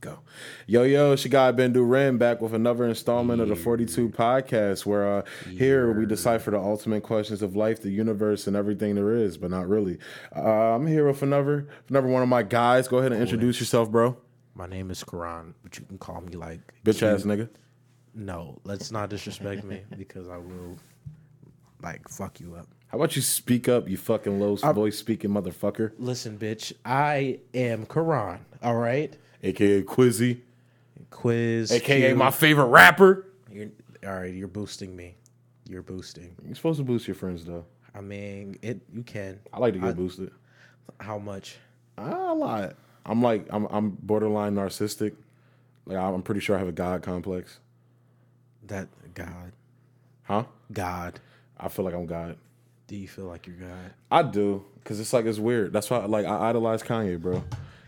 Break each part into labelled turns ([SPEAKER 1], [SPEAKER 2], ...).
[SPEAKER 1] go. Yo, yo, it's your guy Ben Duran back with another installment of the 42 podcast where uh, here we decipher the ultimate questions of life, the universe, and everything there is, but not really. Uh, I'm here with another, another one of my guys. Go ahead and introduce yourself, bro.
[SPEAKER 2] My name is Karan, but you can call me like
[SPEAKER 1] Bitch ass nigga.
[SPEAKER 2] no. Let's not disrespect me because I will like fuck you up.
[SPEAKER 1] How about you speak up, you fucking low voice speaking motherfucker,
[SPEAKER 2] Listen, bitch, I am Karan. All right,
[SPEAKER 1] aka Quizzy,
[SPEAKER 2] quiz.
[SPEAKER 1] aka
[SPEAKER 2] cue.
[SPEAKER 1] my favorite rapper.
[SPEAKER 2] You're, all right, you're boosting me. You're boosting.
[SPEAKER 1] You're supposed to boost your friends though.
[SPEAKER 2] I mean, it. You can.
[SPEAKER 1] I like to get boosted.
[SPEAKER 2] How much?
[SPEAKER 1] I lie. I'm like I'm I'm borderline narcissistic. Like I'm pretty sure I have a god complex.
[SPEAKER 2] That God,
[SPEAKER 1] Huh?
[SPEAKER 2] God.
[SPEAKER 1] I feel like I'm god.
[SPEAKER 2] Do you feel like you're God?
[SPEAKER 1] I do cuz it's like it's weird. That's why like I idolize Kanye, bro.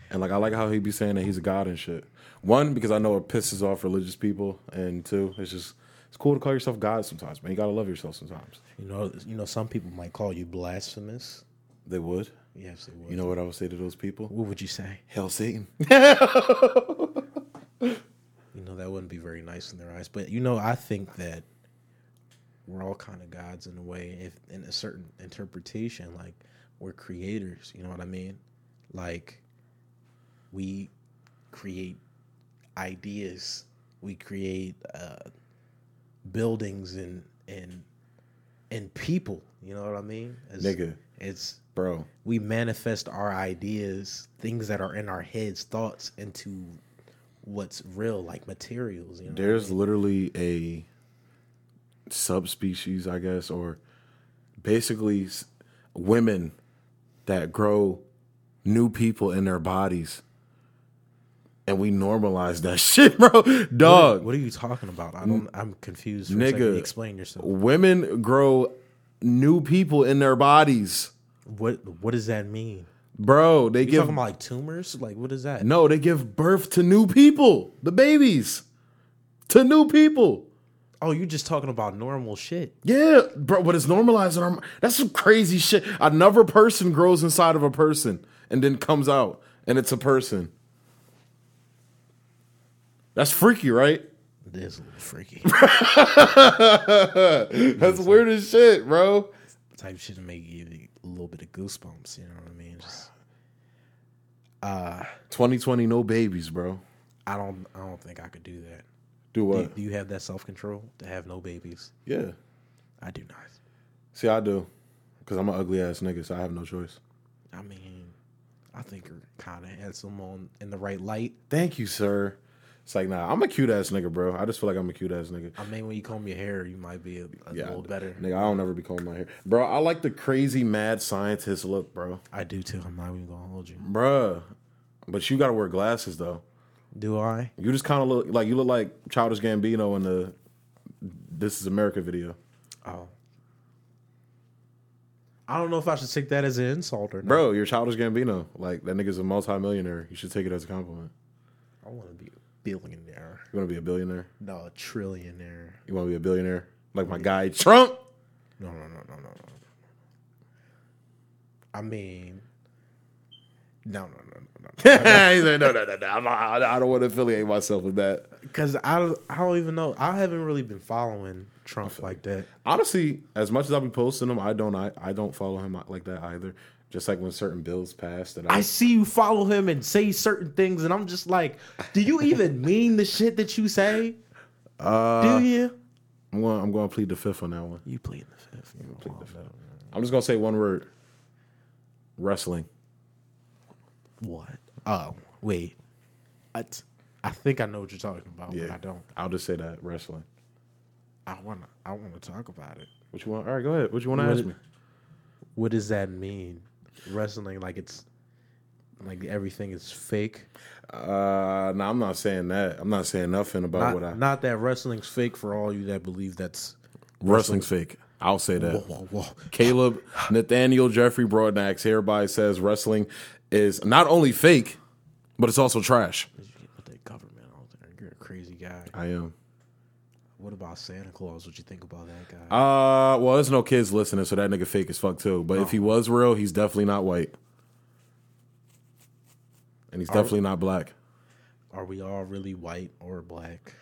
[SPEAKER 1] And like I like how he be saying that he's a god and shit. One because I know it pisses off religious people and two it's just it's cool to call yourself god sometimes, man. You got to love yourself sometimes.
[SPEAKER 2] You know, you know. Some people might call you blasphemous.
[SPEAKER 1] They would.
[SPEAKER 2] Yes, they would.
[SPEAKER 1] You know what I would say to those people?
[SPEAKER 2] What would you say?
[SPEAKER 1] Hell Satan.
[SPEAKER 2] You know, that wouldn't be very nice in their eyes. But you know, I think that we're all kind of gods in a way, if in a certain interpretation, like we're creators, you know what I mean? Like we create ideas, we create uh buildings and and and people, you know what I mean? It's,
[SPEAKER 1] Nigga.
[SPEAKER 2] It's
[SPEAKER 1] bro.
[SPEAKER 2] we manifest our ideas, things that are in our heads, thoughts into what's real, like materials. You know,
[SPEAKER 1] There's literally a subspecies, I guess, or basically s- women that grow new people in their bodies. And we normalize that shit, bro. Dog,
[SPEAKER 2] what are you talking about? I don't. I'm confused. For a
[SPEAKER 1] Nigga.
[SPEAKER 2] second. explain yourself.
[SPEAKER 1] women grow new people in their bodies.
[SPEAKER 2] What What does that mean?
[SPEAKER 1] Bro, they
[SPEAKER 2] You
[SPEAKER 1] give
[SPEAKER 2] talking about like tumors? Like what is that?
[SPEAKER 1] no, they give birth to new people, the babies, to new people.
[SPEAKER 2] Oh, you're just talking about normal shit.
[SPEAKER 1] Yeah, bro, but it's normalized in our mi- that's some crazy shit. Another person grows inside of a person and then comes out and it's a person. That's freaky, right?
[SPEAKER 2] This is a little freaky
[SPEAKER 1] That's weird as shit, bro.
[SPEAKER 2] type shit to make you a little bit of goosebumps. You know what I mean? Just,
[SPEAKER 1] 2020 no babies, bro.
[SPEAKER 2] I don't. I don't think I could do that.
[SPEAKER 1] Do
[SPEAKER 2] Do,
[SPEAKER 1] what?
[SPEAKER 2] do you have that self control to have no babies?
[SPEAKER 1] Yeah.
[SPEAKER 2] I do not.
[SPEAKER 1] See, I do. Cuz I'm an ugly ass nigga, so I have no choice.
[SPEAKER 2] I mean, I think you're kind of handsome on in the right light.
[SPEAKER 1] Thank you, sir. It's like, nah, I'm a cute ass nigga, bro. I just feel like I'm a cute ass nigga.
[SPEAKER 2] I mean, when you comb your hair, you might be a, a little better.
[SPEAKER 1] Nigga, I don't ever be combing my hair. Bro, I like the crazy mad scientist look, bro.
[SPEAKER 2] I do too. I'm not even gonna hold you.
[SPEAKER 1] Bruh. But you gotta wear glasses though.
[SPEAKER 2] Do I?
[SPEAKER 1] You just kinda look like you look like Childish Gambino in the This is America video.
[SPEAKER 2] Oh, I don't know if I should take that as an insult or not.
[SPEAKER 1] Bro, you're Childish Gambino. Like that nigga's a multimillionaire. You should take it as a compliment.
[SPEAKER 2] I want to be a billionaire,
[SPEAKER 1] You wanna be a billionaire?
[SPEAKER 2] no, a trillionaire.
[SPEAKER 1] You wanna be a billionaire? Like my guy Trump.
[SPEAKER 2] No, no, no, no, no, no. I mean, no, no, no, no, no.
[SPEAKER 1] he said, no, no, no, no. I'm not, I don't want to affiliate myself with that.
[SPEAKER 2] Because I, don't- I don't even know. I haven't really been following Trump like that.
[SPEAKER 1] Honestly, as much as I be posting him, I don't I, I don't follow him like that either. Just like when certain bills pass that I,
[SPEAKER 2] I see you follow him and say certain things, and I'm just like, do you even mean the shit that you say? do you?
[SPEAKER 1] I'm going I'm going to plead the fifth on that one.
[SPEAKER 2] Uh, You plead the fifth. Oh, You plead the fifth.
[SPEAKER 1] I'm just gonna say one word. Wrestling.
[SPEAKER 2] What? Oh, wait. I, t- I think I know what you're talking about, but I don't.
[SPEAKER 1] I'll just say that wrestling.
[SPEAKER 2] I wanna. I wanna talk about it.
[SPEAKER 1] What you want? All right, go ahead. What you want to
[SPEAKER 2] What
[SPEAKER 1] ask
[SPEAKER 2] it-
[SPEAKER 1] me?
[SPEAKER 2] What does that mean? Wrestling, like it's, like everything is fake.
[SPEAKER 1] Uh, no, I'm not saying that. I'm not saying nothing about
[SPEAKER 2] Not,
[SPEAKER 1] what I
[SPEAKER 2] not that wrestling's fake for all you that believe that's.
[SPEAKER 1] wrestling's fake. I'll say that.
[SPEAKER 2] Whoa, whoa.
[SPEAKER 1] Caleb Nathaniel Jeffrey Broadnax hereby says wrestling is not only fake, but it's also trash.
[SPEAKER 2] With that government out there, you're a crazy guy.
[SPEAKER 1] I am.
[SPEAKER 2] What about Santa Claus? What you think about that guy?
[SPEAKER 1] Uh, well, there's no kids listening, so that nigga fake as fuck too. But if he was real, he's definitely not white, and he's definitely not black.
[SPEAKER 2] are we all really white or black?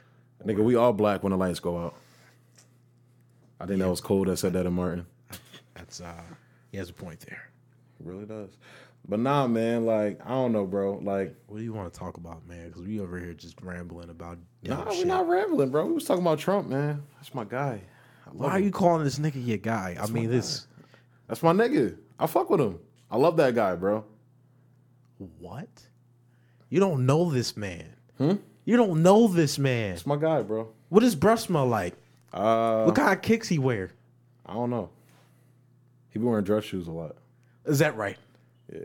[SPEAKER 1] Nigga, we all black when the lights go out. I think that was cold that said that to Martin.
[SPEAKER 2] That's uh, he has a point there.
[SPEAKER 1] Really does. But nah, man, like, I don't know, bro. Like,
[SPEAKER 2] What do you want to talk about, man? Because we over here just rambling about
[SPEAKER 1] nah,
[SPEAKER 2] dumb
[SPEAKER 1] we're
[SPEAKER 2] shit.
[SPEAKER 1] not rambling, bro. We was talking about Trump, man. That's my guy. I love
[SPEAKER 2] Why are
[SPEAKER 1] him.
[SPEAKER 2] you calling this nigga your guy? I mean, this
[SPEAKER 1] That's my nigga. I fuck with him. I love that guy, bro.
[SPEAKER 2] what? You don't know this man.
[SPEAKER 1] Hmm?
[SPEAKER 2] You don't know this man.
[SPEAKER 1] That's my guy, bro.
[SPEAKER 2] What does bruh smell like?
[SPEAKER 1] Uh,
[SPEAKER 2] What kind of kicks he wear?
[SPEAKER 1] I don't know. He be wearing dress shoes a lot.
[SPEAKER 2] Is that right?
[SPEAKER 1] Yeah.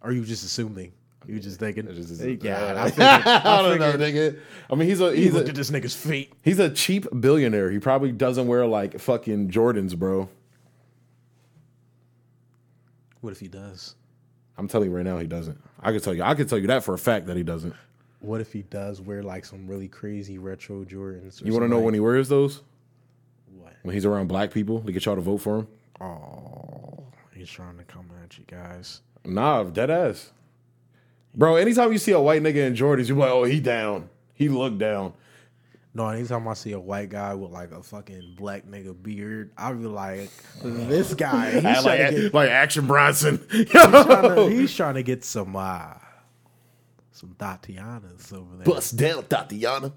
[SPEAKER 2] Are you just assuming? You just thinking?
[SPEAKER 1] It's just-
[SPEAKER 2] yeah,
[SPEAKER 1] I,
[SPEAKER 2] I figured.
[SPEAKER 1] don't know, nigga. I mean, he's a
[SPEAKER 2] He
[SPEAKER 1] he's
[SPEAKER 2] looked
[SPEAKER 1] a
[SPEAKER 2] at this nigga's feet.
[SPEAKER 1] he's a cheap billionaire. He probably doesn't wear like fucking Jordans, bro.
[SPEAKER 2] What if he does?
[SPEAKER 1] I'm telling you right now, he doesn't. I could tell you. I could tell you that for a fact that he doesn't.
[SPEAKER 2] What if he does wear like some really crazy retro Jordans?
[SPEAKER 1] You want to know when he wears those?
[SPEAKER 2] What?
[SPEAKER 1] When he's around black people to get y'all to vote for him?
[SPEAKER 2] Oh, he's trying to come at you guys.
[SPEAKER 1] Nah, dead ass. Bro, anytime you see a white nigga in Jordans, you're like, oh, he down. He looked down.
[SPEAKER 2] No, anytime I see a white guy with like a fucking black nigga beard, I be like, this guy, he's
[SPEAKER 1] Act
[SPEAKER 2] trying,
[SPEAKER 1] like,
[SPEAKER 2] to get,
[SPEAKER 1] like Action Bronson.
[SPEAKER 2] tryna- he's trying to get some uh, some Tatianas over there.
[SPEAKER 1] Bust down, Tatiana.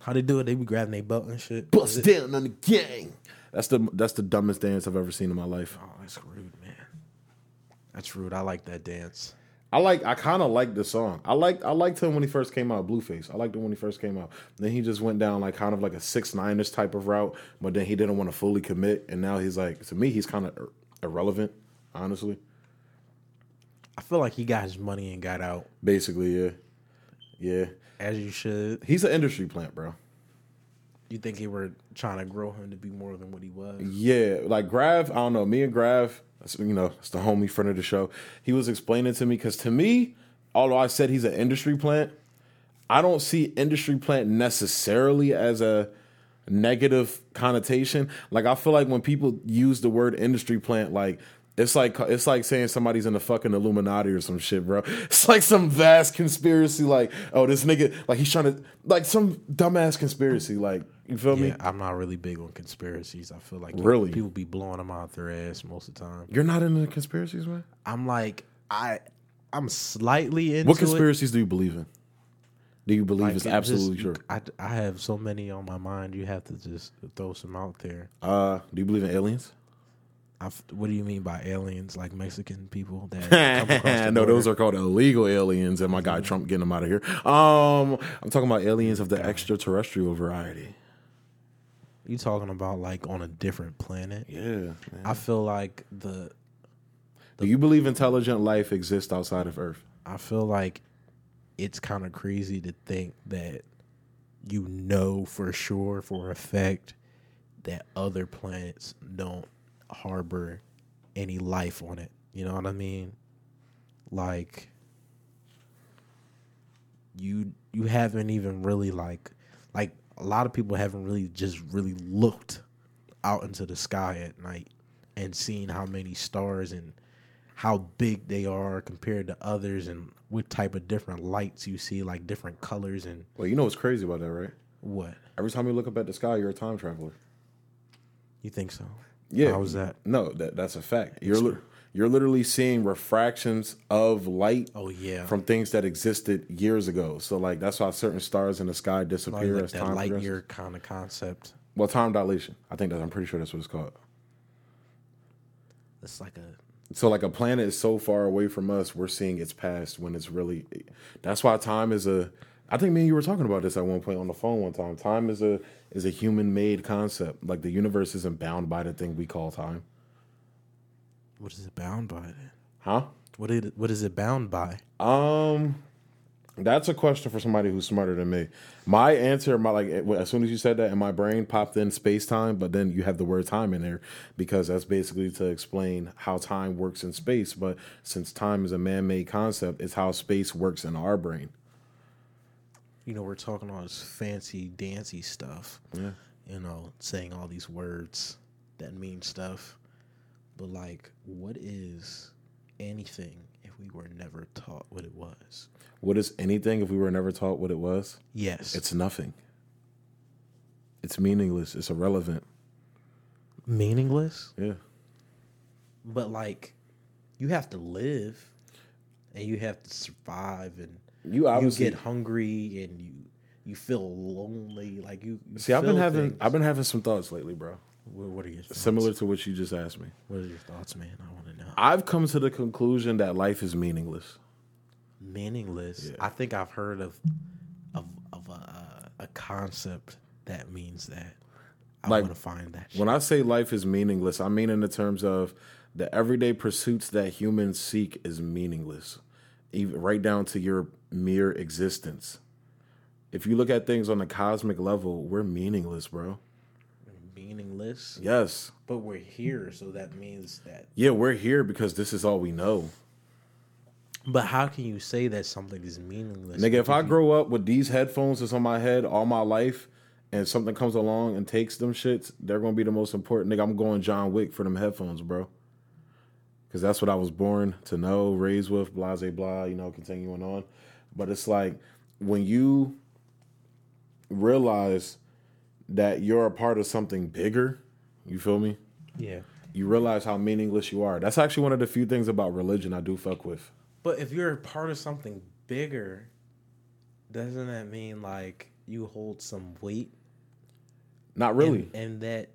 [SPEAKER 2] How they do it? They be grabbing their belt and shit.
[SPEAKER 1] Bust down on the gang. That's the that's the dumbest dance I've ever seen in my life.
[SPEAKER 2] Oh, that's rude, man. That's rude. I like that dance.
[SPEAKER 1] I like I kind of like the song. I liked I liked him when he first came out, Blueface. I liked him when he first came out. Then he just went down like kind of like a six niners type of route, but then he didn't want to fully commit, and now he's like to me he's kind of ir- irrelevant, honestly.
[SPEAKER 2] I feel like he got his money and got out,
[SPEAKER 1] Basically, yeah, yeah.
[SPEAKER 2] as you should.
[SPEAKER 1] He's an industry plant, bro.
[SPEAKER 2] You think they were trying to grow him to be more than what he was?
[SPEAKER 1] Yeah, like Grav, I don't know. Me and Grav, that's, you know, it's the homie friend of the show. He was explaining to me because to me, although I said he's an industry plant, I don't see industry plant necessarily as a negative connotation. Like I feel like when people use the word industry plant, like it's like it's like saying somebody's in the fucking Illuminati or some shit, bro. It's like some vast conspiracy, like oh this nigga, like he's trying to like some dumbass conspiracy, like you feel me?
[SPEAKER 2] Yeah, I'm not really big on conspiracies. I feel like
[SPEAKER 1] Really?
[SPEAKER 2] people be blowing them out their ass most of the time.
[SPEAKER 1] You're not into conspiracies, man.
[SPEAKER 2] I'm like, I, I'm slightly into
[SPEAKER 1] What
[SPEAKER 2] it.
[SPEAKER 1] conspiracies do you believe in? Do you believe
[SPEAKER 2] Like,
[SPEAKER 1] is
[SPEAKER 2] it
[SPEAKER 1] absolutely
[SPEAKER 2] just-
[SPEAKER 1] true?
[SPEAKER 2] I, I have so many on my mind. You have to just throw some out there.
[SPEAKER 1] Uh, do you believe in aliens?
[SPEAKER 2] I f what do you mean by aliens? Like Mexican people that come across the
[SPEAKER 1] no,
[SPEAKER 2] border?
[SPEAKER 1] those are called illegal aliens, and my guy Trump getting them out of here. Um, I'm talking about aliens of the extraterrestrial variety.
[SPEAKER 2] You talking about like on a different planet?
[SPEAKER 1] Yeah.
[SPEAKER 2] I feel like the
[SPEAKER 1] Do you believe intelligent life exists outside of Earth?
[SPEAKER 2] I feel like it's kind of crazy to think that you know for sure for a fact that other planets don't harbor any life on it. You know what I mean? Like you you haven't even really like like a lot of people haven't really just really looked out into the sky at night and seen how many stars and how big they are compared to others and what type of different lights you see like different colors and
[SPEAKER 1] Well, you know what's crazy about that, right?
[SPEAKER 2] what
[SPEAKER 1] Every time you look up at the sky, you're a time traveler.
[SPEAKER 2] you think so
[SPEAKER 1] Yeah.
[SPEAKER 2] How is that?
[SPEAKER 1] No, that that's a fact. You're li- you're literally seeing refractions of light
[SPEAKER 2] oh yeah
[SPEAKER 1] from things that existed years ago. So like that's why certain stars in the sky
[SPEAKER 2] Probably
[SPEAKER 1] disappear
[SPEAKER 2] like
[SPEAKER 1] as
[SPEAKER 2] that
[SPEAKER 1] time
[SPEAKER 2] light
[SPEAKER 1] progresses.
[SPEAKER 2] year kind of concept
[SPEAKER 1] Well, time dilation. I think that I'm pretty sure that's what it's called.
[SPEAKER 2] it's like a
[SPEAKER 1] So like a planet is so far away from us, we're seeing its past when it's really. That's why time is a. I think me and you were talking about this at one point on the phone one time. Time is a is a human made concept. Like the universe isn't bound by the thing we call time,
[SPEAKER 2] what is it bound by then
[SPEAKER 1] huh?
[SPEAKER 2] what is it, what is it bound by
[SPEAKER 1] Um, that's a question for somebody who's smarter than me. My answer, my like, as soon as you said that, in my brain popped in space time, but then you have the word time in there because that's basically to explain how time works in space. But since time is a man-made concept, it's how space works in our brain.
[SPEAKER 2] you know we're talking all this fancy dancy stuff yeah you know saying all these words that mean stuff but like what is anything if if we were never taught what it was?
[SPEAKER 1] What is anything if we were never taught what it was?
[SPEAKER 2] Yes.
[SPEAKER 1] It's nothing. It's meaningless. It's irrelevant.
[SPEAKER 2] meaningless,
[SPEAKER 1] Yeah.
[SPEAKER 2] but like you have to live and you have to survive and
[SPEAKER 1] You
[SPEAKER 2] you
[SPEAKER 1] obviously
[SPEAKER 2] get hungry and you you feel lonely like you, you
[SPEAKER 1] see. I've been
[SPEAKER 2] feel
[SPEAKER 1] having
[SPEAKER 2] things.
[SPEAKER 1] I've been having some thoughts lately, bro.
[SPEAKER 2] what, what are your thoughts?
[SPEAKER 1] Similar to what you just asked me.
[SPEAKER 2] what are your thoughts man I want to know
[SPEAKER 1] I've come to the conclusion that life is meaningless.
[SPEAKER 2] meaningless I think I've heard of of of a, uh, a concept that means that I
[SPEAKER 1] Like,
[SPEAKER 2] want to find that shit.
[SPEAKER 1] When I say life is meaningless, I mean in the terms of the everyday pursuits that humans seek is meaningless, even right down to your mere existence. If you look at things on a cosmic level, we're meaningless, bro.
[SPEAKER 2] meaningless
[SPEAKER 1] Yes.
[SPEAKER 2] but we're here so that means that
[SPEAKER 1] Yeah, we're here because this is all we know.
[SPEAKER 2] but how can you say that something is meaningless
[SPEAKER 1] Nigga, if I grow up with these headphones that's on my head all my life and something comes along and takes them shits, they're gonna be the most important. Nigga, I'm going John Wick for them headphones, bro. Cause that's what I was born to know, raised with, blase blah, you know, continuing on. But it's like when you realize that you're a part of something bigger, you feel me?
[SPEAKER 2] yeah
[SPEAKER 1] You realize how meaningless you are. That's actually one of the few things about religion I do fuck with.
[SPEAKER 2] But if you're a part of something bigger, doesn't that mean like you hold some weight?
[SPEAKER 1] Not really.
[SPEAKER 2] In, in that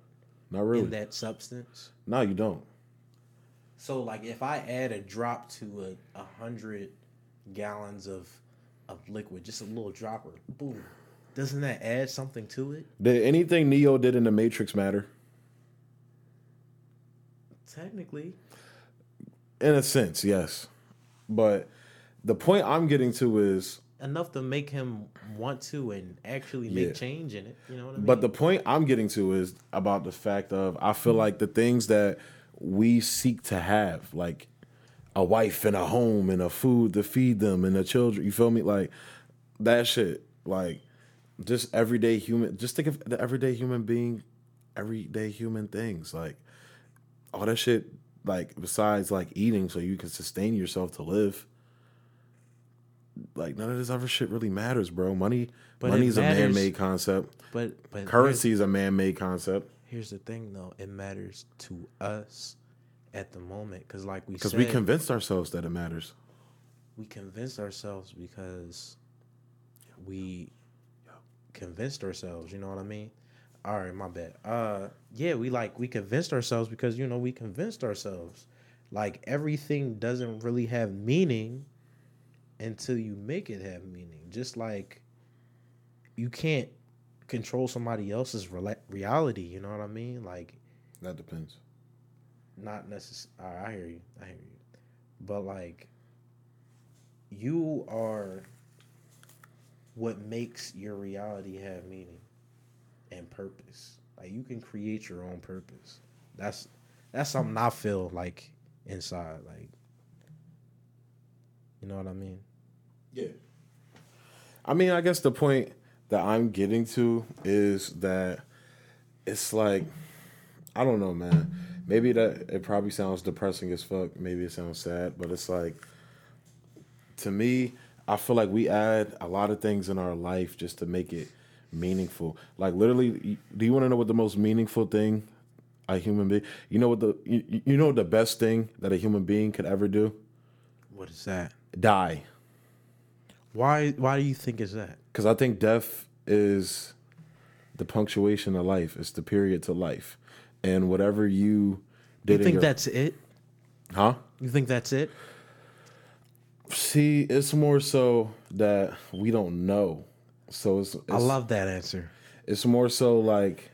[SPEAKER 1] Not really.
[SPEAKER 2] in that substance.
[SPEAKER 1] no, you don't.
[SPEAKER 2] So like if I add a drop to a, a hundred gallons of of liquid, just a little dropper, boom. Doesn't that add something to it?
[SPEAKER 1] Did anything Neo did in the Matrix matter?
[SPEAKER 2] Technically.
[SPEAKER 1] In a sense, yes. But the point I'm getting to is,
[SPEAKER 2] Enough to make him want to and actually make
[SPEAKER 1] Yeah.
[SPEAKER 2] change in it. You know what I mean?
[SPEAKER 1] but the point I'm getting to is about the fact of I feel like the things that we seek to have, like a wife and a home and a food to feed them and the children, you feel me? Like that shit, like just everyday human, just think of the everyday human being, everyday human things, like all that shit, like besides like eating so you can sustain yourself to live. Like none of this other shit really matters, bro. Money,
[SPEAKER 2] But it
[SPEAKER 1] money's a
[SPEAKER 2] matters-
[SPEAKER 1] man-made concept.
[SPEAKER 2] but but here's-
[SPEAKER 1] Currency is a man-made concept
[SPEAKER 2] here's the thing though, it matters to us at the moment because like we
[SPEAKER 1] because
[SPEAKER 2] said,
[SPEAKER 1] we convinced ourselves that it matters.
[SPEAKER 2] we convinced ourselves because we convinced ourselves, you know what I mean? All right, my bad. Uh yeah, we like we convinced ourselves because you know we convinced ourselves like everything doesn't really have meaning until you make it have meaning. Just like you can't control somebody else's rela- reality, you know what I mean? Like
[SPEAKER 1] That depends.
[SPEAKER 2] not necessarily. I hear you. I hear you. But like, you are what makes your reality have meaning and purpose. Like you can create your own purpose. That's that's something I feel like inside. Like, you know what I mean?
[SPEAKER 1] Yeah. I mean, I guess the point that I'm getting to is that it's like I don't know, man. Maybe that it probably sounds depressing as fuck. Maybe it sounds sad, but it's like to me, I feel like we add a lot of things in our life just to make it meaningful. Like literally, do you want to know what the most meaningful thing a human being? You know what the you, you know the best thing that a human being could ever do?
[SPEAKER 2] What is that?
[SPEAKER 1] Die.
[SPEAKER 2] Why Why do you think is that?
[SPEAKER 1] Because I think death is the punctuation of life. It's the period to life, and whatever you did.
[SPEAKER 2] You
[SPEAKER 1] in
[SPEAKER 2] think
[SPEAKER 1] your-
[SPEAKER 2] that's it?
[SPEAKER 1] Huh?
[SPEAKER 2] You think that's it?
[SPEAKER 1] See, it's more so that we don't know. So it's. it's
[SPEAKER 2] I love that answer.
[SPEAKER 1] It's more so like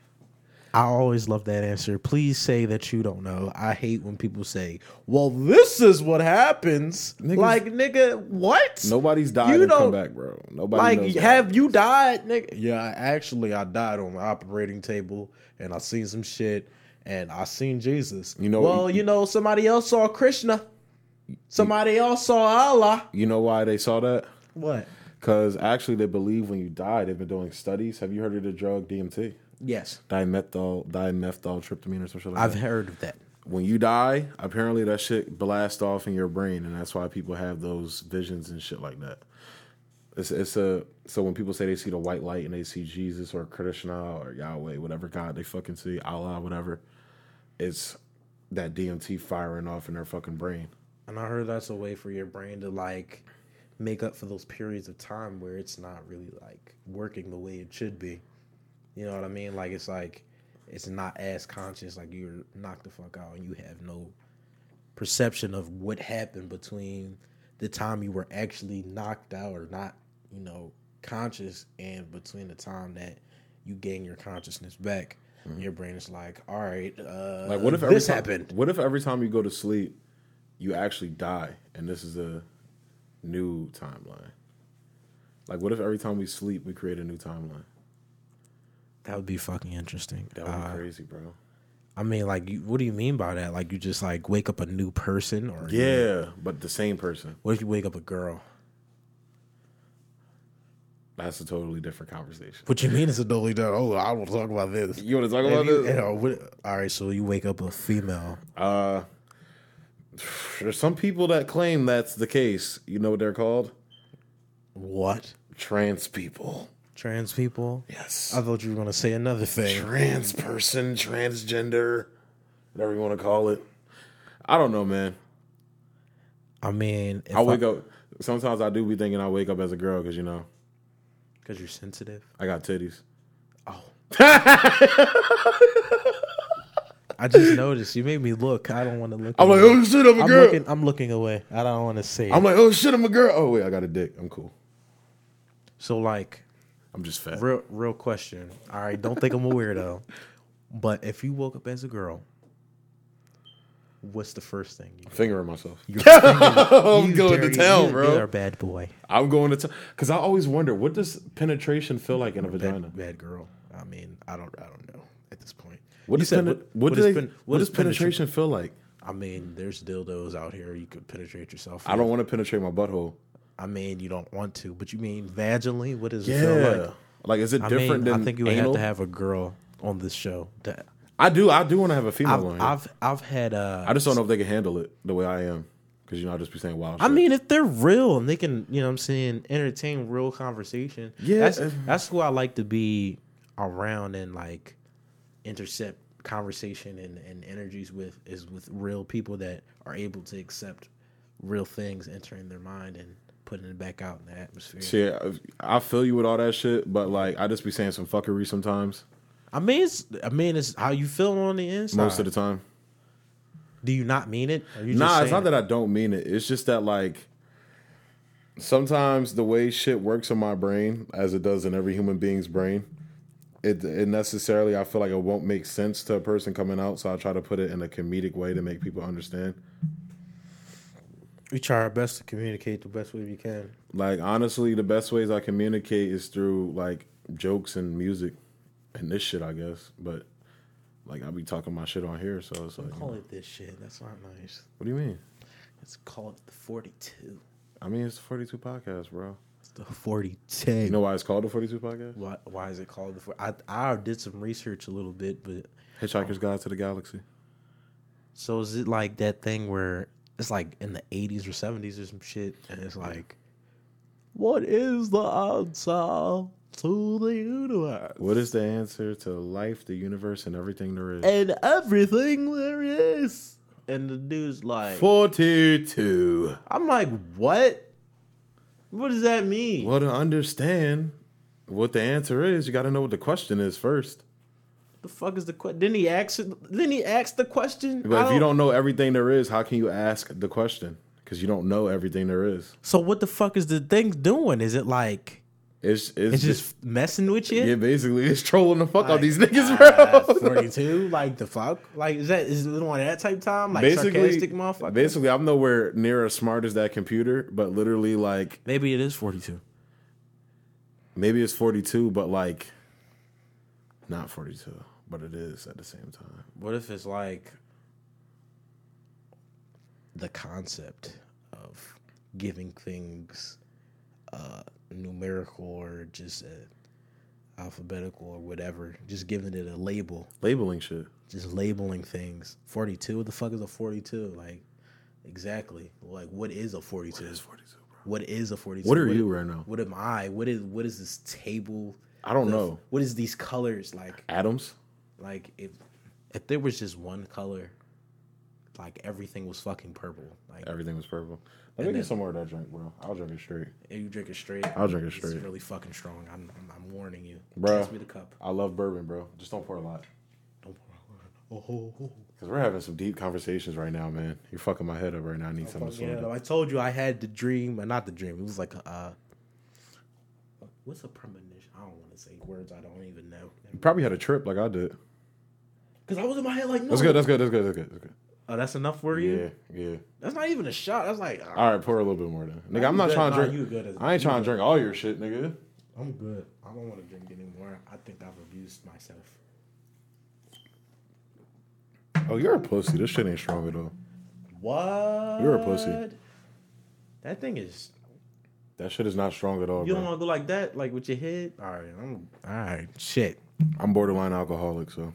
[SPEAKER 2] I always love that answer. Please say that you don't know. I hate when people say, "Well, this is what happens."
[SPEAKER 1] Niggas-
[SPEAKER 2] like, nigga, what?
[SPEAKER 1] nobody's died
[SPEAKER 2] You
[SPEAKER 1] and come
[SPEAKER 2] don't-
[SPEAKER 1] back, bro. Nobody
[SPEAKER 2] like,
[SPEAKER 1] knows.
[SPEAKER 2] have you died, nigga? Yeah, I- actually, I died on the operating table, and I seen some shit, and I seen Jesus.
[SPEAKER 1] You know-
[SPEAKER 2] well, you know, somebody else saw Krishna. Somebody else saw Allah.
[SPEAKER 1] you know why they saw that?
[SPEAKER 2] What?
[SPEAKER 1] Because actually, they believe when you die, they've been doing studies. Have you heard of the drug DMT?
[SPEAKER 2] Yes,
[SPEAKER 1] Dimethyl, dimethyltryptamine, or something like that.
[SPEAKER 2] I've heard of that.
[SPEAKER 1] when you die, apparently that shit blasts off in your brain, and that's why people have those visions and shit like that. It's it's a so when people say they see the white light and they see Jesus or Krishna or Yahweh, whatever God they fucking see, Allah, whatever, it's that DMT firing off in their fucking brain.
[SPEAKER 2] And I heard that's a way for your brain to like make up for those periods of time where it's not really like working the way it should be. You know what I mean? Like it's like it's not as conscious. Like you're knocked the fuck out and you have no perception of what happened between the time you were actually knocked out or not, you know, conscious and between the time that you gain your consciousness back. Your brain is like, all right, uh,
[SPEAKER 1] Mm-hmm. Like what if every
[SPEAKER 2] this
[SPEAKER 1] time,
[SPEAKER 2] happened?
[SPEAKER 1] What if every time you go to sleep, you actually die, and this is a new timeline? Like what if every time we sleep, we create a new timeline?
[SPEAKER 2] That would be fucking interesting.
[SPEAKER 1] That would
[SPEAKER 2] Uh,
[SPEAKER 1] be crazy, bro.
[SPEAKER 2] I mean, like, you, what do you mean by that? Like, you just like wake up a new person, or
[SPEAKER 1] Yeah, but the same person.
[SPEAKER 2] What if you wake up a girl?
[SPEAKER 1] That's a totally different conversation.
[SPEAKER 2] What you mean it's a totally done? Oh, I will talk about this.
[SPEAKER 1] You want to talk
[SPEAKER 2] If
[SPEAKER 1] about
[SPEAKER 2] you-
[SPEAKER 1] this?
[SPEAKER 2] you know, what- all right, so you wake up a female.
[SPEAKER 1] Uh, there's some people that claim that's the case. You know what they're called?
[SPEAKER 2] What?
[SPEAKER 1] Trans people.
[SPEAKER 2] Trans people?
[SPEAKER 1] Yes.
[SPEAKER 2] I thought you were gonna say another thing.
[SPEAKER 1] trans person, transgender, whatever you want to call it. I don't know, man.
[SPEAKER 2] I mean, if
[SPEAKER 1] I wake up. Sometimes I do be thinking I wake up as a girl because you know
[SPEAKER 2] because you're sensitive.
[SPEAKER 1] I got titties.
[SPEAKER 2] I just noticed you made me look. I don't want to look.
[SPEAKER 1] I'm like,
[SPEAKER 2] away.
[SPEAKER 1] oh shit, I'm a
[SPEAKER 2] I'm
[SPEAKER 1] girl.
[SPEAKER 2] looking. I'm looking away. I don't want to see.
[SPEAKER 1] I'm
[SPEAKER 2] it.
[SPEAKER 1] like, oh shit, I'm a girl. Oh wait, I got a dick. I'm cool.
[SPEAKER 2] So like,
[SPEAKER 1] I'm just fat.
[SPEAKER 2] Real, real question. All right, don't think I'm a weirdo, but if you woke up as a girl, what's the first thing you?
[SPEAKER 1] Fingering myself.
[SPEAKER 2] You're thinking,
[SPEAKER 1] I'm
[SPEAKER 2] "You
[SPEAKER 1] going to
[SPEAKER 2] dirty-
[SPEAKER 1] town,
[SPEAKER 2] you-
[SPEAKER 1] bro.
[SPEAKER 2] You're a bad boy,
[SPEAKER 1] I'm going to town because I always wonder what does penetration feel like in a vagina.
[SPEAKER 2] bad, bad girl. I mean, I don't, I don't know at this point.
[SPEAKER 1] What
[SPEAKER 2] You
[SPEAKER 1] does
[SPEAKER 2] said
[SPEAKER 1] pen- what, do
[SPEAKER 2] is
[SPEAKER 1] they-
[SPEAKER 2] pen-
[SPEAKER 1] what does
[SPEAKER 2] is penetra-
[SPEAKER 1] penetration feel like?
[SPEAKER 2] I mean, there's dildos out here you could penetrate yourself.
[SPEAKER 1] I don't want to penetrate my butthole.
[SPEAKER 2] I mean, you don't want to, but you mean vaginally? What does it feel
[SPEAKER 1] Yeah,
[SPEAKER 2] like?
[SPEAKER 1] like is it
[SPEAKER 2] I
[SPEAKER 1] different
[SPEAKER 2] mean,
[SPEAKER 1] than
[SPEAKER 2] I think you would
[SPEAKER 1] anal?
[SPEAKER 2] have to have a girl on this show. To,
[SPEAKER 1] I do. I do want to have a female
[SPEAKER 2] I've,
[SPEAKER 1] one. I
[SPEAKER 2] I've, I've had. Uh,
[SPEAKER 1] just don't know if they can handle it the way I am because you know I just be saying wild.
[SPEAKER 2] I
[SPEAKER 1] shit.
[SPEAKER 2] mean, if they're real and they can, you know, what I'm saying, entertain real conversation.
[SPEAKER 1] Yeah.
[SPEAKER 2] that's, that's who I like to be around and like intercept conversation and, and energies with is with real people that are able to accept real things entering their mind and putting it back out in the atmosphere.
[SPEAKER 1] Shit, I I feel you with all that shit, but like I just be saying some fuckery sometimes,
[SPEAKER 2] I mean, it's I mean, it's how you feel on the inside.
[SPEAKER 1] most of the time.
[SPEAKER 2] Do you not mean it? Are you just
[SPEAKER 1] Nah, it's
[SPEAKER 2] saying
[SPEAKER 1] not
[SPEAKER 2] it?
[SPEAKER 1] that I don't mean it. It's just that like sometimes the way shit works in my brain, as it does in every human being's brain, it it necessarily I feel like it won't make sense to a person coming out, so I try to put it in a comedic way to make people understand.
[SPEAKER 2] we try our best to communicate the best way we can.
[SPEAKER 1] Like honestly, the best ways I communicate is through like jokes and music and this shit, I guess. But like I be talking my shit on here, so it's like,
[SPEAKER 2] Call it this shit. That's not nice.
[SPEAKER 1] what do you mean?
[SPEAKER 2] Let's call it the 42.
[SPEAKER 1] I mean, it's the 42 podcast, bro.
[SPEAKER 2] It's the 42.
[SPEAKER 1] You know why it's called the 42 podcast?
[SPEAKER 2] Why, why is it called the? Four? I I did some research a little bit, but
[SPEAKER 1] Hitchhiker's Guide to the Galaxy.
[SPEAKER 2] so is it like that thing where it's like in the eighties or seventies or some shit, and it's like, what is the answer to the universe
[SPEAKER 1] What is the answer to life, the universe, and everything there is?
[SPEAKER 2] and everything there is? And the dude's like,
[SPEAKER 1] 42.
[SPEAKER 2] I'm like, what? What does that mean?
[SPEAKER 1] Well, to understand what the answer is, you got to know what the question is first.
[SPEAKER 2] The fuck is the question? Didn't he ask? it- Didn't he ask the question?
[SPEAKER 1] But if you don't know everything there is, how can you ask the question? Because you don't know everything there is.
[SPEAKER 2] so what the fuck is the thing doing? Is it like?
[SPEAKER 1] It's it's,
[SPEAKER 2] It's
[SPEAKER 1] just,
[SPEAKER 2] just messing with you.
[SPEAKER 1] yeah, basically it's trolling the fuck out these niggas, bro.
[SPEAKER 2] Forty two, like the fuck, like is that is it on that type time, like
[SPEAKER 1] basically,
[SPEAKER 2] sarcastic motherfucker?
[SPEAKER 1] basically, I'm nowhere near as smart as that computer, but literally, like
[SPEAKER 2] Maybe it is forty two.
[SPEAKER 1] maybe it's 42, but like not 42, but it is at the same time.
[SPEAKER 2] What if it's like the concept of giving things uh numerical or just a, alphabetical or whatever, just giving it a label,
[SPEAKER 1] Labeling shit.
[SPEAKER 2] just labeling things. 42, what the fuck is a 42? Like, exactly. Like, what is a 42? What is,
[SPEAKER 1] 42, bro.
[SPEAKER 2] a 42?
[SPEAKER 1] What are you right now?
[SPEAKER 2] What am I? What is what is this table?
[SPEAKER 1] I don't
[SPEAKER 2] The-
[SPEAKER 1] know.
[SPEAKER 2] What is these colors like?
[SPEAKER 1] Adams?
[SPEAKER 2] Like if if there was just one color, like everything was fucking purple. Like
[SPEAKER 1] Everything was purple. Let me get some more of that drink, bro. I'll drink it straight.
[SPEAKER 2] if you drink it straight,
[SPEAKER 1] I'll drink it
[SPEAKER 2] it's
[SPEAKER 1] straight.
[SPEAKER 2] really fucking strong. I'm I'm, I'm warning you.
[SPEAKER 1] Bruh.
[SPEAKER 2] Pass me the cup.
[SPEAKER 1] I love bourbon, bro. Just don't pour a lot.
[SPEAKER 2] Don't pour. Oh, oh, oh.
[SPEAKER 1] Because we're having some deep conversations right now, man. You're fucking my head up right now. I need something
[SPEAKER 2] Oh, Fuck yeah,
[SPEAKER 1] sorted.
[SPEAKER 2] though. I told you I had the dream, but not the dream. It was like a, uh, what's a premonition? I don't want to say words I don't even know.
[SPEAKER 1] You probably had a trip like I did.
[SPEAKER 2] Cause I was in my head like, no,
[SPEAKER 1] That's good. That's good. That's good. That's good. That's good.
[SPEAKER 2] Oh, that's enough for you.
[SPEAKER 1] Yeah, yeah.
[SPEAKER 2] That's not even a shot. That's like, ah,
[SPEAKER 1] All right, pour a little bit more then. Nigga,
[SPEAKER 2] you
[SPEAKER 1] I'm not
[SPEAKER 2] good.
[SPEAKER 1] trying to
[SPEAKER 2] Nah,
[SPEAKER 1] drink.
[SPEAKER 2] you good as-
[SPEAKER 1] I ain't trying to drink all your shit, nigga.
[SPEAKER 2] I'm good. I don't want to drink anymore. I think I've abused myself.
[SPEAKER 1] Oh, you're a pussy. This shit ain't strong at all.
[SPEAKER 2] What?
[SPEAKER 1] You're a pussy.
[SPEAKER 2] That thing is.
[SPEAKER 1] That shit is not strong at all,
[SPEAKER 2] You
[SPEAKER 1] bro.
[SPEAKER 2] don't want to go like that, like with your head. All right, I'm. All right, shit.
[SPEAKER 1] I'm borderline alcoholic, so.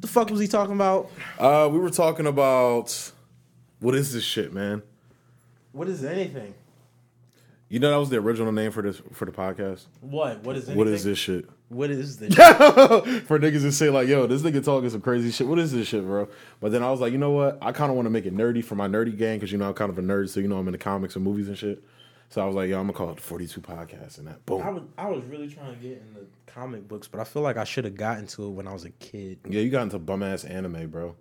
[SPEAKER 2] The fuck was he talking about?
[SPEAKER 1] Uh, we were talking about what is this shit, man?
[SPEAKER 2] What is anything?
[SPEAKER 1] You know that was the original name for this for the podcast.
[SPEAKER 2] What? What is anything?
[SPEAKER 1] What is this shit?
[SPEAKER 2] What is this?
[SPEAKER 1] for niggas to say like, yo, this nigga talking some crazy shit. What is this shit, bro? But then I was like, you know what? I kind of want to make it nerdy for my nerdy gang because you know I'm kind of a nerd, so you know I'm into comics and movies and shit. So I was like, yo, I'm gonna call it the 42 Podcast and that. Boom.
[SPEAKER 2] I was I was really trying to get into comic books, but I feel like I should have gotten to it when I was a kid.
[SPEAKER 1] yeah, you got into bum ass anime, bro.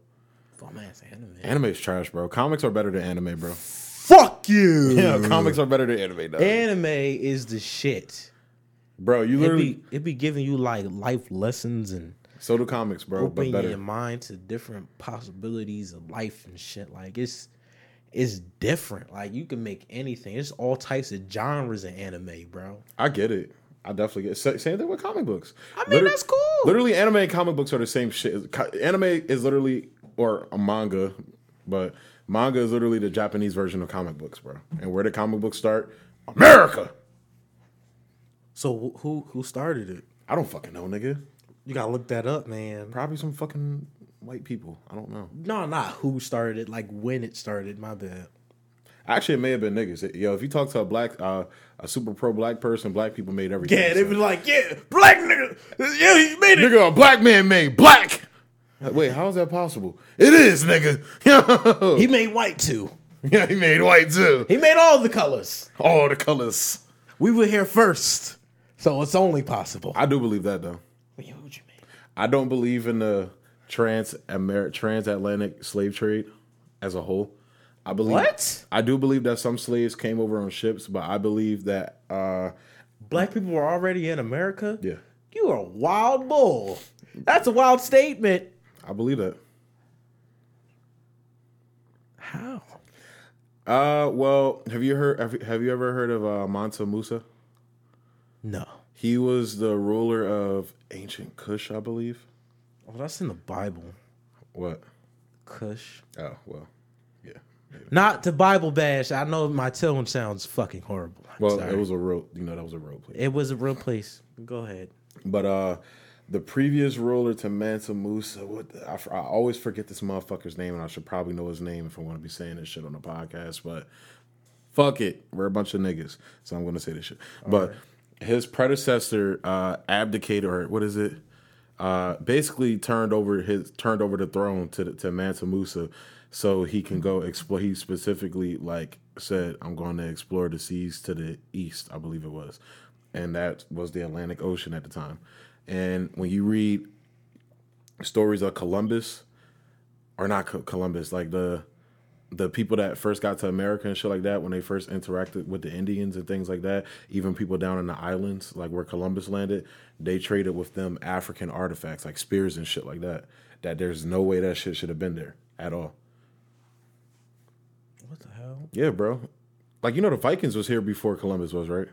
[SPEAKER 2] Bum ass anime.
[SPEAKER 1] Anime's trash, bro. Comics are better than anime, bro.
[SPEAKER 2] Fuck you.
[SPEAKER 1] Yeah, comics are better than anime, though.
[SPEAKER 2] Anime is the shit.
[SPEAKER 1] bro, you
[SPEAKER 2] It
[SPEAKER 1] literally
[SPEAKER 2] be it be giving you like life lessons and
[SPEAKER 1] so do comics, bro, but
[SPEAKER 2] opening your
[SPEAKER 1] better.
[SPEAKER 2] mind to different possibilities of life and shit. Like it's it's different. Like you can make anything. There's all types of genres in anime, bro.
[SPEAKER 1] I get it. I definitely get it. Sa- Same thing with comic books.
[SPEAKER 2] I mean,
[SPEAKER 1] Liter-
[SPEAKER 2] that's cool.
[SPEAKER 1] Literally, anime and comic books are the same shit. Co- Anime is literally, or a manga, but manga is literally the Japanese version of comic books, bro. And where did comic books start? America.
[SPEAKER 2] So wh- who who started it?
[SPEAKER 1] I don't fucking know, nigga.
[SPEAKER 2] You gotta look that up, man.
[SPEAKER 1] Probably some fucking white people. I don't know.
[SPEAKER 2] No, not who started it. Like when it started. My bad.
[SPEAKER 1] Actually, it may have been niggas. Yo, if you talk to a black, uh, a super pro black person, black people made everything.
[SPEAKER 2] Yeah, they
[SPEAKER 1] so-
[SPEAKER 2] be like, yeah, black nigga, yeah, he made it.
[SPEAKER 1] nigga, a black man made black. Like, Wait, how is that possible? It is, nigga.
[SPEAKER 2] He made white too.
[SPEAKER 1] yeah, he made white too.
[SPEAKER 2] He made all the colors.
[SPEAKER 1] All the colors.
[SPEAKER 2] We were here first, so it's only possible.
[SPEAKER 1] I do believe that though.
[SPEAKER 2] Wait, who'd you make?
[SPEAKER 1] I don't believe in the trans Amer- transatlantic slave trade as a whole. I believe
[SPEAKER 2] What?
[SPEAKER 1] I do believe that some slaves came over on ships, but I believe that uh
[SPEAKER 2] Black people were already in America.
[SPEAKER 1] yeah,
[SPEAKER 2] You are a wild bull. That's a wild statement.
[SPEAKER 1] I believe that.
[SPEAKER 2] How?
[SPEAKER 1] Uh well, have you heard have, have you ever heard of uh, Mansa Musa?
[SPEAKER 2] No.
[SPEAKER 1] He was the ruler of ancient Kush, I believe.
[SPEAKER 2] Oh, that's in the Bible.
[SPEAKER 1] What?
[SPEAKER 2] Cush.
[SPEAKER 1] Oh, well. Yeah.
[SPEAKER 2] Not to Bible bash. I know my tone sounds fucking horrible. I'm
[SPEAKER 1] Well,
[SPEAKER 2] sorry.
[SPEAKER 1] it was a role, you know, that was a role play.
[SPEAKER 2] it was a real place. Go ahead.
[SPEAKER 1] But uh the previous ruler to Mansa Musa, what the, I, f- I always forget this motherfucker's name, and I should probably know his name if I want to be saying this shit on the podcast. But fuck it, we're a bunch of niggas, so I'm gonna say this shit. but his predecessor uh, abdicated, or what is it? Uh, basically turned over his turned over the throne to the, to Mansa Musa, so he can go explore. He specifically like said, "I'm going to explore the seas to the east," I believe it was, and that was the Atlantic Ocean at the time. And when you read stories of Columbus, or not Co- Columbus, like the the people that first got to America and shit like that, when they first interacted with the Indians and things like that, even people down in the islands, like where Columbus landed, they traded with them African artifacts like spears and shit like that. That there's no way that shit should have been there at all.
[SPEAKER 2] What the hell?
[SPEAKER 1] Yeah, bro. Like you know, the Vikings was here before Columbus was, right?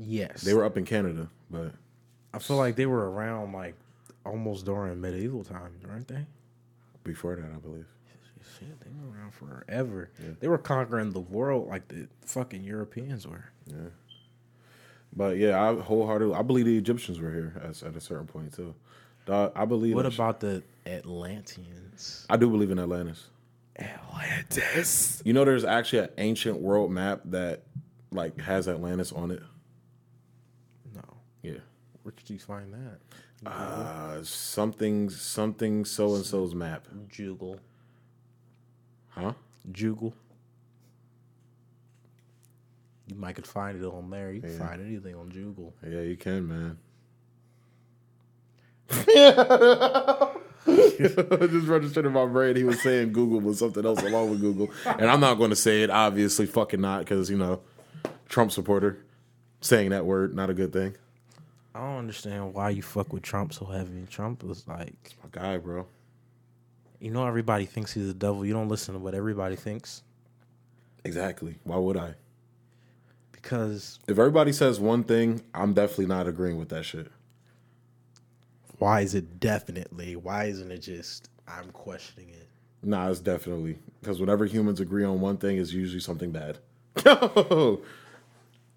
[SPEAKER 2] Yes.
[SPEAKER 1] They were up in Canada, but
[SPEAKER 2] I feel like they were around like almost during medieval times, weren't they?
[SPEAKER 1] before that, I believe.
[SPEAKER 2] Shit, they were around forever. They were conquering the world like the fucking Europeans were.
[SPEAKER 1] But yeah, I wholeheartedly I believe the Egyptians were here at, at a certain point too. Dog, I believe.
[SPEAKER 2] What
[SPEAKER 1] that shit.
[SPEAKER 2] about the Atlanteans?
[SPEAKER 1] I do believe in Atlantis.
[SPEAKER 2] Atlantis.
[SPEAKER 1] You know, there's actually an ancient world map that like has Atlantis on it.
[SPEAKER 2] No.
[SPEAKER 1] Yeah.
[SPEAKER 2] Where did you find that?
[SPEAKER 1] Uh, something, something, so and so's map,
[SPEAKER 2] Jugal.
[SPEAKER 1] huh?
[SPEAKER 2] Jugal. You might could find it on there. You can find anything on Jugal.
[SPEAKER 1] Yeah, you can, man. Just registered in my brain. He was saying Google was something else along with Google, and I'm not going to say it. Obviously, fucking not, because you know, Trump supporter saying that word not a good thing.
[SPEAKER 2] I don't understand why you fuck with Trump so heavy. Trump was like,
[SPEAKER 1] My guy, bro.
[SPEAKER 2] you know, everybody thinks he's the devil. You don't listen to what everybody thinks
[SPEAKER 1] Exactly. Why would I?
[SPEAKER 2] because
[SPEAKER 1] If everybody says one thing, I'm definitely not agreeing with that shit.
[SPEAKER 2] why is it definitely? Why isn't it just I'm questioning it?
[SPEAKER 1] Nah, it's definitely because whenever humans agree on one thing, it's usually something bad.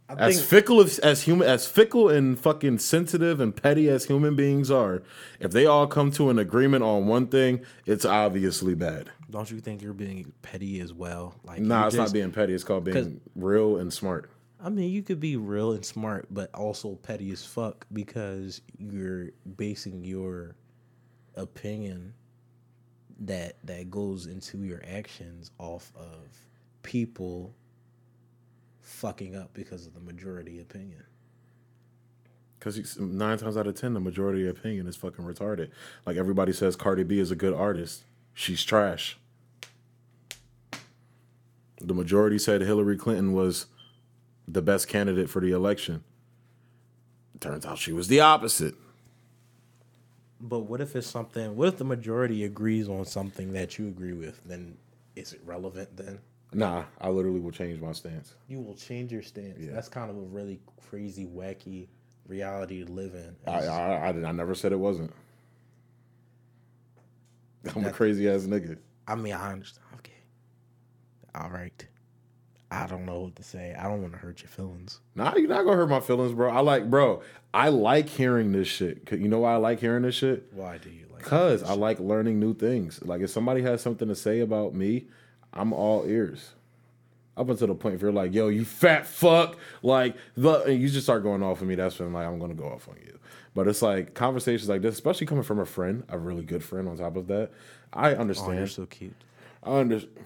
[SPEAKER 2] I
[SPEAKER 1] as
[SPEAKER 2] think
[SPEAKER 1] fickle as, as human as fickle and fucking sensitive and petty as human beings are, if they all come to an agreement on one thing, it's obviously bad.
[SPEAKER 2] don't you think you're being petty as well? Like
[SPEAKER 1] Nah,
[SPEAKER 2] you
[SPEAKER 1] it's
[SPEAKER 2] just-
[SPEAKER 1] not being petty. It's called being real and smart.
[SPEAKER 2] I mean, you could be real and smart, but also petty as fuck because you're basing your opinion that that goes into your actions off of people fucking up because of the majority opinion.
[SPEAKER 1] Because nine times out of ten, the majority opinion is fucking retarded. Like everybody says, Cardi B is a good artist. She's trash. The majority said Hillary Clinton was the best candidate for the election. Turns out she was the opposite.
[SPEAKER 2] But what if it's something? What if the majority agrees on something that you agree with? Then is it relevant? Then
[SPEAKER 1] Nah, I literally will change my stance.
[SPEAKER 2] you will change your stance. That's kind of a really crazy, wacky reality to live in.
[SPEAKER 1] I I, I, I never said it wasn't. I'm a crazy ass nigga.
[SPEAKER 2] I mean, I understand. Okay. All right. I don't know what to say. I don't want to hurt your feelings.
[SPEAKER 1] Nah, you're not gonna hurt my feelings, bro. I like, bro. I like hearing this shit. 'Cause You know why I like hearing this shit?
[SPEAKER 2] Why do you like?
[SPEAKER 1] Cause I like learning new things. Like if somebody has something to say about me, I'm all ears. Up until the point if you're like, "Yo, you fat fuck," like the and you just start going off on me. That's when like I'm gonna go off on you. But it's like conversations like this, especially coming from a friend, a really good friend. On top of that, I
[SPEAKER 2] Oh,
[SPEAKER 1] understand.
[SPEAKER 2] you're so cute.
[SPEAKER 1] I understand.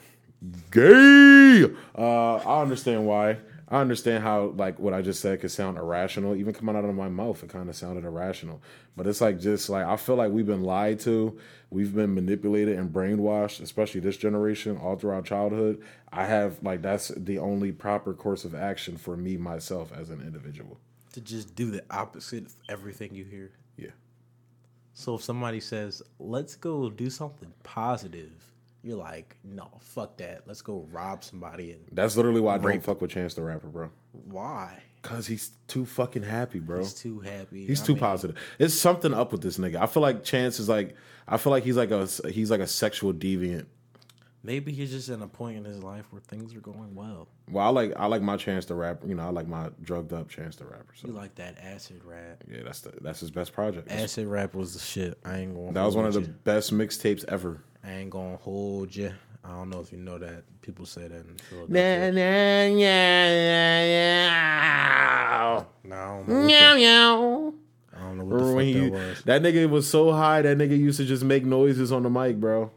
[SPEAKER 1] Gay. Uh, I understand why. I understand how like what I just said could sound irrational. Even coming out of my mouth, it kind of sounded irrational. But it's like just like I feel like we've been lied to, we've been manipulated and brainwashed, especially this generation, all throughout childhood. I have like that's the only proper course of action for me myself as an individual.
[SPEAKER 2] To just do the opposite of everything you hear.
[SPEAKER 1] Yeah.
[SPEAKER 2] So if somebody says, "Let's go do something positive," you're like, "No, fuck that. Let's go rob somebody." And
[SPEAKER 1] That's literally why I don't fuck with Chance the Rapper, bro.
[SPEAKER 2] why?
[SPEAKER 1] Cause he's too fucking happy, bro.
[SPEAKER 2] He's too happy.
[SPEAKER 1] He's
[SPEAKER 2] I
[SPEAKER 1] too
[SPEAKER 2] mean,
[SPEAKER 1] positive. It's something up with this nigga. I feel like Chance is like I feel like he's like a he's like a sexual deviant.
[SPEAKER 2] Maybe he's just at a point in his life where things are going well.
[SPEAKER 1] Well, I like I like my Chance to rap. You know, I like my drugged up Chance to rapper.
[SPEAKER 2] You
[SPEAKER 1] So
[SPEAKER 2] like that acid rap?
[SPEAKER 1] yeah, that's the, that's his best project.
[SPEAKER 2] Acid rap was the shit. I ain't going.
[SPEAKER 1] that was one of the best mixtapes ever.
[SPEAKER 2] I ain't gonna hold you. I don't know if you know that. People say that in Philadelphia.
[SPEAKER 1] Yeah, yeah, yeah,
[SPEAKER 2] Nah, I don't know. what
[SPEAKER 1] yeah, yeah.
[SPEAKER 2] the- I don't know what
[SPEAKER 1] Remember
[SPEAKER 2] the fuck
[SPEAKER 1] when he
[SPEAKER 2] that was.
[SPEAKER 1] that nigga was so high that nigga used to just make noises on the mic, bro.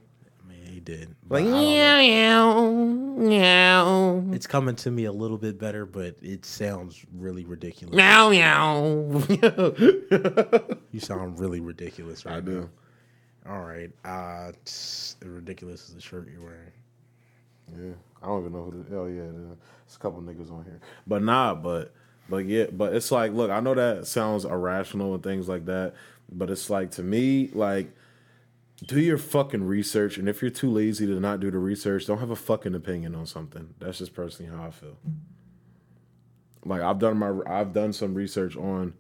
[SPEAKER 2] I mean, he did. But
[SPEAKER 1] Like
[SPEAKER 2] I don't
[SPEAKER 1] yeah,
[SPEAKER 2] know.
[SPEAKER 1] yeah, yeah.
[SPEAKER 2] it's coming to me a little bit better, but it sounds really ridiculous.
[SPEAKER 1] Meow meow.
[SPEAKER 2] You sound really ridiculous right
[SPEAKER 1] I do.
[SPEAKER 2] now. All right. Uh, it's- ridiculous is the shirt you're wearing.
[SPEAKER 1] Yeah. I don't even know who the oh yeah, the- it's a couple niggas on here. But nah, but but yeah, but it's like look, I know that sounds irrational and things like that, but it's like to me, like do your fucking research and if you're too lazy to not do the research, don't have a fucking opinion on something. That's just personally how I feel. Like I've done my I've done some research on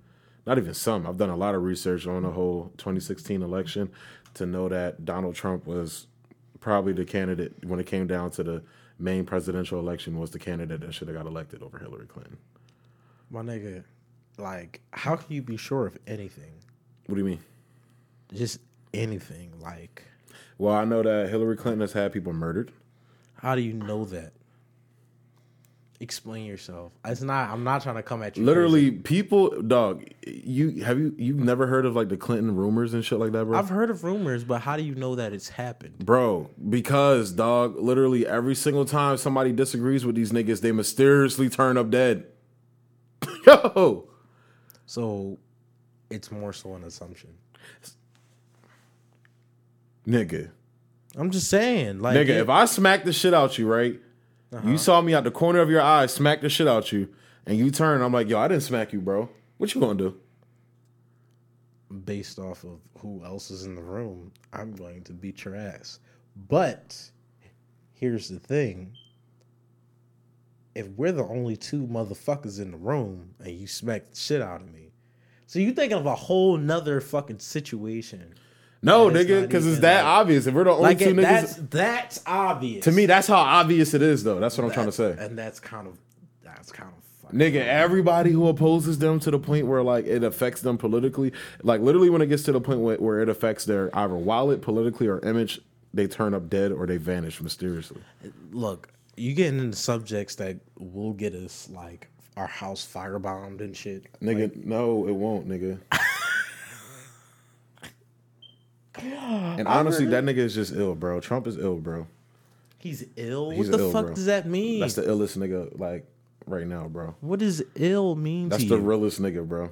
[SPEAKER 1] not even some, I've done a lot of research on the whole 2016 election to know that Donald Trump was probably the candidate when it came down to the main presidential election was the candidate that should have got elected over Hillary Clinton.
[SPEAKER 2] My nigga, like, how can you be sure of anything?
[SPEAKER 1] What do you mean?
[SPEAKER 2] Just anything. Like,
[SPEAKER 1] Well, I know that Hillary Clinton has had people murdered.
[SPEAKER 2] how do you know that? Explain yourself. It's not. I'm not trying to come at you.
[SPEAKER 1] Literally, people, dog. You have you you've never heard of like the Clinton rumors and shit like that, bro?
[SPEAKER 2] I've heard of rumors, but how do you know that it's happened?
[SPEAKER 1] Bro, because dog, literally every single time somebody disagrees with these niggas, they mysteriously turn up dead. Yo,
[SPEAKER 2] So, it's more so an assumption.
[SPEAKER 1] nigga,
[SPEAKER 2] I'm just saying, like, Uh-huh.
[SPEAKER 1] nigga,
[SPEAKER 2] it-
[SPEAKER 1] if I smack the shit out you, right? You saw me out the corner of your eye, smack the shit out you, and you turn. I'm like, yo, I didn't smack you, bro. What you gonna do?
[SPEAKER 2] based off of who else is in the room, I'm going to beat your ass. But here's the thing. If we're the only two motherfuckers in the room and you smack the shit out of me, so you thinking of a whole nother fucking situation.
[SPEAKER 1] No,
[SPEAKER 2] That is
[SPEAKER 1] nigga,
[SPEAKER 2] not
[SPEAKER 1] because it's
[SPEAKER 2] even,
[SPEAKER 1] that
[SPEAKER 2] like-
[SPEAKER 1] obvious. If we're the only
[SPEAKER 2] Like
[SPEAKER 1] two
[SPEAKER 2] it,
[SPEAKER 1] niggas,
[SPEAKER 2] that's that's obvious
[SPEAKER 1] to me, that's how obvious it is, though. That's what I'm trying to say.
[SPEAKER 2] and that's kind of that's kind of fucking
[SPEAKER 1] Nigga, everybody who opposes them to the point where like it affects them politically, like literally when it gets to the point where, where it affects their either wallet politically or image, they turn up dead or they vanish mysteriously.
[SPEAKER 2] look, you getting into subjects that will get us like our house firebombed and shit.
[SPEAKER 1] Nigga, no, it won't, nigga. and honestly, that nigga is just ill, bro. Trump is ill, bro.
[SPEAKER 2] He's ill.
[SPEAKER 1] He's
[SPEAKER 2] what the
[SPEAKER 1] ill,
[SPEAKER 2] fuck
[SPEAKER 1] bro.
[SPEAKER 2] does that mean?
[SPEAKER 1] That's the illest nigga like right now, bro.
[SPEAKER 2] What does ill mean
[SPEAKER 1] That's
[SPEAKER 2] to
[SPEAKER 1] the
[SPEAKER 2] you?
[SPEAKER 1] realest nigga, bro.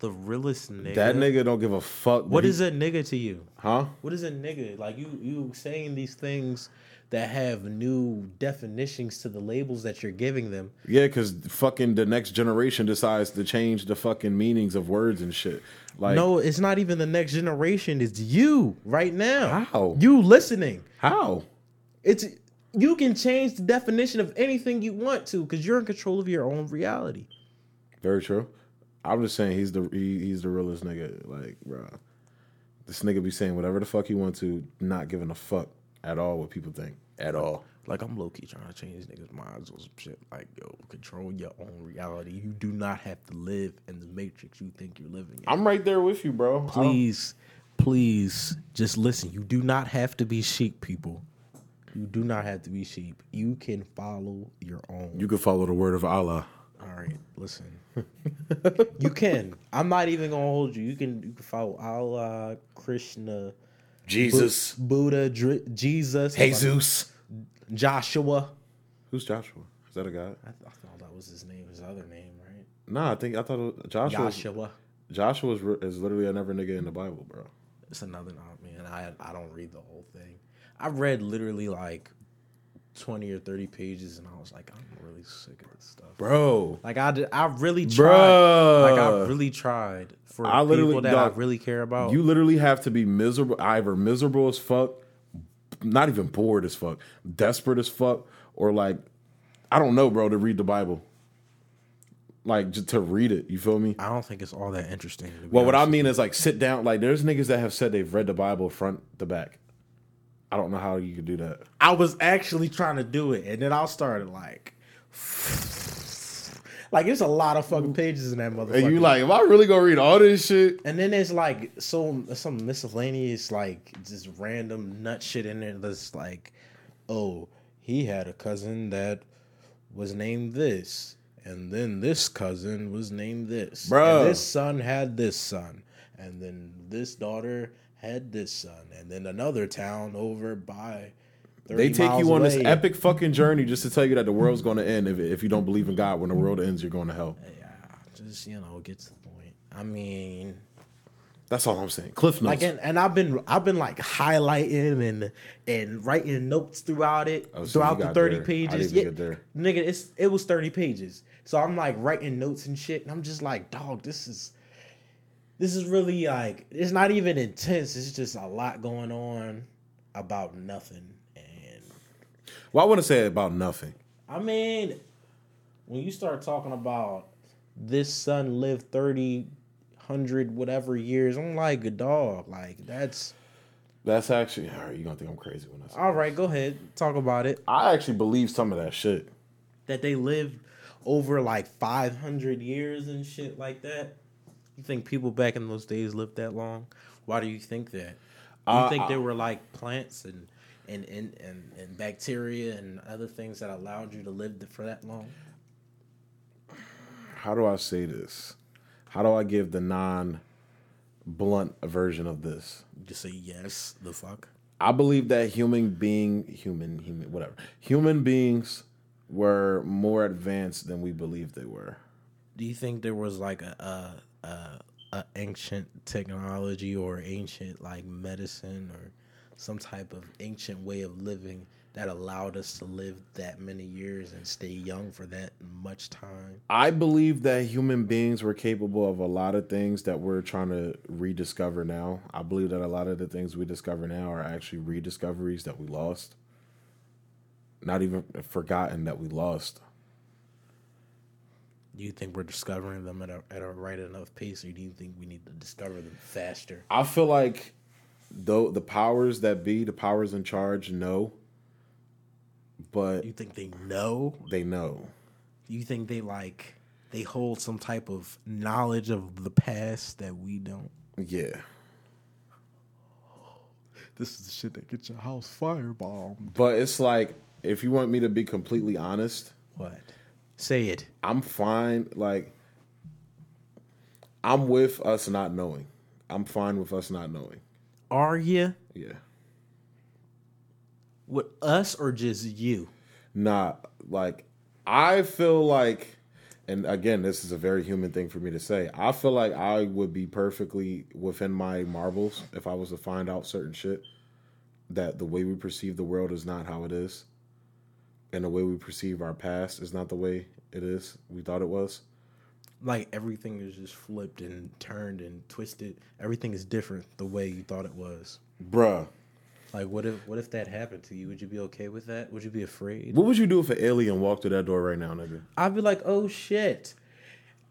[SPEAKER 2] the realest nigga.
[SPEAKER 1] That nigga don't give a fuck.
[SPEAKER 2] What
[SPEAKER 1] he-
[SPEAKER 2] is a nigga to you?
[SPEAKER 1] huh?
[SPEAKER 2] What is a nigga? Like you you saying these things that have new definitions to the labels that you're giving them.
[SPEAKER 1] Yeah, because fucking the next generation decides to change the fucking meanings of words and shit. Like,
[SPEAKER 2] no, it's not even the next generation. It's you right now.
[SPEAKER 1] How?
[SPEAKER 2] You listening.
[SPEAKER 1] how?
[SPEAKER 2] It's you can change the definition of anything you want to because you're in control of your own reality.
[SPEAKER 1] Very true. I'm just saying he's the he, he's the realest nigga. Like, bro, this nigga be saying whatever the fuck he want to, not giving a fuck at all what people think at all.
[SPEAKER 2] Like I'm low key trying to change niggas' minds or some shit. Like yo, control your own reality. You do not have to live in the matrix you think you're living in.
[SPEAKER 1] I'm right there with you, bro. I don't-
[SPEAKER 2] please, please, just listen. You do not have to be sheep, people. You do not have to be sheep. You can follow your own.
[SPEAKER 1] You can follow the word of Allah.
[SPEAKER 2] All right, listen. you can. I'm not even gonna hold you. You can. You can follow Allah, Krishna,
[SPEAKER 1] Jesus,
[SPEAKER 2] Buddha, Dr- Jesus,
[SPEAKER 1] Jesus.
[SPEAKER 2] Joshua.
[SPEAKER 1] Who's Joshua? Is that a guy?
[SPEAKER 2] I, th- I thought that was his name. His other name, right?
[SPEAKER 1] Nah, I think I thought it was Joshua.
[SPEAKER 2] Joshua.
[SPEAKER 1] Joshua is, re- is literally another nigga in the Bible, bro.
[SPEAKER 2] It's another not man. I I don't read the whole thing. I read literally like twenty or thirty pages, and I was like, I'm really sick of this stuff.
[SPEAKER 1] Bro,
[SPEAKER 2] Like I did, I really tried.
[SPEAKER 1] Bruh.
[SPEAKER 2] Like I really tried for
[SPEAKER 1] I literally-
[SPEAKER 2] people that
[SPEAKER 1] dog,
[SPEAKER 2] I really care about.
[SPEAKER 1] You literally have to be miserable, either miserable as fuck, not even bored as fuck, desperate as fuck, or like, I don't know, bro, to read the Bible. Like, just to read it, you feel me?
[SPEAKER 2] I don't think it's all that interesting. To be
[SPEAKER 1] Well, what I
[SPEAKER 2] honest.
[SPEAKER 1] mean is, like, sit down. Like, there's niggas that have said they've read the Bible front to back. I don't know how you could do that.
[SPEAKER 2] I was actually trying to do it, and then I started like, like it's a lot of fucking pages in that motherfucker.
[SPEAKER 1] And you like, am I really gonna read all this shit?
[SPEAKER 2] And then there's like so some miscellaneous like just random nut shit in there that's like, oh, he had a cousin that was named this, and then this cousin was named this, and
[SPEAKER 1] Bruh.
[SPEAKER 2] this son had this son, and then this daughter had this son, and then another town over by. 30
[SPEAKER 1] They take
[SPEAKER 2] miles
[SPEAKER 1] you on this
[SPEAKER 2] away.
[SPEAKER 1] epic fucking journey just to tell you that the world's gonna end if, if you don't believe in God. When the world ends, you're going to hell.
[SPEAKER 2] Yeah, just you know, get to the point. I mean,
[SPEAKER 1] That's all I'm saying. Cliff notes.
[SPEAKER 2] Like and, and I've been I've been like highlighting and and writing notes throughout it
[SPEAKER 1] Oh, so
[SPEAKER 2] throughout
[SPEAKER 1] you
[SPEAKER 2] the
[SPEAKER 1] got
[SPEAKER 2] thirty
[SPEAKER 1] there. I
[SPEAKER 2] pages.
[SPEAKER 1] didn't
[SPEAKER 2] Yeah,
[SPEAKER 1] get there.
[SPEAKER 2] nigga, it's it was thirty pages. So I'm like writing notes and shit, and I'm just like, dog, this is this is really like it's not even intense. It's just a lot going on about nothing. And
[SPEAKER 1] Well, I want to say about nothing.
[SPEAKER 2] I mean, when you start talking about this son lived thirty hundred whatever years, I'm like, dog, like that's
[SPEAKER 1] That's actually all right. You're gonna think I'm crazy when I say
[SPEAKER 2] All
[SPEAKER 1] that.
[SPEAKER 2] right, go ahead. Talk about it.
[SPEAKER 1] I actually believe some of that shit.
[SPEAKER 2] That they lived over like 500 years and shit like that. You think people back in those days lived that long? Why do you think that? Do you
[SPEAKER 1] Uh,
[SPEAKER 2] think
[SPEAKER 1] I-
[SPEAKER 2] there were like plants and and, and, and and bacteria and other things that allowed you to live for that long?
[SPEAKER 1] How do I say this? How do I give the non blunt version of this?
[SPEAKER 2] Just say yes. The fuck.
[SPEAKER 1] I believe that human being, human, human, whatever, human beings were more advanced than we believed they were.
[SPEAKER 2] Do you think there was like a a, a, a ancient technology or ancient like medicine or some type of ancient way of living that allowed us to live that many years and stay young for that much time?
[SPEAKER 1] I believe that human beings were capable of a lot of things that we're trying to rediscover now. I believe that a lot of the things we discover now are actually rediscoveries that we lost, not even forgotten that we lost.
[SPEAKER 2] Do you think we're discovering them at a at a right enough pace, or do you think we need to discover them faster?
[SPEAKER 1] I feel like though the powers that be, the powers in charge, know, but
[SPEAKER 2] Do you think they know?
[SPEAKER 1] they know.
[SPEAKER 2] Do you think they like they hold some type of knowledge of the past that we don't?
[SPEAKER 1] Yeah.
[SPEAKER 2] This is the shit that gets your house firebombed.
[SPEAKER 1] But it's like, if you want me to be completely honest,
[SPEAKER 2] What? Say it.
[SPEAKER 1] I'm fine. Like, I'm with us not knowing. I'm fine with us not knowing.
[SPEAKER 2] Are you
[SPEAKER 1] Yeah.
[SPEAKER 2] with us or just you?
[SPEAKER 1] Nah, like, I feel like, and again, this is a very human thing for me to say. I feel like I would be perfectly within my marbles if I was to find out certain shit that the way we perceive the world is not how it is. And the way we perceive our past is not the way it is we thought it was.
[SPEAKER 2] Like everything is just flipped and turned and twisted. Everything is different the way you thought it was.
[SPEAKER 1] Bruh.
[SPEAKER 2] Like what if what if that happened to you? Would you be okay with that? Would you be afraid?
[SPEAKER 1] What would you do if an alien walked through that door right now, nigga?
[SPEAKER 2] I'd be like, oh shit.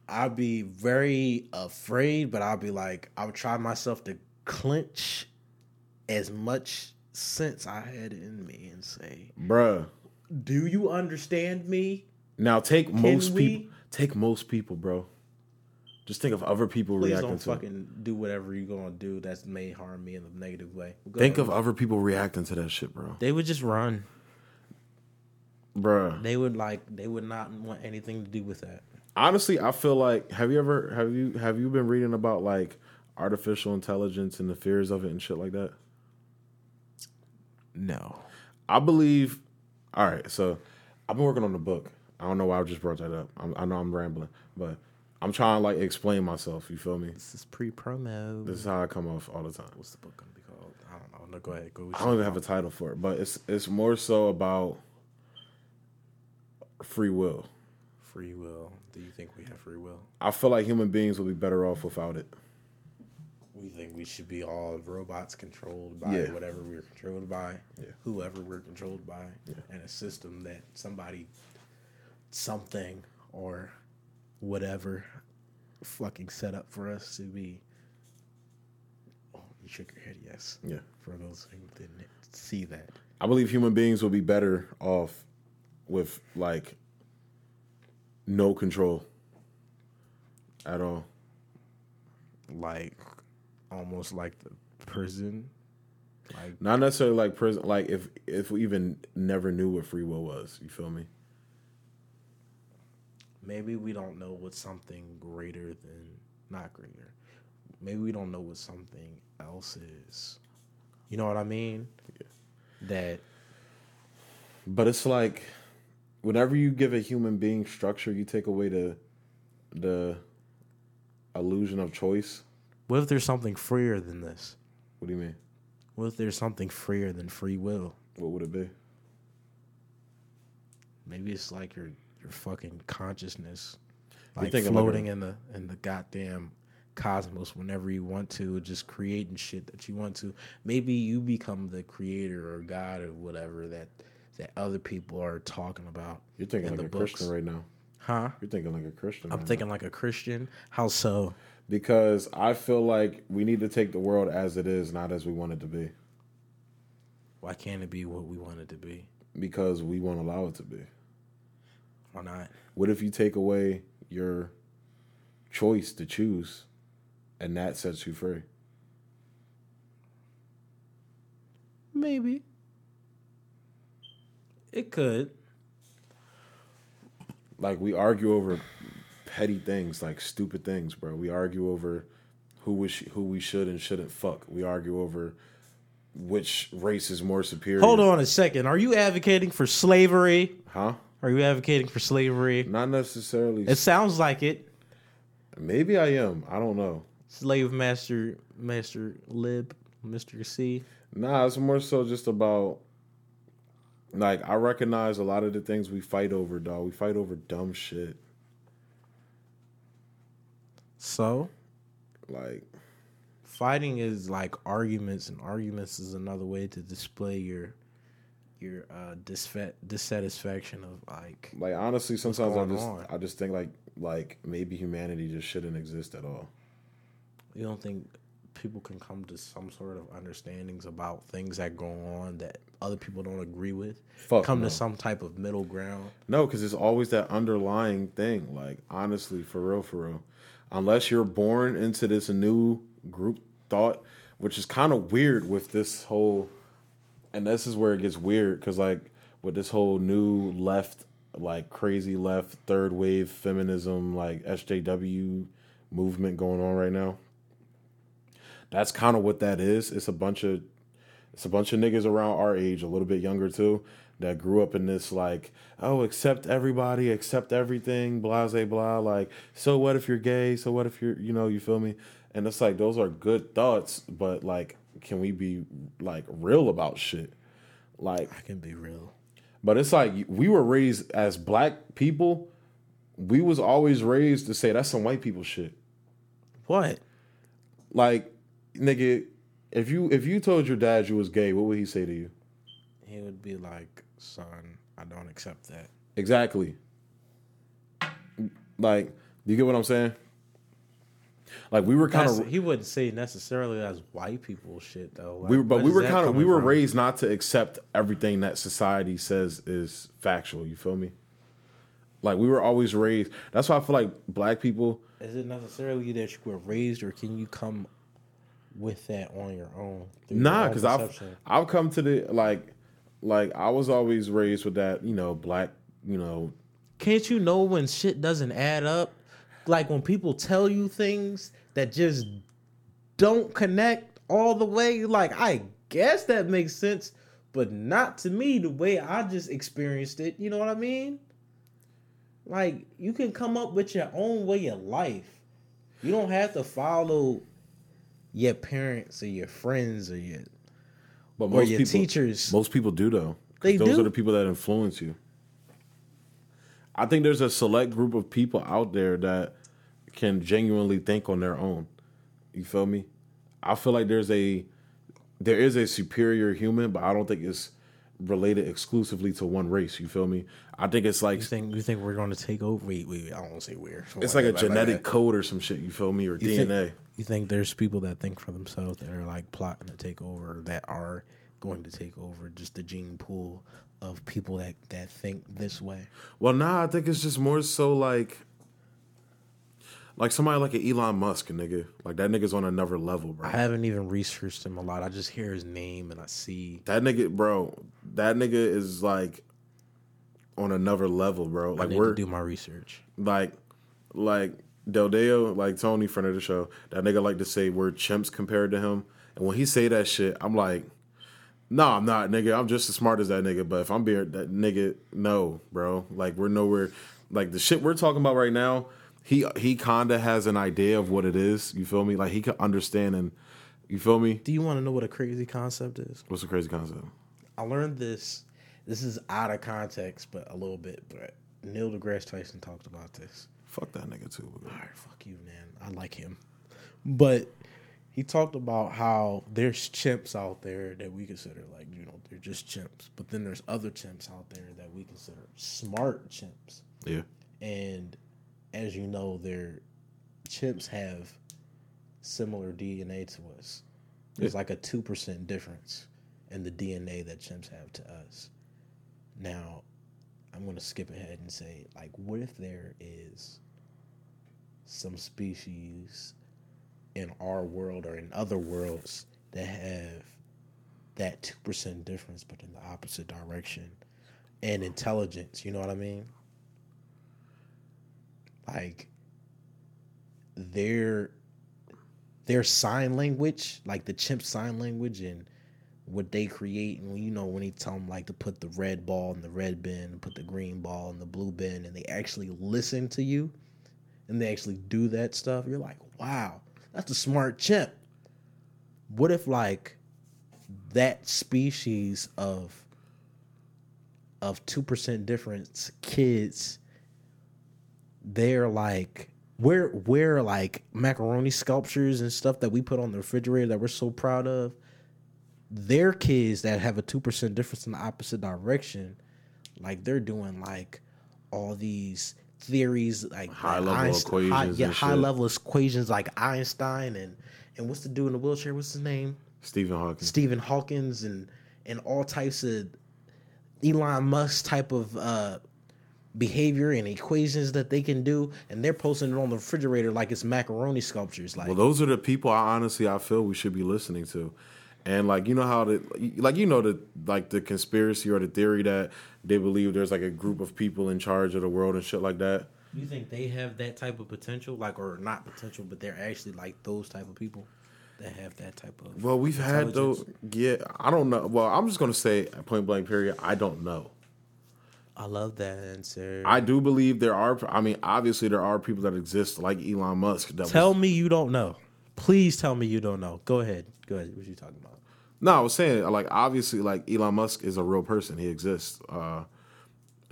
[SPEAKER 2] I'd be very afraid, but I'd be like, I would try myself to clench as much sense I had in me and say,
[SPEAKER 1] Bruh.
[SPEAKER 2] Do you understand me?
[SPEAKER 1] Now take most
[SPEAKER 2] we-
[SPEAKER 1] people. Take most people, bro. Just think of other people
[SPEAKER 2] Please
[SPEAKER 1] reacting
[SPEAKER 2] don't
[SPEAKER 1] to. it.
[SPEAKER 2] fucking do whatever you're gonna do that may harm me in a negative way. Go
[SPEAKER 1] Think of
[SPEAKER 2] ahead.
[SPEAKER 1] other people reacting to that shit, bro.
[SPEAKER 2] they would just run.
[SPEAKER 1] Bruh.
[SPEAKER 2] They would like they would not want anything to do with that.
[SPEAKER 1] Honestly, I feel like have you ever have you have you been reading about like artificial intelligence and the fears of it and shit like that?
[SPEAKER 2] No.
[SPEAKER 1] I believe. All right, so I've been working on the book. I don't know why I just brought that up. I'm, I know I'm rambling, but I'm trying to like explain myself. You feel me?
[SPEAKER 2] This is pre promo.
[SPEAKER 1] This is how I come off all the time.
[SPEAKER 2] What's the book gonna be called? I don't know. No, go ahead. Go
[SPEAKER 1] I don't even have a title for it, but it's it's more so about free will.
[SPEAKER 2] free will. Do you think we have free will?
[SPEAKER 1] I feel like human beings will be better off without it.
[SPEAKER 2] We think we should be all robots controlled by
[SPEAKER 1] Yeah.
[SPEAKER 2] whatever we're controlled by,
[SPEAKER 1] Yeah.
[SPEAKER 2] whoever we're controlled by, and a system that somebody, something, or whatever fucking set up for us to be. Oh, you shook your head, yes.
[SPEAKER 1] Yeah.
[SPEAKER 2] For those who didn't see that.
[SPEAKER 1] I believe human beings will be better off with like no control at all.
[SPEAKER 2] Like, almost like the prison. Like,
[SPEAKER 1] Not necessarily like prison like if if we even never knew what free will was, you feel me?
[SPEAKER 2] maybe we don't know what something greater than not greater. Maybe we don't know what something else is. You know what I mean? That
[SPEAKER 1] But it's like whenever you give a human being structure, you take away the the illusion of choice.
[SPEAKER 2] what if there's something freer than this?
[SPEAKER 1] What do you mean?
[SPEAKER 2] What if there's something freer than free will?
[SPEAKER 1] What would it be?
[SPEAKER 2] Maybe it's like your your fucking consciousness,
[SPEAKER 1] You're
[SPEAKER 2] like
[SPEAKER 1] thinking like
[SPEAKER 2] floating in the in the goddamn cosmos whenever you want to, just creating shit that you want to. Maybe you become the creator or god or whatever that that other people are talking about,
[SPEAKER 1] You're thinking
[SPEAKER 2] In
[SPEAKER 1] like
[SPEAKER 2] the
[SPEAKER 1] a Christian
[SPEAKER 2] books.
[SPEAKER 1] right now.
[SPEAKER 2] huh?
[SPEAKER 1] You're thinking like a Christian.
[SPEAKER 2] I'm
[SPEAKER 1] right
[SPEAKER 2] thinking like a Christian. How so?
[SPEAKER 1] now. because I feel like we need to take the world as it is, not as we want it to be.
[SPEAKER 2] Why can't it be what we want it to be
[SPEAKER 1] because we won't allow it to be.
[SPEAKER 2] or not?
[SPEAKER 1] What if you take away your choice to choose and that sets you free?
[SPEAKER 2] Maybe. It could.
[SPEAKER 1] Like we argue over petty things, like stupid things, bro. We argue over who we sh- who we should and shouldn't fuck. We argue over which race is more superior.
[SPEAKER 2] Hold on a second. Are you advocating for slavery?
[SPEAKER 1] Huh?
[SPEAKER 2] Are you advocating for slavery?
[SPEAKER 1] Not necessarily.
[SPEAKER 2] It sounds like it.
[SPEAKER 1] Maybe I am. I don't know.
[SPEAKER 2] Slave master, master lib, Mister C.
[SPEAKER 1] Nah, it's more so just about like I recognize a lot of the things we fight over, dog. We fight over dumb shit.
[SPEAKER 2] So
[SPEAKER 1] Like
[SPEAKER 2] fighting is like arguments, and arguments is another way to display your your uh, disfa- dissatisfaction of like
[SPEAKER 1] like honestly, sometimes I
[SPEAKER 2] going
[SPEAKER 1] just
[SPEAKER 2] on?
[SPEAKER 1] I just think like like maybe humanity just shouldn't exist at all.
[SPEAKER 2] you don't think people can come to some sort of understandings about things that go on that other people don't agree with
[SPEAKER 1] Fuck
[SPEAKER 2] come
[SPEAKER 1] no.
[SPEAKER 2] to some type of middle ground
[SPEAKER 1] No, because it's always that underlying thing. Like, honestly, for real, for real. Unless you're born into this new group thought, which is kind of weird with this whole, and this is where it gets weird because, like, with this whole new left, like, crazy left, third wave feminism, like, SJW movement going on right now. That's kind of what that is. It's a bunch of it's a bunch of niggas around our age, a little bit younger too, that grew up in this like, oh, accept everybody, accept everything, blah, blah, blah. Like, so what if you're gay? So what if you're, you know, you feel me? And it's like, those are good thoughts, but like, can we be like real about shit? Like,
[SPEAKER 2] i can be real
[SPEAKER 1] but it's like we were raised as black people. We was always raised to say that's some white people shit
[SPEAKER 2] what
[SPEAKER 1] like nigga if you if you told your dad you was gay what would he say to you
[SPEAKER 2] he would be like son i don't accept that
[SPEAKER 1] exactly like you get what i'm saying like we were kind
[SPEAKER 2] That's-
[SPEAKER 1] of
[SPEAKER 2] he wouldn't say necessarily that's white people shit though Like,
[SPEAKER 1] we were, but
[SPEAKER 2] where
[SPEAKER 1] we
[SPEAKER 2] is
[SPEAKER 1] were
[SPEAKER 2] that
[SPEAKER 1] kind of we
[SPEAKER 2] coming
[SPEAKER 1] were
[SPEAKER 2] from?
[SPEAKER 1] raised not to accept everything that society says is factual you feel me like we were always raised that's why i feel like black people
[SPEAKER 2] is it necessarily that you were raised or can you come with that on your own through your
[SPEAKER 1] Nah,
[SPEAKER 2] own
[SPEAKER 1] because I've
[SPEAKER 2] perception?
[SPEAKER 1] I've come to the like like I was always raised with that you know black you know
[SPEAKER 2] Can't you know when shit doesn't add up? Like when people tell you things that just don't connect all the way. Like I guess that makes sense, but not to me the way I just experienced it. You know what I mean? Like you can come up with your own way of life. You don't have to follow your parents or your friends or your
[SPEAKER 1] but
[SPEAKER 2] or your teachers.
[SPEAKER 1] Most people do though. 'cause
[SPEAKER 2] They
[SPEAKER 1] those
[SPEAKER 2] do.
[SPEAKER 1] are the people that influence you. I think there's a select group of people out there that can genuinely think on their own. You feel me? I feel like there's a there is a superior human, but I don't think it's related exclusively to one race. You feel me? I think it's like
[SPEAKER 2] You think you think we're going to take over? Wait, wait, wait, I don't want to say weird.
[SPEAKER 1] it's like a genetic code or some shit. You feel me? Or
[SPEAKER 2] think-
[SPEAKER 1] DNA.
[SPEAKER 2] You think there's people that think for themselves that are like plotting to take over, that are going to take over just the gene pool of people that, that think this way.
[SPEAKER 1] Well, nah, I think it's just more so like, like somebody like an Elon Musk, nigga. Like that nigga's on another level, bro.
[SPEAKER 2] I haven't even researched him a lot. I just hear his name and I see.
[SPEAKER 1] that nigga, bro. That nigga is like on another level, bro.
[SPEAKER 2] I
[SPEAKER 1] Like
[SPEAKER 2] need to
[SPEAKER 1] we're
[SPEAKER 2] do my research.
[SPEAKER 1] like, like Del Deo, like Tony, friend of the show. That nigga like to say we're chimps compared to him, and when he say that shit, I'm like. No, I'm not, nigga. I'm just as smart as that nigga. But if I'm being that nigga, no, bro. Like we're nowhere. Like the shit we're talking about right now, he he kinda has an idea of what it is. You feel me? Like he can understand and you feel me?
[SPEAKER 2] Do you want to know what a crazy concept is?
[SPEAKER 1] What's the crazy concept?
[SPEAKER 2] I learned this. This is out of context, but a little bit. But Neil deGrasse Tyson talked about this.
[SPEAKER 1] Fuck that nigga too. bro.
[SPEAKER 2] All right, fuck you, man. I like him. But he talked about how there's chimps out there that we consider like, you know, they're just chimps. But then there's other chimps out there that we consider smart chimps.
[SPEAKER 1] Yeah.
[SPEAKER 2] And as you know, their chimps have similar DNA to us. There's like a 2% difference. and the DNA that chimps have to us. Now, I'm going to skip ahead and say, like, what if there is some species in our world or in other worlds that have that 2% difference, but in the opposite direction and intelligence? You know what I mean? Like, their their sign language, like the chimp sign language and what they create and you know when he tell them like to put the red ball in the red bin and put the green ball in the blue bin and they actually listen to you and they actually do that stuff you're like wow that's a smart chimp what if like that species of of 2% difference kids they're like we're we're like macaroni sculptures and stuff that we put on the refrigerator that we're so proud of their kids that have a 2% difference in the opposite direction like they're doing like all these theories like
[SPEAKER 1] High
[SPEAKER 2] like
[SPEAKER 1] level equations
[SPEAKER 2] high, yeah
[SPEAKER 1] and
[SPEAKER 2] high
[SPEAKER 1] shit.
[SPEAKER 2] level equations like einstein and and what's the dude in the wheelchair what's his name
[SPEAKER 1] Stephen Hawking.
[SPEAKER 2] Stephen Hawkins and and all types of Elon Musk type of uh, behavior and equations that they can do, and they're posting it on the refrigerator like it's macaroni sculptures. Like
[SPEAKER 1] Well, those are the people I honestly I feel we should be listening to. And like you know how the like you know the like the conspiracy or the theory that they believe there's like a group of people in charge of the world and shit like that.
[SPEAKER 2] you think they have that type of potential, like or not potential, but they're actually like those type of people that have that type of.
[SPEAKER 1] Well, we've had
[SPEAKER 2] intelligence.
[SPEAKER 1] those. Yeah, I don't know. Well, I'm just gonna say point blank. Period. I don't know.
[SPEAKER 2] I love that answer.
[SPEAKER 1] I do believe there are. I mean, obviously there are people that exist like Elon Musk. That was-
[SPEAKER 2] tell me you don't know. Please tell me you don't know. Go ahead. Go ahead. What you talking about?
[SPEAKER 1] No, I was saying like obviously like Elon Musk is a real person. He exists. Uh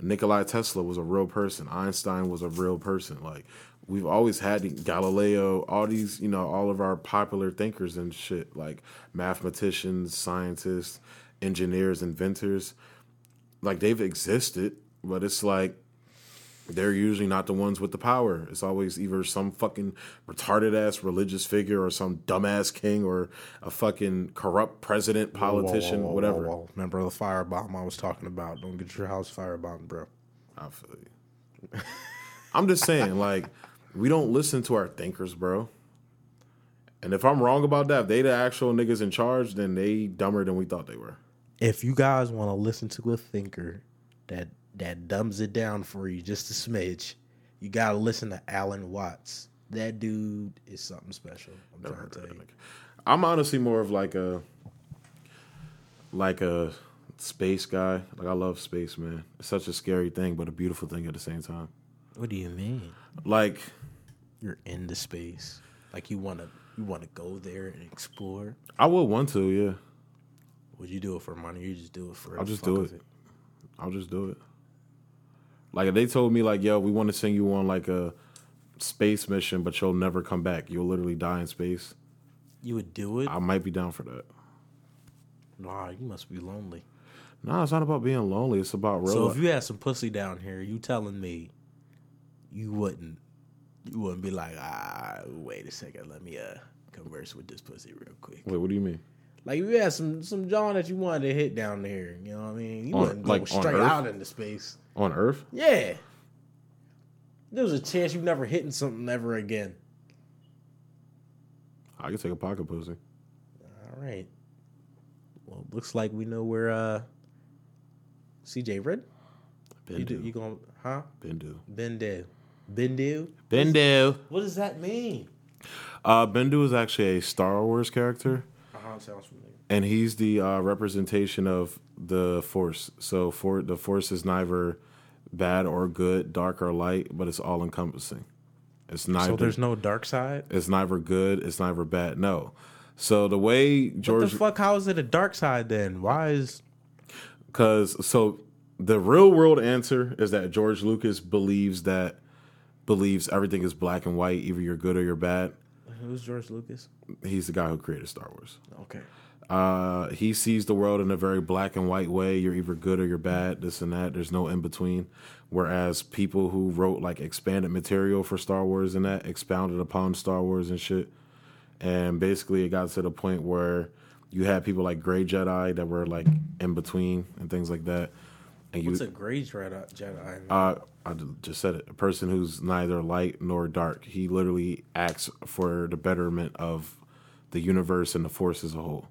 [SPEAKER 1] Nikolai Tesla was a real person. Einstein was a real person. Like we've always had the- Galileo, all these, you know, all of our popular thinkers and shit, like mathematicians, scientists, engineers, inventors. Like they've existed, but it's like they're usually not the ones with the power. It's always either some fucking retarded ass religious figure or some dumbass king or a fucking corrupt president, politician,
[SPEAKER 2] Whoa, whoa, whoa,
[SPEAKER 1] whatever.
[SPEAKER 2] whoa, whoa. Remember the firebomb I was talking about? Don't get your house firebombed, bro.
[SPEAKER 1] I feel you. I'm just saying, like, we don't listen to our thinkers, bro. And if I'm wrong about that, if they the actual niggas in charge, then they dumber than we thought they were.
[SPEAKER 2] If you guys want to listen to a thinker that that dumbs it down for you just a smidge, you gotta listen to Alan Watts. That dude is something special. I'm trying to tell you.
[SPEAKER 1] I'm honestly more of like a like a space guy. Like I love space, man. It's such a scary thing, but a beautiful thing at the same time.
[SPEAKER 2] What do you mean?
[SPEAKER 1] Like
[SPEAKER 2] You're in the space. Like you wanna you wanna go there and explore.
[SPEAKER 1] I would want to, yeah.
[SPEAKER 2] Would you do it for money? You just do it for
[SPEAKER 1] I'll
[SPEAKER 2] the
[SPEAKER 1] just
[SPEAKER 2] fuck
[SPEAKER 1] do
[SPEAKER 2] of
[SPEAKER 1] it. I'll just do it. Like if they told me like, yo, we want to send you on like a space mission, but you'll never come back. You'll literally die in space.
[SPEAKER 2] You would do it?
[SPEAKER 1] I might be down for that.
[SPEAKER 2] nah, you must be lonely.
[SPEAKER 1] Nah, it's not about being lonely. It's about real.
[SPEAKER 2] So
[SPEAKER 1] life.
[SPEAKER 2] if you had some pussy down here, you telling me you wouldn't you wouldn't be like, ah, wait a second, let me uh converse with this pussy real quick.
[SPEAKER 1] Wait, what do you mean?
[SPEAKER 2] Like if you had some some John that you wanted to hit down there, you know what I mean? You
[SPEAKER 1] On-
[SPEAKER 2] wouldn't go
[SPEAKER 1] like, on
[SPEAKER 2] straight
[SPEAKER 1] Earth?
[SPEAKER 2] out into space.
[SPEAKER 1] On Earth?
[SPEAKER 2] Yeah. There was a chance you never hitting something ever again.
[SPEAKER 1] I could take a pocket pussy.
[SPEAKER 2] All right. Well, looks like we know where uh CJ Red. You, do, you
[SPEAKER 1] Bendu.
[SPEAKER 2] going huh?
[SPEAKER 1] Bendu.
[SPEAKER 2] Bendu. Bendu?
[SPEAKER 1] Bendu.
[SPEAKER 2] What does that mean?
[SPEAKER 1] Uh, Bendu is actually a Star Wars character,
[SPEAKER 2] Uh-huh, sounds familiar.
[SPEAKER 1] and he's the uh, representation of the Force. So for the Force is neither bad or good, dark or light, but it's all encompassing. It's neither.
[SPEAKER 2] So there's no dark side?
[SPEAKER 1] It's neither good. It's neither bad. No. So the way
[SPEAKER 2] What
[SPEAKER 1] George,
[SPEAKER 2] the fuck? How is it a dark side then? Why is
[SPEAKER 1] because so the real world answer is that George Lucas believes that believes everything is black and white. Either you're good or you're bad.
[SPEAKER 2] who's George Lucas?
[SPEAKER 1] He's the guy who created Star Wars.
[SPEAKER 2] Okay.
[SPEAKER 1] Uh, he sees the world in a very black and white way. You're either good or you're bad. This and that. There's no in between. Whereas people who wrote like expanded material for Star Wars and that expounded upon Star Wars and shit. And basically, it got to the point where You had people like Gray Jedi that were like in between and things like that. And you,
[SPEAKER 2] What's a gray Jedi? Jedi?
[SPEAKER 1] uh, I just said it. A person who's neither light nor dark. He literally acts for the betterment of the universe and the force as a whole.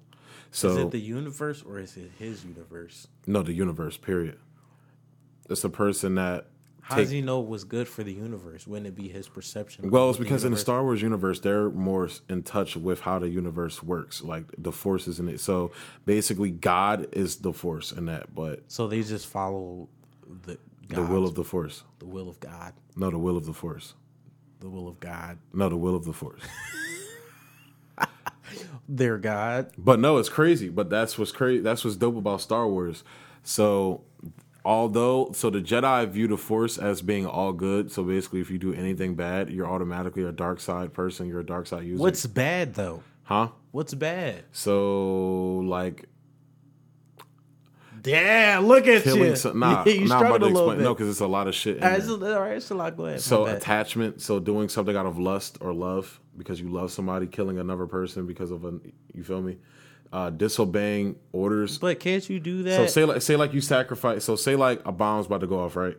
[SPEAKER 1] So
[SPEAKER 2] is it the universe or is it his universe?
[SPEAKER 1] no, the universe. Period. It's a person that
[SPEAKER 2] How
[SPEAKER 1] take-
[SPEAKER 2] does he know what's good for the universe? Wouldn't it be his perception? of
[SPEAKER 1] Well,
[SPEAKER 2] what
[SPEAKER 1] it's because in the
[SPEAKER 2] universe-
[SPEAKER 1] Star Wars universe, they're more s- in touch with how the universe works, like the forces in it. So basically, God is the force in that, but
[SPEAKER 2] so they just follow the
[SPEAKER 1] the
[SPEAKER 2] God's-
[SPEAKER 1] will of the force.
[SPEAKER 2] the will of God,
[SPEAKER 1] No, the will of the force.
[SPEAKER 2] the will of God,
[SPEAKER 1] No, the will of the force.
[SPEAKER 2] their God.
[SPEAKER 1] But no, it's crazy. But that's what's crazy. That's what's dope about Star Wars. So, although, so the Jedi view the Force as being all good. So basically, if you do anything bad, you're automatically a dark side person. You're a dark side user.
[SPEAKER 2] What's bad though?
[SPEAKER 1] huh?
[SPEAKER 2] What's bad?
[SPEAKER 1] So like
[SPEAKER 2] Yeah, look at
[SPEAKER 1] killing
[SPEAKER 2] you.
[SPEAKER 1] some, nah,
[SPEAKER 2] you
[SPEAKER 1] nah, I'm about
[SPEAKER 2] struggled
[SPEAKER 1] to
[SPEAKER 2] a little
[SPEAKER 1] explain.
[SPEAKER 2] bit.
[SPEAKER 1] No, because it's a lot of shit. In
[SPEAKER 2] All right, it's
[SPEAKER 1] there.
[SPEAKER 2] a- all right, it's a lot. Go ahead.
[SPEAKER 1] So
[SPEAKER 2] My bad.
[SPEAKER 1] attachment, so doing something out of lust or love because you love somebody, killing another person because of an, you feel me, uh, disobeying orders.
[SPEAKER 2] but can't you do
[SPEAKER 1] So
[SPEAKER 2] that?
[SPEAKER 1] say like say like you sacrifice. So say like a bomb's about to go off, right?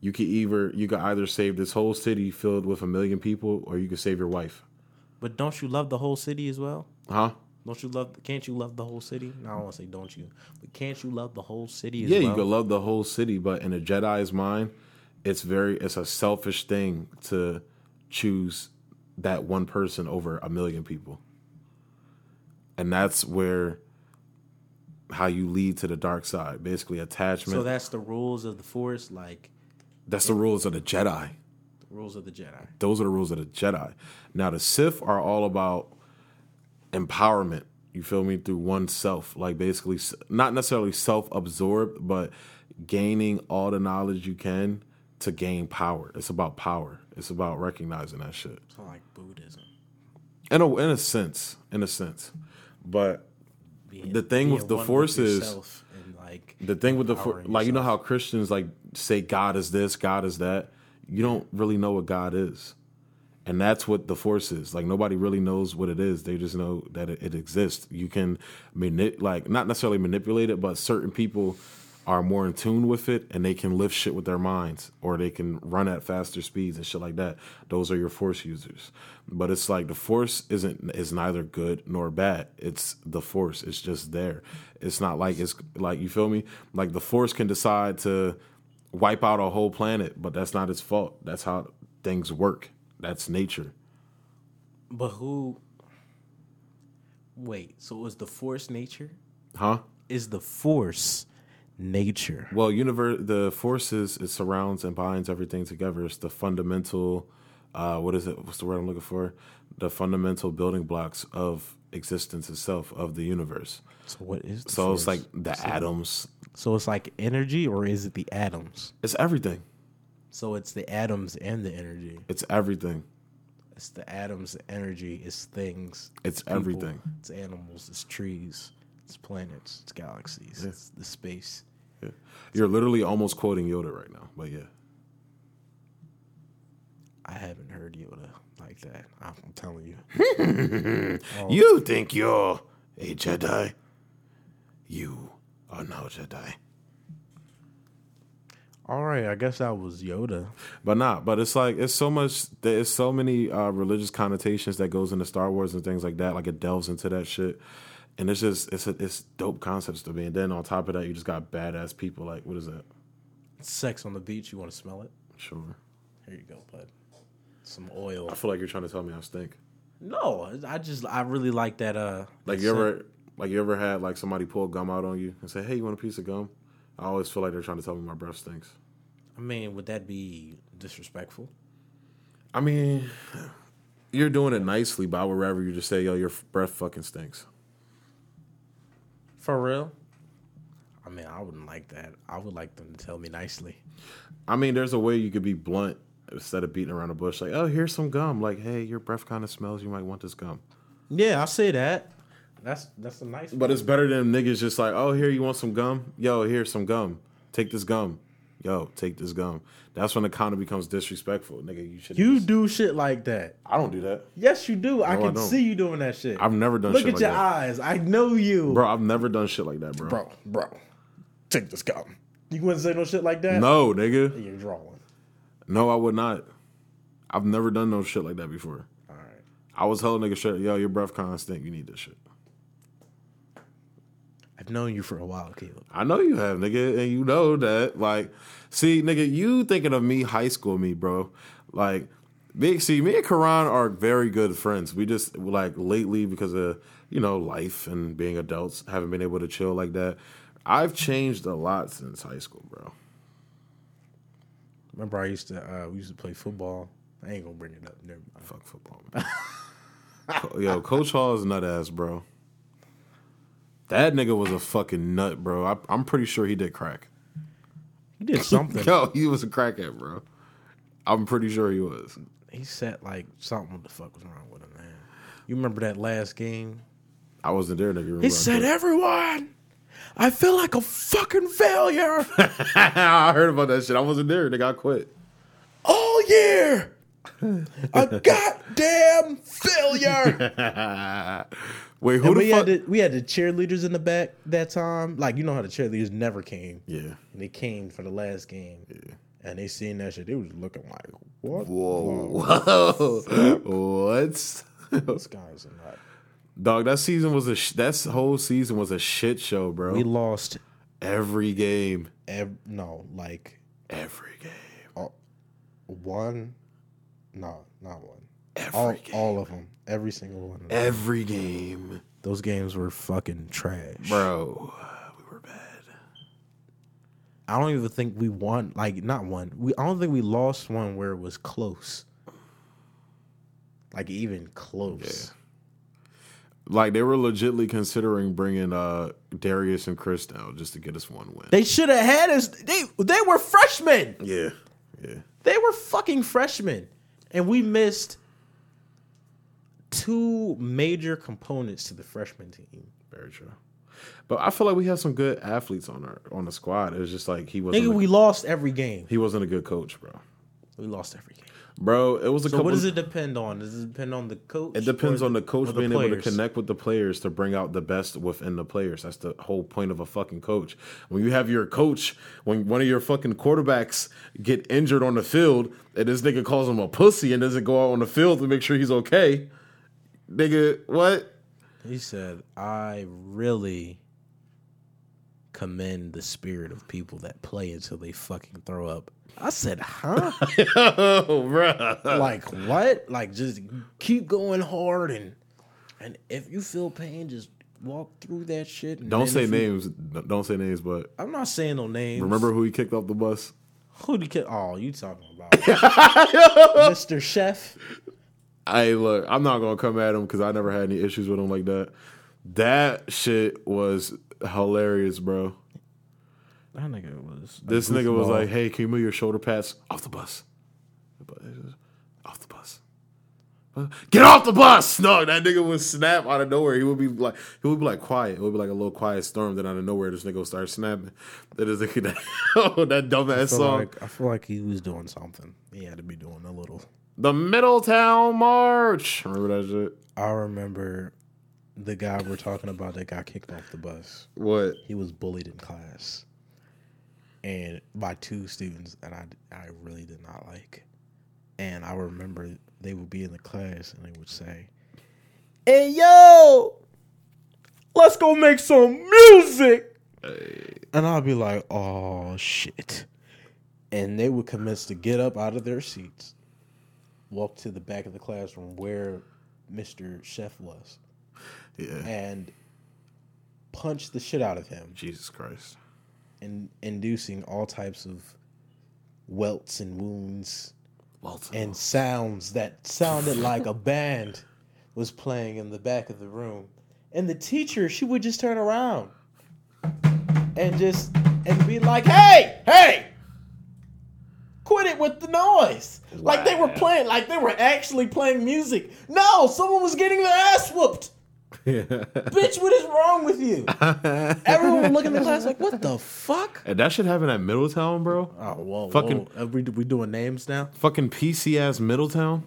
[SPEAKER 1] You can either you can either save this whole city filled with a million people, or you can save your wife,
[SPEAKER 2] but don't you love the whole city as well?
[SPEAKER 1] huh?
[SPEAKER 2] Don't you love? Can't you love the whole city? No, I don't want to say don't you, but can't you love the whole city as
[SPEAKER 1] Yeah,
[SPEAKER 2] well?
[SPEAKER 1] you could love the whole city, but in a Jedi's mind, it's very it's a selfish thing to choose that one person over a million people. And that's where how you lead to the dark side, basically attachment.
[SPEAKER 2] So that's the rules of the Force, like
[SPEAKER 1] that's the rules of the Jedi.
[SPEAKER 2] the rules of the Jedi.
[SPEAKER 1] Those are the rules of the Jedi. Now the Sith are all about empowerment. You feel me through oneself, like basically s- not necessarily self-absorbed, but gaining all the knowledge you can to gain power. It's about power. It's about recognizing that shit.
[SPEAKER 2] It's not like Buddhism.
[SPEAKER 1] In a in a sense, in a sense, but
[SPEAKER 2] Being,
[SPEAKER 1] The thing with
[SPEAKER 2] being
[SPEAKER 1] the
[SPEAKER 2] one
[SPEAKER 1] Force is-
[SPEAKER 2] yourself and like
[SPEAKER 1] the thing with the fo-
[SPEAKER 2] Empowering
[SPEAKER 1] like you know how Christians like say God is this, God is that. You don't really know what God is, and that's what the force is. Like nobody really knows what it is. They just know that it, it exists. You can mani- like not necessarily manipulate it, but certain people are more in tune with it and they can lift shit with their minds or they can run at faster speeds and shit like that. Those are your force users. But it's like the force isn't is neither good nor bad. It's the force. It's just there. It's not like it's like you feel me? Like the force can decide to wipe out a whole planet, but that's not its fault. That's how things work. That's nature.
[SPEAKER 2] but who? Wait, so is the Force nature?
[SPEAKER 1] Huh?
[SPEAKER 2] Is the Force nature?
[SPEAKER 1] Well, universe, the forces it surrounds and binds everything together. It's the fundamental, uh, what is it? What's the word I'm looking for? The fundamental building blocks of existence itself of the universe.
[SPEAKER 2] So what is? The
[SPEAKER 1] So
[SPEAKER 2] force?
[SPEAKER 1] it's like the atoms.
[SPEAKER 2] So it's like energy, or is it the atoms?
[SPEAKER 1] It's everything.
[SPEAKER 2] So it's the atoms and the energy.
[SPEAKER 1] It's everything.
[SPEAKER 2] It's the atoms, the energy. It's things.
[SPEAKER 1] It's
[SPEAKER 2] people,
[SPEAKER 1] everything.
[SPEAKER 2] It's animals. It's trees. It's planets. It's galaxies. It's the space.
[SPEAKER 1] You're literally almost quoting Yoda right now, but yeah.
[SPEAKER 2] I haven't heard Yoda like that. I'm telling you.
[SPEAKER 1] You think you're a Jedi? You are no Jedi.
[SPEAKER 2] All right, I guess that was Yoda.
[SPEAKER 1] But not. But it's like it's so much. There's so many uh, religious connotations that goes into Star Wars and things like that. Like it delves into that shit, and it's just it's a, it's dope concepts to me. And then on top of that, you just got badass people. Like what is that?
[SPEAKER 2] Sex on the beach. You want to smell it?
[SPEAKER 1] Sure.
[SPEAKER 2] Here you go, bud. Some oil.
[SPEAKER 1] I feel like you're trying to tell me I stink.
[SPEAKER 2] No, I just I really like that. Uh,
[SPEAKER 1] Like
[SPEAKER 2] that
[SPEAKER 1] you
[SPEAKER 2] scent.
[SPEAKER 1] ever like you ever had like somebody pull gum out on you and say, "Hey, you want a piece of gum?" I always feel like they're trying to tell me my breath stinks.
[SPEAKER 2] I mean, would that be disrespectful?
[SPEAKER 1] I mean, you're doing it nicely, but I would rather you just say, "Yo, your breath fucking stinks."
[SPEAKER 2] For real? I mean, I wouldn't like that. I would like them to tell me nicely.
[SPEAKER 1] I mean, there's a way you could be blunt instead of beating around the bush. Like, oh, here's some gum. Like, hey, your breath kind of smells. You might want this gum.
[SPEAKER 2] Yeah, I say that. That's that's a nice.
[SPEAKER 1] But it's better than niggas just like, oh, here, you want some gum? Yo, here's some gum. Take this gum. yo, take this gum. That's when it kind of becomes disrespectful, nigga. You should.
[SPEAKER 2] You do shit like that.
[SPEAKER 1] I don't do that,
[SPEAKER 2] Yes, you do.
[SPEAKER 1] No,
[SPEAKER 2] I
[SPEAKER 1] I
[SPEAKER 2] can
[SPEAKER 1] don't.
[SPEAKER 2] see you doing that shit.
[SPEAKER 1] I've never done
[SPEAKER 2] Look
[SPEAKER 1] shit
[SPEAKER 2] at
[SPEAKER 1] like
[SPEAKER 2] your
[SPEAKER 1] that.
[SPEAKER 2] eyes. I know you,
[SPEAKER 1] bro. I've never done shit like that, bro.
[SPEAKER 2] bro. Bro, take this gum. You wouldn't say no shit like that.
[SPEAKER 1] No, nigga.
[SPEAKER 2] You're drawing.
[SPEAKER 1] No, I would not. I've never done no shit like that before.
[SPEAKER 2] All right.
[SPEAKER 1] I was telling nigga shit, yo, your breath constant. You need this shit.
[SPEAKER 2] I've known you for a while, Caleb.
[SPEAKER 1] I know you have, nigga, and you know that. Like, see, nigga, you thinking of me, high school me, bro. Like, big see, me and Karan are very good friends. We just like lately because of you know life and being adults, haven't been able to chill like that. I've changed a lot since high school, bro.
[SPEAKER 2] Remember, I used to uh, we used to play football. I ain't gonna bring it up. Never mind.
[SPEAKER 1] Fuck football, man. Co- Yo, Coach Hall is nut ass, bro. That nigga was a fucking nut, bro. I, I'm pretty sure he did crack.
[SPEAKER 2] He did something.
[SPEAKER 1] Yo, he was a crackhead, bro. I'm pretty sure he was.
[SPEAKER 2] he said like something. What the fuck was wrong with him, man? You remember that last game?
[SPEAKER 1] I wasn't there, nigga. Remember
[SPEAKER 2] He
[SPEAKER 1] I
[SPEAKER 2] said,
[SPEAKER 1] did.
[SPEAKER 2] "Everyone, I feel like a fucking failure
[SPEAKER 1] I heard about that shit. I wasn't there, nigga. I quit.
[SPEAKER 2] all year. A goddamn failure."
[SPEAKER 1] Wait, who
[SPEAKER 2] And
[SPEAKER 1] the
[SPEAKER 2] we
[SPEAKER 1] fuck?
[SPEAKER 2] had the, we had the cheerleaders in the back that time. Like you know how the cheerleaders never came.
[SPEAKER 1] yeah.
[SPEAKER 2] And they came for the last game. And they seen that shit. They was looking like, "What?
[SPEAKER 1] Whoa. what?
[SPEAKER 2] This guy's a nut."
[SPEAKER 1] Dog, that season was a sh- that whole season was a shit show, bro.
[SPEAKER 2] We lost
[SPEAKER 1] every game,
[SPEAKER 2] ev- no, like
[SPEAKER 1] every game,
[SPEAKER 2] one, no, not one.
[SPEAKER 1] every
[SPEAKER 2] All,
[SPEAKER 1] game,
[SPEAKER 2] all of them, every single one. Of them.
[SPEAKER 1] every game,
[SPEAKER 2] Those games were fucking trash.
[SPEAKER 1] bro. We were bad.
[SPEAKER 2] I don't even think we won. Like not one. We I don't think we lost one where it was close. Like even close.
[SPEAKER 1] Like they were legitly considering bringing uh Darius and Chris down just to get us one win.
[SPEAKER 2] They should have had us. They they were freshmen.
[SPEAKER 1] Yeah, yeah.
[SPEAKER 2] They were fucking freshmen, and we missed two major components to the freshman team.
[SPEAKER 1] Very true. But I feel like we had some good athletes on our on the squad. It was just like he wasn't
[SPEAKER 2] Nigga,
[SPEAKER 1] a,
[SPEAKER 2] we lost every game.
[SPEAKER 1] he wasn't a good coach, bro.
[SPEAKER 2] We lost every game.
[SPEAKER 1] Bro, it was a
[SPEAKER 2] So
[SPEAKER 1] couple.
[SPEAKER 2] what does it depend on? Does it depend on the coach?
[SPEAKER 1] it depends
[SPEAKER 2] or
[SPEAKER 1] on the coach
[SPEAKER 2] or
[SPEAKER 1] being able to
[SPEAKER 2] players?
[SPEAKER 1] connect with the players to bring out the best within the players. That's the whole point of a fucking coach. When you have your coach, when one of your fucking quarterbacks get injured on the field, and this nigga calls him a pussy and doesn't go out on the field to make sure he's okay, nigga, what?
[SPEAKER 2] He said, "I really commend the spirit of people that play until they fucking throw up." I said, "Huh?
[SPEAKER 1] oh, bro.
[SPEAKER 2] like what? Like just keep going hard and and if you feel pain, just walk through that shit." and
[SPEAKER 1] Don't
[SPEAKER 2] then
[SPEAKER 1] say
[SPEAKER 2] if you-
[SPEAKER 1] names. Don't say names, but
[SPEAKER 2] I'm not saying no names.
[SPEAKER 1] remember who he kicked off the bus?
[SPEAKER 2] who the kid? Oh, you talking about Mr. Chef?
[SPEAKER 1] I look, I'm not gonna come at him because I never had any issues with him like that. That shit was hilarious, bro.
[SPEAKER 2] That nigga was. a
[SPEAKER 1] This nigga was
[SPEAKER 2] goofball.
[SPEAKER 1] like, "Hey, can you move your shoulder pads off the bus? Off the bus." Get off the bus! No, that nigga would snap out of nowhere. He would be like, he would be like quiet. It would be like a little quiet storm. Then out of nowhere, this nigga would start snapping. That is like that, oh, that dumbass
[SPEAKER 2] I feel
[SPEAKER 1] song.
[SPEAKER 2] like- I feel like he was doing something. He had to be doing a little.
[SPEAKER 1] the Middletown March. Remember that shit?
[SPEAKER 2] I remember the guy we're talking about that got kicked off the bus.
[SPEAKER 1] What?
[SPEAKER 2] He was bullied in class, and by two students that I I really did not like. And I remember they would be in the class and they would say, "Hey yo, let's go make some music." And I'd be like, "Oh shit!" And they would commence to get up out of their seats, walk to the back of the classroom where Mr. Chef was,
[SPEAKER 1] Yeah.
[SPEAKER 2] and punch the shit out of him
[SPEAKER 1] Jesus Christ.
[SPEAKER 2] and inducing all types of welts and wounds
[SPEAKER 1] Walter.
[SPEAKER 2] and sounds that sounded like a band was playing in the back of the room. And the teacher, she would just turn around and just and be like, "Hey, hey, quit it with the noise!" Like they were
[SPEAKER 1] Wow.
[SPEAKER 2] playing, like they were actually playing music. No, someone was getting their ass whooped. Bitch, what is wrong with you? Everyone looking in the class like, what the fuck?
[SPEAKER 1] And that shit happened at Middletown, bro.
[SPEAKER 2] Oh, whoa,
[SPEAKER 1] Fucking-
[SPEAKER 2] whoa. Are we, we doing names now?
[SPEAKER 1] Fucking PC ass Middletown.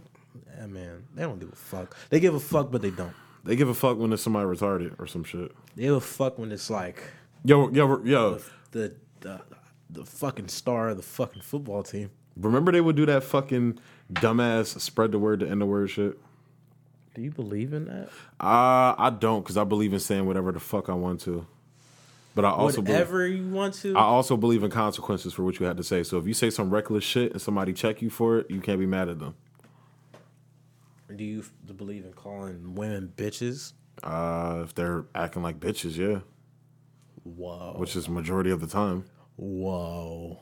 [SPEAKER 2] Yeah, man, they don't give a fuck. They give a fuck, but they don't.
[SPEAKER 1] They give a fuck when it's somebody retarded or some shit.
[SPEAKER 2] They give a fuck when it's like
[SPEAKER 1] Yo, yo, yo.
[SPEAKER 2] the the the fucking star of the fucking football team.
[SPEAKER 1] Remember they would do that fucking dumbass spread the word to end the word shit?
[SPEAKER 2] Do you believe in that?
[SPEAKER 1] Uh, I don't because I believe in saying whatever the fuck I want to. But I also believe,
[SPEAKER 2] Whatever you want to.
[SPEAKER 1] I also believe in consequences for what you had to say. So if you say some reckless shit and somebody check you for it, you can't be mad at them.
[SPEAKER 2] Do you f- believe in calling women bitches?
[SPEAKER 1] Uh, if they're acting like bitches, yeah,
[SPEAKER 2] Whoa,
[SPEAKER 1] which is majority of the time.
[SPEAKER 2] whoa.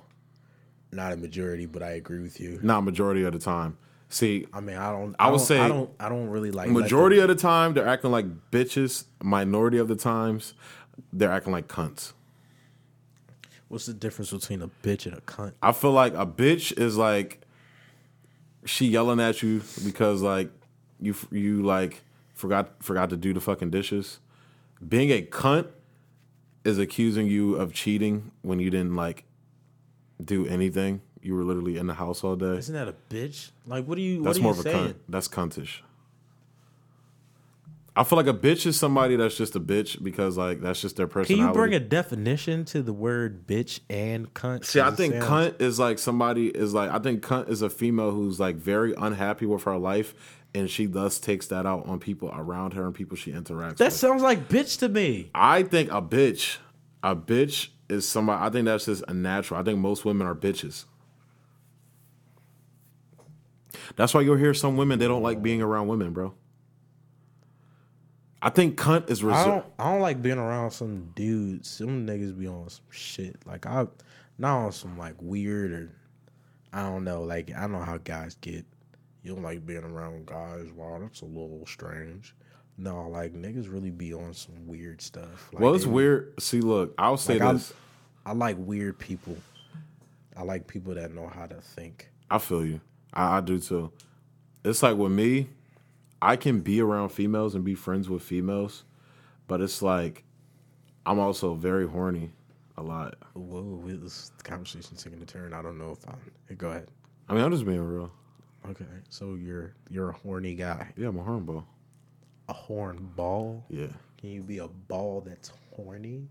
[SPEAKER 2] Not a majority, but I agree with you.
[SPEAKER 1] Not majority of the time. See,
[SPEAKER 2] I mean, I don't.
[SPEAKER 1] I would
[SPEAKER 2] don't-
[SPEAKER 1] say
[SPEAKER 2] I don't. I don't really like let
[SPEAKER 1] majority of the time they're acting like bitches. Minority of the times they're acting like cunts.
[SPEAKER 2] the- what's the difference between a bitch and a cunt?
[SPEAKER 1] I feel like a bitch is like she yelling at you because like you you like forgot forgot to do the fucking dishes. Being a cunt is accusing you of cheating when you didn't like do anything. You were literally in the house all day.
[SPEAKER 2] Isn't that a bitch? Like, what are you?
[SPEAKER 1] That's
[SPEAKER 2] what are
[SPEAKER 1] more
[SPEAKER 2] you
[SPEAKER 1] of a
[SPEAKER 2] saying?
[SPEAKER 1] cunt. That's cuntish. I feel like a bitch is somebody that's just a bitch because like that's just their
[SPEAKER 2] Can
[SPEAKER 1] personality.
[SPEAKER 2] you bring a definition to the word bitch and cunt?
[SPEAKER 1] See, I
[SPEAKER 2] Because it
[SPEAKER 1] think
[SPEAKER 2] sounds-
[SPEAKER 1] cunt is like somebody is like I think cunt is a female who's like very unhappy with her life, and she thus takes that out on people around her and people she interacts
[SPEAKER 2] That
[SPEAKER 1] with.
[SPEAKER 2] sounds like bitch to me.
[SPEAKER 1] I think a bitch, a bitch is somebody. I think that's just a natural. I think most women are bitches. That's why you'll hear some women they don't like being around women, bro. I think cunt is
[SPEAKER 2] I
[SPEAKER 1] reserved.
[SPEAKER 2] don't. I don't like being around some dudes. Some niggas be on some shit. Like I, not on some like weird or, I don't know. Like I don't know how guys get. You don't like being around guys. Wow, that's a little strange. No, like niggas really be on some weird stuff. Like,
[SPEAKER 1] Well, it's
[SPEAKER 2] they-
[SPEAKER 1] weird. See, look, I'll say
[SPEAKER 2] Like, I'm-
[SPEAKER 1] this.
[SPEAKER 2] I like weird people. I like people that know how to think.
[SPEAKER 1] I feel you. I, I do too. It's like with me, I can be around females and be friends with females, but it's like I'm also very horny a lot.
[SPEAKER 2] Whoa, this conversation's taking a turn. I don't know if I'm. Hey, go ahead.
[SPEAKER 1] I mean, I'm just being real.
[SPEAKER 2] Okay, so you're you're a horny guy.
[SPEAKER 1] Yeah, I'm a hornball.
[SPEAKER 2] A horn ball.
[SPEAKER 1] Yeah,
[SPEAKER 2] Can you be a ball that's horny?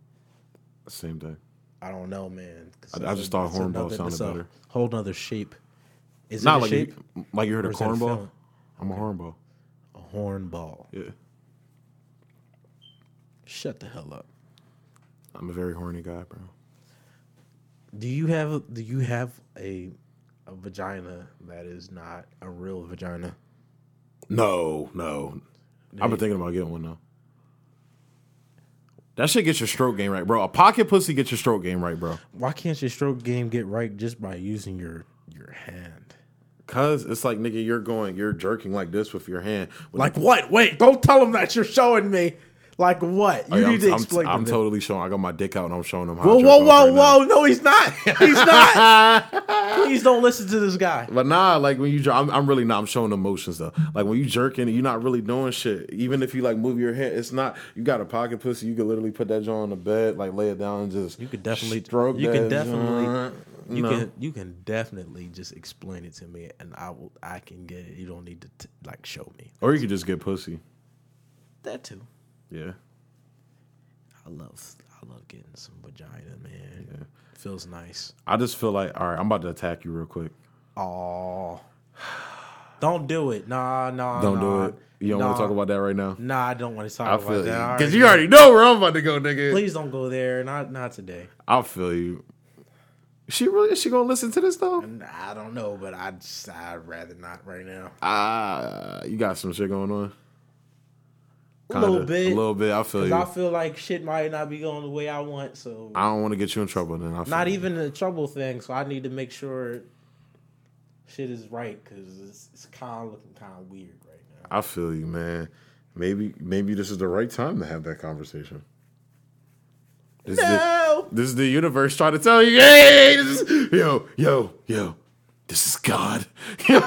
[SPEAKER 1] same thing.
[SPEAKER 2] I don't know, man. 'cause
[SPEAKER 1] I- I
[SPEAKER 2] that's
[SPEAKER 1] just thought
[SPEAKER 2] that's
[SPEAKER 1] hornball
[SPEAKER 2] another-
[SPEAKER 1] sounded
[SPEAKER 2] that's a
[SPEAKER 1] better.
[SPEAKER 2] Whole nother shape. Is
[SPEAKER 1] Not
[SPEAKER 2] it a
[SPEAKER 1] like
[SPEAKER 2] shape?
[SPEAKER 1] you, like you heard a
[SPEAKER 2] Or is that a
[SPEAKER 1] cornball.
[SPEAKER 2] feeling?
[SPEAKER 1] I'm a hornball.
[SPEAKER 2] A horn ball.
[SPEAKER 1] Yeah,
[SPEAKER 2] Shut the hell up.
[SPEAKER 1] I'm a very horny guy, bro.
[SPEAKER 2] Do you have do you have a a vagina that is not a real vagina?
[SPEAKER 1] No, no. I've been thinking about getting one though. That shit gets your stroke game right, bro. A pocket pussy gets your stroke game right, bro.
[SPEAKER 2] Why can't your stroke game get right just by using your your hand?
[SPEAKER 1] Cause it's like nigga, you're going, you're jerking like this with your hand. With
[SPEAKER 2] Like what? Wait, don't tell them that you're showing me. Like what? You
[SPEAKER 1] the-
[SPEAKER 2] need to
[SPEAKER 1] Oh, I'm,
[SPEAKER 2] explain.
[SPEAKER 1] I'm, I'm
[SPEAKER 2] to them.
[SPEAKER 1] totally showing. I got my dick out and I'm showing them. How
[SPEAKER 2] Whoa,
[SPEAKER 1] I jerk
[SPEAKER 2] whoa,
[SPEAKER 1] off
[SPEAKER 2] whoa,
[SPEAKER 1] right now.
[SPEAKER 2] whoa! No, he's not. He's not. Please don't listen to this guy.
[SPEAKER 1] But nah, like when you, jer- I'm, I'm really not. I'm showing emotions though. Like when you jerking, you're not really doing shit. Even if you like move your hand, it's not. You got a pocket pussy. You could literally put that joint on the bed, like lay it down and just.
[SPEAKER 2] You could definitely
[SPEAKER 1] stroke
[SPEAKER 2] You can
[SPEAKER 1] that
[SPEAKER 2] definitely.
[SPEAKER 1] joint.
[SPEAKER 2] You
[SPEAKER 1] No.
[SPEAKER 2] can you can definitely just explain it to me, and I will. I can get it. You don't need to t- like show me
[SPEAKER 1] or you could just get pussy.
[SPEAKER 2] that too.
[SPEAKER 1] Yeah.
[SPEAKER 2] I love I love getting some vagina, man. Feels nice.
[SPEAKER 1] I just feel like, all right, I'm about to attack you real quick.
[SPEAKER 2] Oh, don't do it. Nah, nah.
[SPEAKER 1] Don't
[SPEAKER 2] nah.
[SPEAKER 1] do it. You don't want to talk about that right now.
[SPEAKER 2] Nah, I don't want to talk
[SPEAKER 1] I
[SPEAKER 2] about
[SPEAKER 1] feel you.
[SPEAKER 2] that.
[SPEAKER 1] Cause you already know where I'm about to go, nigga.
[SPEAKER 2] Please don't go there. Not not today.
[SPEAKER 1] I feel you. She really is she gonna listen to this though?
[SPEAKER 2] I don't know, but I just, I'd rather not right now.
[SPEAKER 1] Ah, you got some shit going on.
[SPEAKER 2] A little
[SPEAKER 1] Kinda.
[SPEAKER 2] bit.
[SPEAKER 1] a little bit. I feel
[SPEAKER 2] 'Cause
[SPEAKER 1] you.
[SPEAKER 2] I
[SPEAKER 1] I
[SPEAKER 2] feel like shit might not be going the way I want, so
[SPEAKER 1] don't want to get you in trouble. Then I feel
[SPEAKER 2] not
[SPEAKER 1] you.
[SPEAKER 2] even the trouble thing. So I need to make sure shit is right because it's, it's kind of looking kind of weird right now.
[SPEAKER 1] I feel you, man. Maybe maybe this is the right time to have that conversation. This is the,
[SPEAKER 2] No,
[SPEAKER 1] this is the universe trying to tell you, hey, this is, yo, yo, yo, this is God.
[SPEAKER 2] do you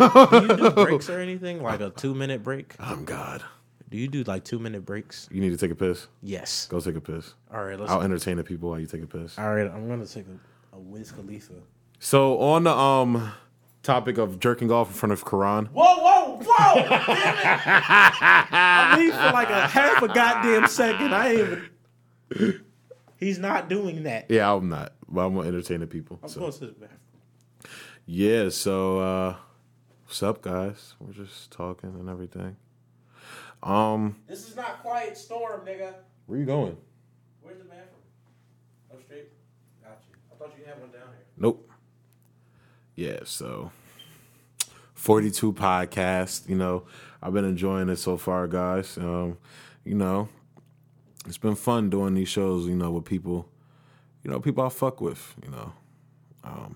[SPEAKER 2] do breaks or anything like a two minute break?
[SPEAKER 1] I'm God.
[SPEAKER 2] Do you do like two minute breaks?
[SPEAKER 1] You need to take a piss.
[SPEAKER 2] Yes.
[SPEAKER 1] Go take a piss.
[SPEAKER 2] All right. Let's.
[SPEAKER 1] I'll entertain the people while you take a piss.
[SPEAKER 2] all right. I'm gonna take a, a Wiz Khalifa.
[SPEAKER 1] So on the um topic of jerking off in front of Quran.
[SPEAKER 2] Whoa! Whoa! Whoa! I leave for like a half a goddamn second. I ain't even. He's not doing that.
[SPEAKER 1] Yeah, I'm not, but I'm gonna entertain the people.
[SPEAKER 2] I'm
[SPEAKER 1] so.
[SPEAKER 2] going to the bathroom.
[SPEAKER 1] Yeah, so uh what's up guys? We're just talking and everything. Um
[SPEAKER 2] This is not quiet storm, nigga.
[SPEAKER 1] Where you going?
[SPEAKER 2] Where's the bathroom? Up straight. Got you. I thought you had one down here.
[SPEAKER 1] Nope. Yeah, so 42 podcast, you know, I've been enjoying it so far, guys. Um, you know, it's been fun doing these shows, you know, with people, you know, people I fuck with, you know. Um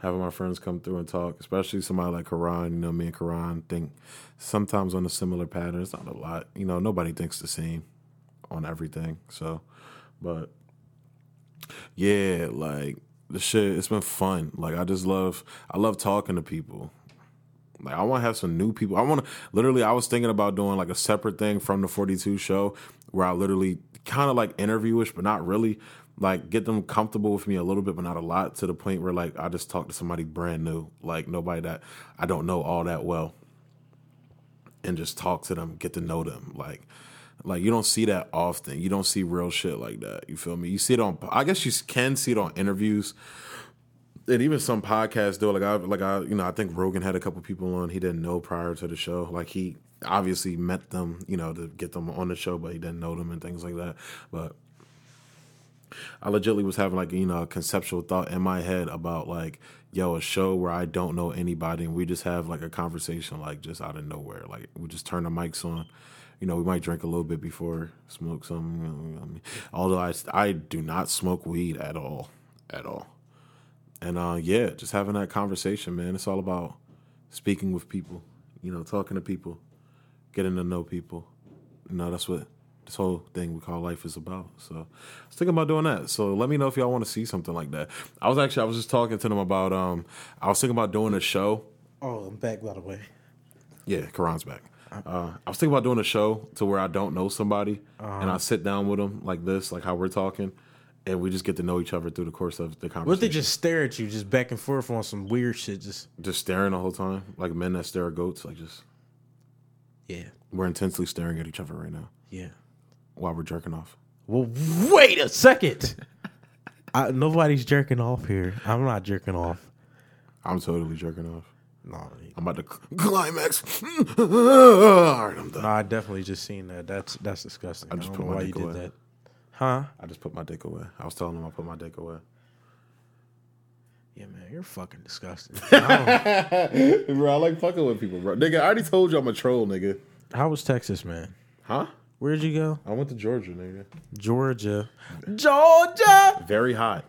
[SPEAKER 1] having my friends come through and talk, especially somebody like Karan, you know, me and Karan think sometimes on a similar pattern. It's not a lot. You know, nobody thinks the same on everything. So, but yeah, like the shit, it's been fun. Like I just love, I love talking to people. Like I want to have some new people. I want to literally. I was thinking about doing like a separate thing from the Forty Two show, where I literally kind of like interviewish, but not really. Like get them comfortable with me a little bit, but not a lot. To the point where like I just talk to somebody brand new, like nobody that I don't know all that well, and just talk to them, get to know them, like. Like you don't see that often. You don't see real shit like that. You feel me? You see it on. I guess you can see it on interviews, and even some podcasts though. Like I, like I, you know, I think Rogan had a couple people on he didn't know prior to the show. Like he obviously met them, you know, to get them on the show, but he didn't know them and things like that. But I legitly was having like you know a conceptual thought in my head about like yo a show where I don't know anybody and we just have like a conversation like just out of nowhere like we just turn the mics on you know we might drink a little bit before smoke some you know, I mean, although I I do not smoke weed at all at all and uh yeah just having that conversation man it's all about speaking with people you know talking to people getting to know people you know that's what this whole thing we call life is about. So I was thinking about doing that. So let me know if y'all want to see something like that. I was actually I was just talking to them about um I was thinking about doing a show.
[SPEAKER 2] Oh, I'm back by the way.
[SPEAKER 1] Yeah, Karan's back. Uh, I was thinking about doing a show to where I don't know somebody
[SPEAKER 2] Uh-huh.
[SPEAKER 1] and I sit down with them like this, like how we're talking, and we just get to know each other through the course of the
[SPEAKER 2] What if
[SPEAKER 1] conversation.
[SPEAKER 2] they just stare at you, just back and forth on some weird shit? Just
[SPEAKER 1] just staring the whole time, like men that stare at goats, like just
[SPEAKER 2] yeah,
[SPEAKER 1] we're intensely staring at each other right now
[SPEAKER 2] yeah.
[SPEAKER 1] while we're jerking off.
[SPEAKER 2] Well, wait a second. I, nobody's jerking off here. I'm not jerking off.
[SPEAKER 1] I'm totally jerking off.
[SPEAKER 2] No,
[SPEAKER 1] I'm about to cl- climax. All right, I'm done.
[SPEAKER 2] no, I definitely just seen that. That's that's disgusting. I,
[SPEAKER 1] just
[SPEAKER 2] don't
[SPEAKER 1] put
[SPEAKER 2] know
[SPEAKER 1] my
[SPEAKER 2] why you
[SPEAKER 1] dick
[SPEAKER 2] did
[SPEAKER 1] away.
[SPEAKER 2] that, huh?
[SPEAKER 1] I just put my dick away. I was telling him I put my dick away.
[SPEAKER 2] Yeah, man, you're fucking disgusting.
[SPEAKER 1] bro, I like fucking with people, bro. Nigga, I already told you I'm a troll, nigga.
[SPEAKER 2] How was Texas, man?
[SPEAKER 1] Huh?
[SPEAKER 2] Where'd you go?
[SPEAKER 1] I went to Georgia, nigga.
[SPEAKER 2] Georgia. Georgia.
[SPEAKER 1] Very hot.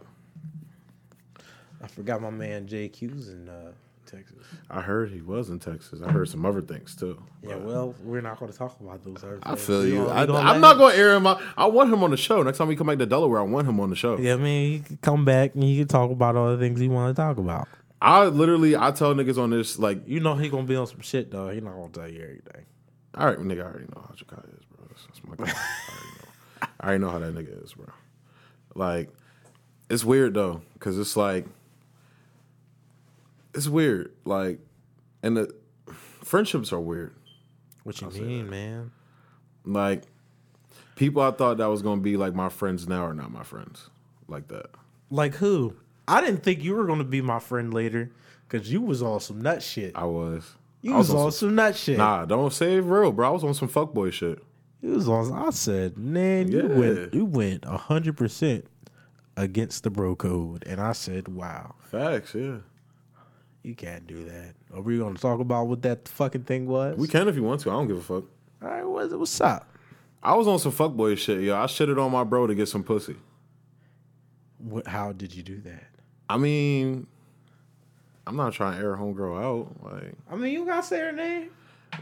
[SPEAKER 2] I forgot my man JQ's in uh, Texas.
[SPEAKER 1] I heard he was in Texas. I heard some other things too.
[SPEAKER 2] Yeah, well, we're not going to talk about those. other
[SPEAKER 1] I
[SPEAKER 2] things.
[SPEAKER 1] feel
[SPEAKER 2] We
[SPEAKER 1] you.
[SPEAKER 2] gonna- we
[SPEAKER 1] I,
[SPEAKER 2] gonna let
[SPEAKER 1] I'm not going to air him out. I want him on the show. Next time we come back to Delaware, I want him on the show.
[SPEAKER 2] Yeah, I mean, you can come back and you can talk about all the things you want to talk about.
[SPEAKER 1] I literally, I tell niggas on this, like,
[SPEAKER 2] You know he gonna be on some shit though. He not gonna tell you everything.
[SPEAKER 1] all right, nigga, I already know how Jakai is, bro. That's, that's my guy. I already know. I already know how that nigga is, bro. Like, it's weird though, because it's like, it's weird. Like, and the friendships are weird.
[SPEAKER 2] What you mean, man?
[SPEAKER 1] Like, people I thought that was gonna be like my friends now are not my friends. Like that.
[SPEAKER 2] Like who? I didn't think you were gonna be my friend later because you was on some nut shit.
[SPEAKER 1] I was.
[SPEAKER 2] You
[SPEAKER 1] I
[SPEAKER 2] was,
[SPEAKER 1] on
[SPEAKER 2] on
[SPEAKER 1] some-
[SPEAKER 2] some nut shit.
[SPEAKER 1] Nah, don't say it real, bro. I was on some fuckboy shit.
[SPEAKER 2] You was on. I said, man, you
[SPEAKER 1] Yeah.
[SPEAKER 2] went. You went hundred percent against the bro code, and I said, wow,
[SPEAKER 1] Facts, yeah.
[SPEAKER 2] you can't do that. Are we gonna talk about what that fucking thing was?
[SPEAKER 1] We can if you want to. I don't give a fuck.
[SPEAKER 2] All right, what's, what's up?
[SPEAKER 1] I was on some fuckboy shit, yo. I shitted on my bro to get some pussy.
[SPEAKER 2] What, how did you do that?
[SPEAKER 1] I mean, I'm not trying to air homegirl out. Like,
[SPEAKER 2] I mean, you gotta say her name.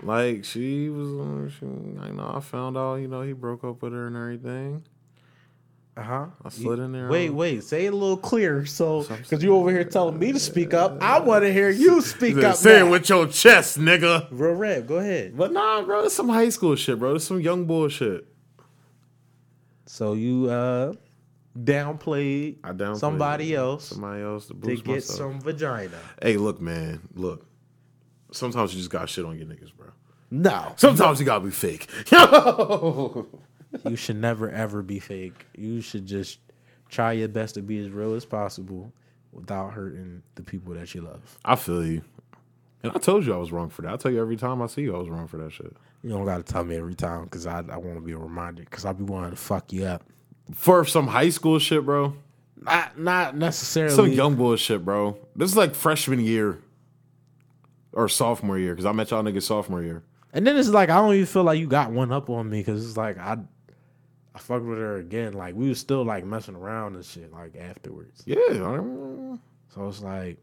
[SPEAKER 1] like uh, she was, she, you know, I found out, you know, he broke up with her and everything.
[SPEAKER 2] Uh huh.
[SPEAKER 1] I slid in there.
[SPEAKER 2] Wait,
[SPEAKER 1] um,
[SPEAKER 2] wait. Say it a little clearer, so
[SPEAKER 1] Some-
[SPEAKER 2] because you over here telling me to speak up, I want to hear you speak up.
[SPEAKER 1] Say it
[SPEAKER 2] now.
[SPEAKER 1] with your chest, nigga.
[SPEAKER 2] Bro, Rev, go ahead.
[SPEAKER 1] But nah, bro, that's some high school shit, bro. That's some young bullshit.
[SPEAKER 2] So you uh downplayed
[SPEAKER 1] I downplayed
[SPEAKER 2] somebody
[SPEAKER 1] it.
[SPEAKER 2] else
[SPEAKER 1] Somebody else to
[SPEAKER 2] to
[SPEAKER 1] boost
[SPEAKER 2] get
[SPEAKER 1] myself.
[SPEAKER 2] some vagina.
[SPEAKER 1] Hey, look, man, look. Sometimes you just got shit on your niggas, bro.
[SPEAKER 2] No,
[SPEAKER 1] Sometimes you gotta be fake.
[SPEAKER 2] you should never ever be fake. You should just try your best to be as real as possible without hurting the people that you love.
[SPEAKER 1] I feel you. And I told you I was wrong for that. I tell you every time I see you, I was wrong for that shit.
[SPEAKER 2] You don't got to tell me every time because I, I want to be reminded because I'll be wanting to fuck you up.
[SPEAKER 1] For some high school shit, bro.
[SPEAKER 2] Not not necessarily.
[SPEAKER 1] Some young bullshit, bro. This is like freshman year or sophomore year, because I met y'all niggas sophomore year.
[SPEAKER 2] And then it's like I don't even feel like you got one up on me because it's like I, I fucked with her again. Like we was still like messing around and shit like afterwards.
[SPEAKER 1] Yeah. I don't-
[SPEAKER 2] So it's like,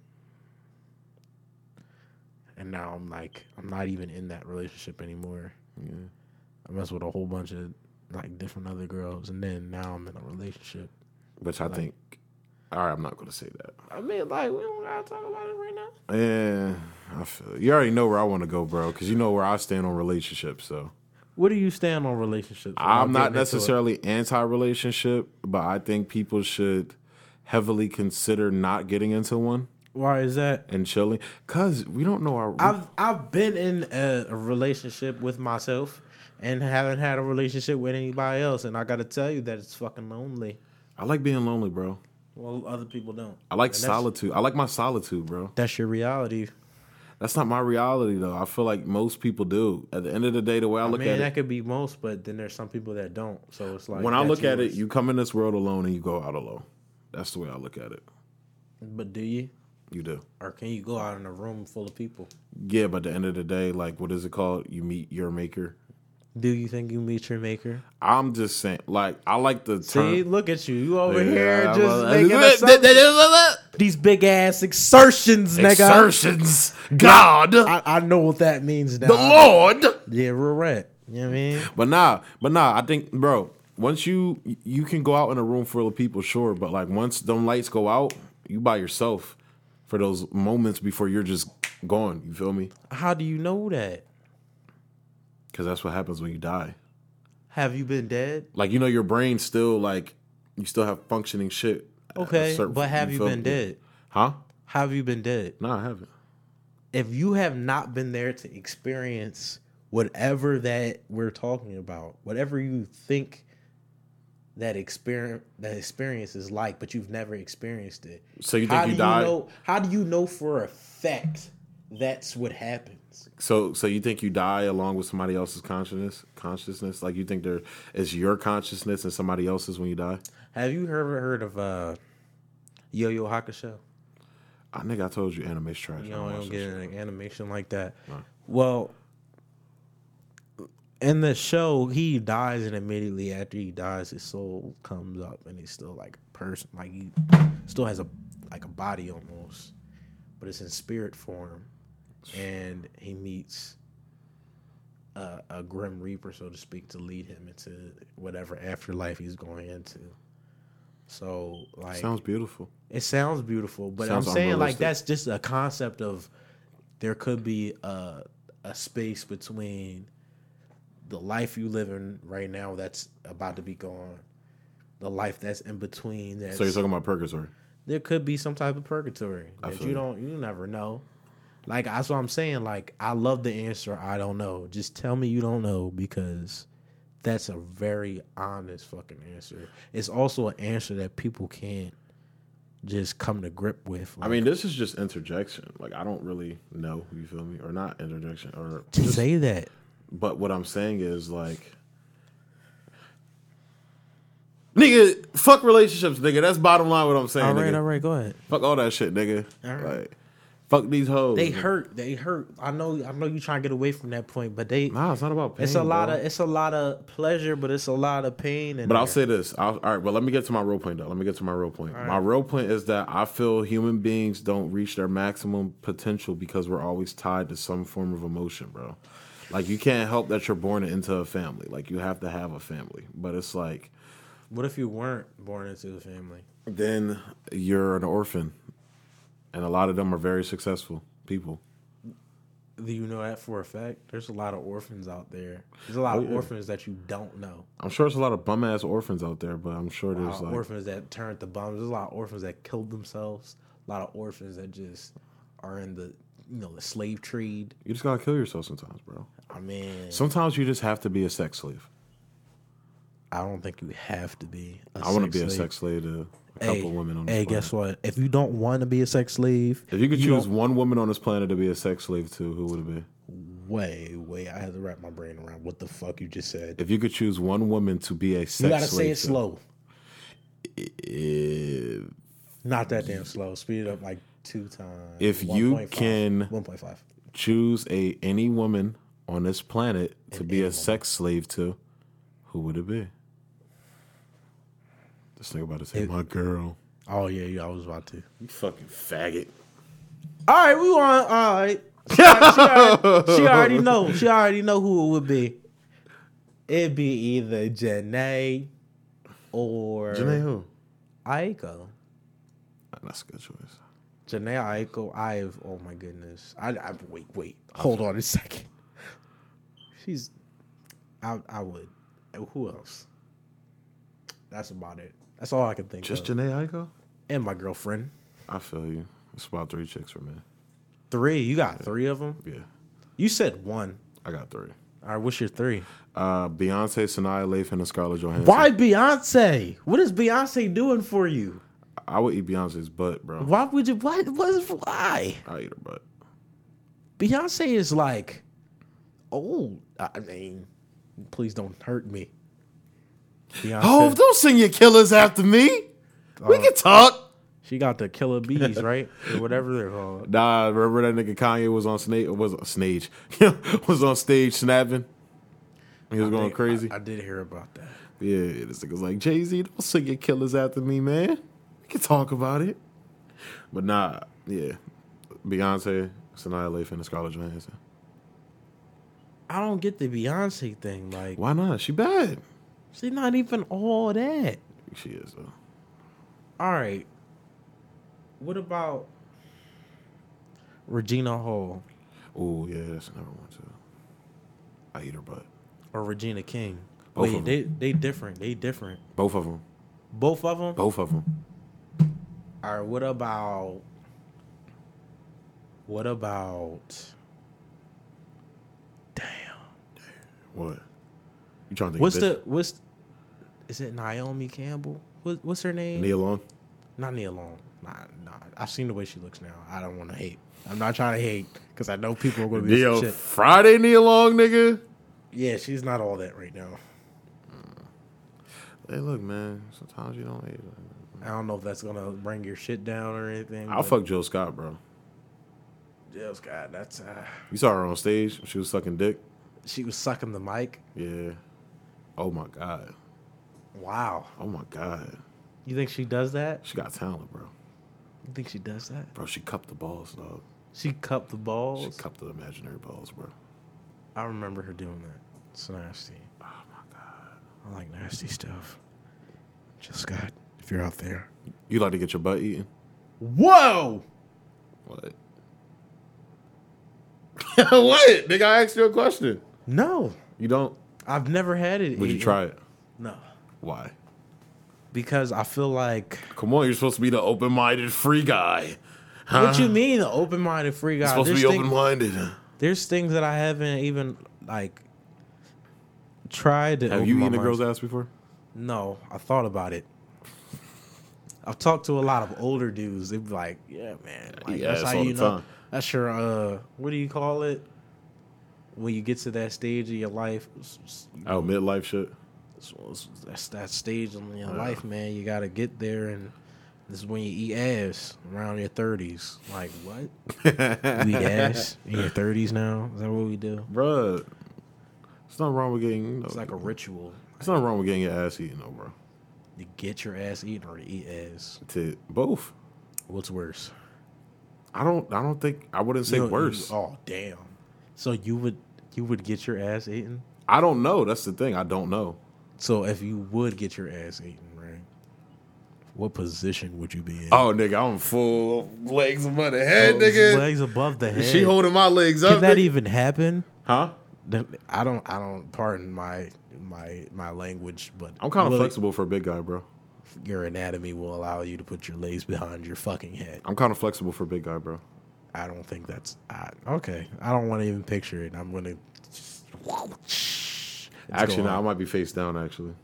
[SPEAKER 2] and now I'm like I'm not even in that relationship anymore.
[SPEAKER 1] Yeah.
[SPEAKER 2] I mess with a whole bunch of like different other girls, and then now I'm in a relationship.
[SPEAKER 1] Which I think, all right, I'm not gonna say that.
[SPEAKER 2] I mean, like we don't gotta talk about it right now.
[SPEAKER 1] Yeah, I feel you already know where I want to go, bro, because you know where I stand on relationships. So
[SPEAKER 2] What do you stand on relationships?
[SPEAKER 1] I'm
[SPEAKER 2] Without
[SPEAKER 1] not
[SPEAKER 2] getting into it.
[SPEAKER 1] necessarily anti relationship, but I think people should heavily consider not getting into one
[SPEAKER 2] Why is that?
[SPEAKER 1] and chilling because we don't know our.
[SPEAKER 2] I've I've been in a, a relationship with myself and haven't had a relationship with anybody else, and I gotta tell you that it's fucking lonely.
[SPEAKER 1] I like being lonely, bro.
[SPEAKER 2] Well, other people don't.
[SPEAKER 1] I like
[SPEAKER 2] And that's-
[SPEAKER 1] solitude. I like my solitude, bro.
[SPEAKER 2] That's your reality.
[SPEAKER 1] That's not my reality, though. I feel like most people do. At the end of the day, the way I
[SPEAKER 2] I
[SPEAKER 1] look
[SPEAKER 2] mean,
[SPEAKER 1] at
[SPEAKER 2] that
[SPEAKER 1] it,
[SPEAKER 2] could be most, but then there's some people that don't. So it's like
[SPEAKER 1] when I
[SPEAKER 2] that's
[SPEAKER 1] look at it,
[SPEAKER 2] yours.
[SPEAKER 1] you come in this world alone and you go out alone. That's the way I look at it.
[SPEAKER 2] But do you,
[SPEAKER 1] You do.
[SPEAKER 2] or can you go out in a room full of people?
[SPEAKER 1] Yeah, but at the end of the day, like, what is it called? You meet your maker.
[SPEAKER 2] Do you think you meet your maker?
[SPEAKER 1] I'm just saying, like, I like the term.
[SPEAKER 2] See, look at you. You over here
[SPEAKER 1] Yeah, I
[SPEAKER 2] just
[SPEAKER 1] love-
[SPEAKER 2] making assumptions. these big ass exertions, nigga.
[SPEAKER 1] Exertions, God, the
[SPEAKER 2] I, I know what that means now.
[SPEAKER 1] Lord.
[SPEAKER 2] Yeah, we're right. You know what I mean?
[SPEAKER 1] But nah, but nah, I think, bro, once you you can go out in a room full of people, sure, but like once them lights go out, you by yourself for those moments before you're just gone. You feel me?
[SPEAKER 2] How do you know that?
[SPEAKER 1] Because that's what happens when you die.
[SPEAKER 2] Have you been dead?
[SPEAKER 1] Like you know, your brain still like you still have functioning shit. at a
[SPEAKER 2] Okay,
[SPEAKER 1] certain-
[SPEAKER 2] but have you
[SPEAKER 1] feel
[SPEAKER 2] been
[SPEAKER 1] me?
[SPEAKER 2] dead?
[SPEAKER 1] Huh?
[SPEAKER 2] Have you been dead?
[SPEAKER 1] No, I haven't.
[SPEAKER 2] If you have not been there to experience whatever that we're talking about, whatever you think that experience that experience is like, but you've never experienced it.
[SPEAKER 1] So you
[SPEAKER 2] how
[SPEAKER 1] think you
[SPEAKER 2] do
[SPEAKER 1] died?
[SPEAKER 2] you know how do you know for a fact that's what happens?
[SPEAKER 1] So, so you think you die along with somebody else's consciousness? Consciousness, like you think there is your consciousness and somebody else's when you die?
[SPEAKER 2] Have you ever heard of uh Yo Yo Hakusho?
[SPEAKER 1] I think Ah, I told you anime's trash.
[SPEAKER 2] You
[SPEAKER 1] I
[SPEAKER 2] know, I
[SPEAKER 1] watch
[SPEAKER 2] don't
[SPEAKER 1] this
[SPEAKER 2] get
[SPEAKER 1] shit.
[SPEAKER 2] an animation like that. Well, in the show, he dies, and immediately after he dies, his soul comes up, and he's still like a person, like he still has a like a body almost, but it's in spirit form, and he meets a, a grim reaper, so to speak, to lead him into whatever afterlife he's going into. So, like,
[SPEAKER 1] Sounds beautiful.
[SPEAKER 2] it sounds beautiful, but
[SPEAKER 1] Sounds
[SPEAKER 2] I'm saying like
[SPEAKER 1] unrealistic.
[SPEAKER 2] that's just a concept of there could be a a space between the life you live in right now that's about to be gone, the life that's in between that's
[SPEAKER 1] So you're talking about purgatory?
[SPEAKER 2] there could be some type of purgatory that
[SPEAKER 1] feel
[SPEAKER 2] you
[SPEAKER 1] you.
[SPEAKER 2] don't you never know. Like that's what I'm saying. Like I love the answer. I don't know. Just tell me you don't know because that's a very honest fucking answer. It's also an answer that people can't just come to grip with.
[SPEAKER 1] I mean, this is just interjection. Like I don't really know. You feel me? Or not interjection? Or
[SPEAKER 2] to
[SPEAKER 1] just-
[SPEAKER 2] say that
[SPEAKER 1] But what I'm saying is like, nigga, fuck relationships, nigga. That's bottom line. What I'm saying.
[SPEAKER 2] all right,
[SPEAKER 1] nigga.
[SPEAKER 2] all right, go ahead.
[SPEAKER 1] Fuck all that shit, nigga.
[SPEAKER 2] All right.
[SPEAKER 1] Like, fuck these hoes.
[SPEAKER 2] They hurt. They hurt. I know. I know you trying to get away from that point, but they.
[SPEAKER 1] Nah, it's not about pain.
[SPEAKER 2] it's a lot
[SPEAKER 1] bro.
[SPEAKER 2] of. It's a lot of pleasure, but it's a lot of pain. And
[SPEAKER 1] But I'll say this. I'll, all right, but let me get to my role point though. Let me get to my role point. My role point is that I feel human beings don't reach their maximum potential because we're always tied to some form of emotion, bro. Like you can't help that you're born into a family. Like you have to have a family. But it's like
[SPEAKER 2] What if you weren't born into the family?
[SPEAKER 1] Then you're an orphan, and a lot of them are very successful people.
[SPEAKER 2] Do you know that for a fact? There's a lot of orphans out there. There's a lot
[SPEAKER 1] Oh,
[SPEAKER 2] of
[SPEAKER 1] yeah.
[SPEAKER 2] orphans that you don't know.
[SPEAKER 1] I'm sure there's a lot of bum ass orphans out there, but I'm sure
[SPEAKER 2] A lot
[SPEAKER 1] there's
[SPEAKER 2] of
[SPEAKER 1] like
[SPEAKER 2] orphans that turned to bombs. There's a lot of orphans that killed themselves. A lot of orphans that just are in the you know the slave trade.
[SPEAKER 1] you just gotta kill yourself sometimes, bro.
[SPEAKER 2] I mean,
[SPEAKER 1] Sometimes you just have to be a sex slave.
[SPEAKER 2] I don't think you have to be. I
[SPEAKER 1] I want to be a sex slave to a couple women on. This
[SPEAKER 2] Hey,
[SPEAKER 1] planet.
[SPEAKER 2] guess what? If you don't want to be a sex slave,
[SPEAKER 1] If you could
[SPEAKER 2] don't-
[SPEAKER 1] choose one woman on this planet to be a sex slave to, who would it be?
[SPEAKER 2] Wait, wait. I had to wrap my brain around what the fuck you just said.
[SPEAKER 1] If you could choose one woman to be a sex
[SPEAKER 2] you gotta say
[SPEAKER 1] slave
[SPEAKER 2] it slow.
[SPEAKER 1] to,
[SPEAKER 2] Not that damn slow. Speed it up like two times.
[SPEAKER 1] If you
[SPEAKER 2] 1.5.
[SPEAKER 1] can-
[SPEAKER 2] 1.5.
[SPEAKER 1] choose a any woman on this planet to be a sex slave to, who would it be? Just think about it. Say, my girl.
[SPEAKER 2] Oh, yeah, yeah, I was about to.
[SPEAKER 1] You fucking faggot.
[SPEAKER 2] All right, we want. All right. She already, she already know. She already know who it would be. It'd be either Janae or
[SPEAKER 1] Janae who?
[SPEAKER 2] Aiko.
[SPEAKER 1] That's a good choice.
[SPEAKER 2] Janae Aiko, I've oh my goodness. I, I wait, wait, hold on a second. She's, I, I would. And Who else? That's about it. That's all I can think
[SPEAKER 1] Just
[SPEAKER 2] of.
[SPEAKER 1] Janae Aiko?
[SPEAKER 2] and my girlfriend.
[SPEAKER 1] I feel you. It's about three chicks for me.
[SPEAKER 2] Three. You got three of them.
[SPEAKER 1] Yeah,
[SPEAKER 2] You said one.
[SPEAKER 1] I got three.
[SPEAKER 2] All right. What's your three?
[SPEAKER 1] Uh, Beyonce, Sanaa Lathan, and Scarlett Johansson.
[SPEAKER 2] Why Beyonce? What is Beyonce doing for you?
[SPEAKER 1] I would eat Beyonce's butt, bro.
[SPEAKER 2] Why would you? Why? What, why?
[SPEAKER 1] I eat her butt.
[SPEAKER 2] Beyonce is like old. I mean, please don't hurt me. Beyonce.
[SPEAKER 1] Oh, don't sing your killers after me. We
[SPEAKER 2] Uh,
[SPEAKER 1] can talk.
[SPEAKER 2] She got the killer bees, right? or whatever they're called.
[SPEAKER 1] Nah, remember that nigga Kanye was on stage was on stage was on stage snapping. He was going crazy.
[SPEAKER 2] I, I did hear about that.
[SPEAKER 1] yeah, this nigga's like Jay Z. Don't sing your killers after me, man. We can talk about it. But nah, yeah, Beyonce, Sanaa Lathan, and Scarlett Johansson.
[SPEAKER 2] I don't get the Beyonce thing. Like,
[SPEAKER 1] Why not? She bad.
[SPEAKER 2] she's not even all that.
[SPEAKER 1] She is though.
[SPEAKER 2] All right. What about Regina Hall
[SPEAKER 1] Oh yeah, that's another one too. I eat her butt.
[SPEAKER 2] or Regina King?
[SPEAKER 1] Both
[SPEAKER 2] Wait,
[SPEAKER 1] of 'em.
[SPEAKER 2] they they different. They different.
[SPEAKER 1] Both of them.
[SPEAKER 2] Both of them.
[SPEAKER 1] Both of them.
[SPEAKER 2] All right. What about? What about? Damn.
[SPEAKER 1] What? You trying to think?
[SPEAKER 2] What's
[SPEAKER 1] of
[SPEAKER 2] the what's? Is it Naomi Campbell? What, what's her name?
[SPEAKER 1] Neil on?
[SPEAKER 2] Not Nia Long. Nah, nah. I've seen the way she looks now. I don't want to hate. I'm not trying to hate because I know people are going to be
[SPEAKER 1] Yo,
[SPEAKER 2] some shit.
[SPEAKER 1] Friday Neil Long, nigga.
[SPEAKER 2] Yeah, she's not all that right now.
[SPEAKER 1] Hey, look, man. Sometimes you don't hate.
[SPEAKER 2] I don't know if that's going to bring your shit down or anything.
[SPEAKER 1] I'll
[SPEAKER 2] but-
[SPEAKER 1] fuck Jill Scott, bro.
[SPEAKER 2] Yes, God, that's. Uh,
[SPEAKER 1] You saw her on stage. She was sucking dick.
[SPEAKER 2] she was sucking the mic.
[SPEAKER 1] Yeah. Oh my god.
[SPEAKER 2] Wow.
[SPEAKER 1] Oh my god.
[SPEAKER 2] You think she does that?
[SPEAKER 1] She got talent, bro.
[SPEAKER 2] You think she does that?
[SPEAKER 1] Bro, she cupped the balls, dog.
[SPEAKER 2] She cupped the
[SPEAKER 1] She
[SPEAKER 2] balls.
[SPEAKER 1] cupped the imaginary balls, bro.
[SPEAKER 2] I remember her doing that. It's nasty. Oh, my God. I like nasty stuff. Just Scott, if you're out there.
[SPEAKER 1] You like to get your butt eaten?
[SPEAKER 2] Whoa!
[SPEAKER 1] What? what? Nigga, I asked you a question.
[SPEAKER 2] No.
[SPEAKER 1] You don't?
[SPEAKER 2] I've never had it.
[SPEAKER 1] Would you
[SPEAKER 2] eaten.
[SPEAKER 1] try it?
[SPEAKER 2] No.
[SPEAKER 1] Why?
[SPEAKER 2] Because I feel like.
[SPEAKER 1] Come on, you're supposed to be the open-minded free guy. Huh?
[SPEAKER 2] What you mean, the open minded free guy?
[SPEAKER 1] supposed to
[SPEAKER 2] There's,
[SPEAKER 1] be
[SPEAKER 2] thing-
[SPEAKER 1] open-minded.
[SPEAKER 2] there's things that I haven't even, like, tried to.
[SPEAKER 1] Have
[SPEAKER 2] open
[SPEAKER 1] you
[SPEAKER 2] my
[SPEAKER 1] eaten a
[SPEAKER 2] mind.
[SPEAKER 1] girl's ass before?
[SPEAKER 2] No, I thought about it. I've talked to a lot of older dudes. They'd be like, "Yeah, man, like,
[SPEAKER 1] Yeah,
[SPEAKER 2] that's
[SPEAKER 1] it's
[SPEAKER 2] how
[SPEAKER 1] all
[SPEAKER 2] you
[SPEAKER 1] the
[SPEAKER 2] know.
[SPEAKER 1] time.
[SPEAKER 2] That's your uh, what do you call it when you get to that stage of your life? s- s-
[SPEAKER 1] Oh, midlife shit.
[SPEAKER 2] s- s- That's that stage in your life, man. You gotta get there, and this is when you eat ass around your thirties. Like what? you eat ass in your thirties now? Is that what we do?
[SPEAKER 1] Bruh. It's not wrong with getting you know,
[SPEAKER 2] It's like a ritual.
[SPEAKER 1] it's not wrong with getting your ass eaten though, bro.
[SPEAKER 2] You get your ass eaten or to eat ass.
[SPEAKER 1] To both.
[SPEAKER 2] What's worse?
[SPEAKER 1] I don't I don't think I wouldn't say
[SPEAKER 2] You know, you-
[SPEAKER 1] worse.
[SPEAKER 2] oh damn! So you would you would get your ass eaten?
[SPEAKER 1] I don't know. That's the thing. I don't know.
[SPEAKER 2] So if you would get your ass eaten, right? What position would you be in?
[SPEAKER 1] Oh, nigga, I'm full legs above the head,
[SPEAKER 2] Oh,
[SPEAKER 1] nigga.
[SPEAKER 2] Legs above the head.
[SPEAKER 1] She holding my legs
[SPEAKER 2] Can
[SPEAKER 1] up.
[SPEAKER 2] that
[SPEAKER 1] nigga.
[SPEAKER 2] even happen?
[SPEAKER 1] huh?
[SPEAKER 2] The- I don't. I don't. Pardon my my my language, but
[SPEAKER 1] I'm kind of
[SPEAKER 2] will-
[SPEAKER 1] flexible for a big guy, bro.
[SPEAKER 2] Your anatomy will allow you to put your legs behind your fucking head.
[SPEAKER 1] I'm kind of flexible for a big guy, bro.
[SPEAKER 2] I don't think that's I, okay. I don't want to even picture it. I'm gonna. It's
[SPEAKER 1] actually,
[SPEAKER 2] going-
[SPEAKER 1] no, I might be face down. Actually,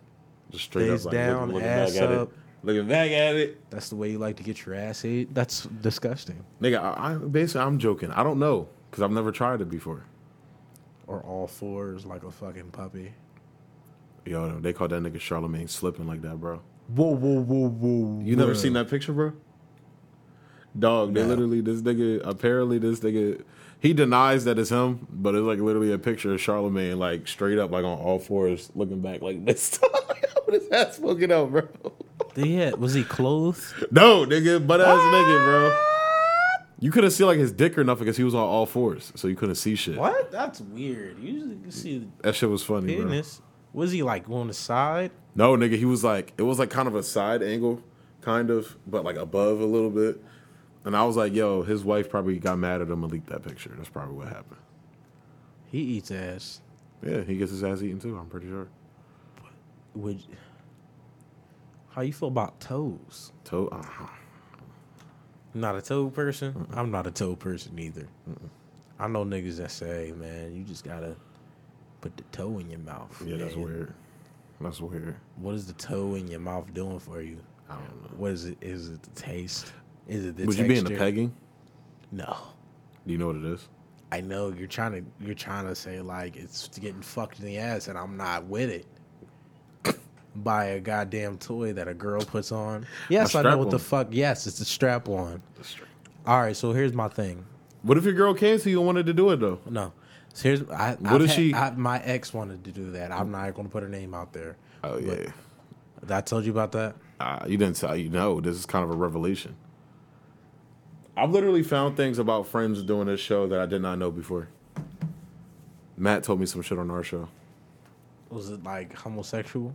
[SPEAKER 1] just straight
[SPEAKER 2] Face
[SPEAKER 1] up,
[SPEAKER 2] down, ass up.
[SPEAKER 1] at it, looking back at it,
[SPEAKER 2] That's the way you like to get your ass ate. That's disgusting.
[SPEAKER 1] nigga. I, I basically, I'm joking. I don't know because I've never tried it before.
[SPEAKER 2] Or all fours like a fucking puppy.
[SPEAKER 1] Yo, they call that nigga Charlemagne slipping like that, bro.
[SPEAKER 2] Whoa, whoa, whoa, whoa!
[SPEAKER 1] You never seen that picture, bro? Dog, they
[SPEAKER 2] No.
[SPEAKER 1] literally this nigga apparently this nigga he denies that it's him, but it's like literally a picture of Charlemagne like straight up like on all fours looking back like this with his ass smoking out, bro.
[SPEAKER 2] Yeah, was he clothed?
[SPEAKER 1] No, nigga, butt ass nigga, bro. You couldn't see like his dick or nothing because he was on all fours, so you couldn't see shit.
[SPEAKER 2] What? That's weird. Usually you see the
[SPEAKER 1] That shit was funny, bro.
[SPEAKER 2] penis. Was he like on the side?
[SPEAKER 1] No, nigga, he was like it was like kind of a side angle, kind of, but like above a little bit. And I was like, yo, his wife probably got mad at him and leaked that picture. That's probably what happened.
[SPEAKER 2] He eats ass.
[SPEAKER 1] Yeah, he gets his ass eaten too. I'm pretty sure.
[SPEAKER 2] Would how you feel about toes?
[SPEAKER 1] Toe. Uh-huh.
[SPEAKER 2] Not a toe person. I'm not a toe person either. I know niggas that say, "Man, you just gotta put the toe in your mouth."
[SPEAKER 1] Yeah, that's
[SPEAKER 2] man."
[SPEAKER 1] weird. That's weird.
[SPEAKER 2] What is the toe in your mouth doing for you?
[SPEAKER 1] I don't know.
[SPEAKER 2] What is it? Is it the taste? Is it the
[SPEAKER 1] Would you be into
[SPEAKER 2] texture?
[SPEAKER 1] pegging?
[SPEAKER 2] No.
[SPEAKER 1] Do you know what it is?
[SPEAKER 2] I know you're trying to you're trying to say like it's getting fucked in the ass and I'm not with it by a goddamn toy that a girl puts on. Yes, I know what the fuck. Yes, it's a strap on. All right, so here's my thing.
[SPEAKER 1] What if your girl came to you and wanted to do it though?
[SPEAKER 2] No, so here's I. What
[SPEAKER 1] What is she-
[SPEAKER 2] I, my ex wanted to do that. I'm not going to put her name out there.
[SPEAKER 1] Oh yeah.
[SPEAKER 2] I told you about that.
[SPEAKER 1] Uh, you didn't tell you know. This is kind of a revelation. I've literally found things about friends doing this show that I did not know before. Matt told me some shit on our show.
[SPEAKER 2] Was it like homosexual?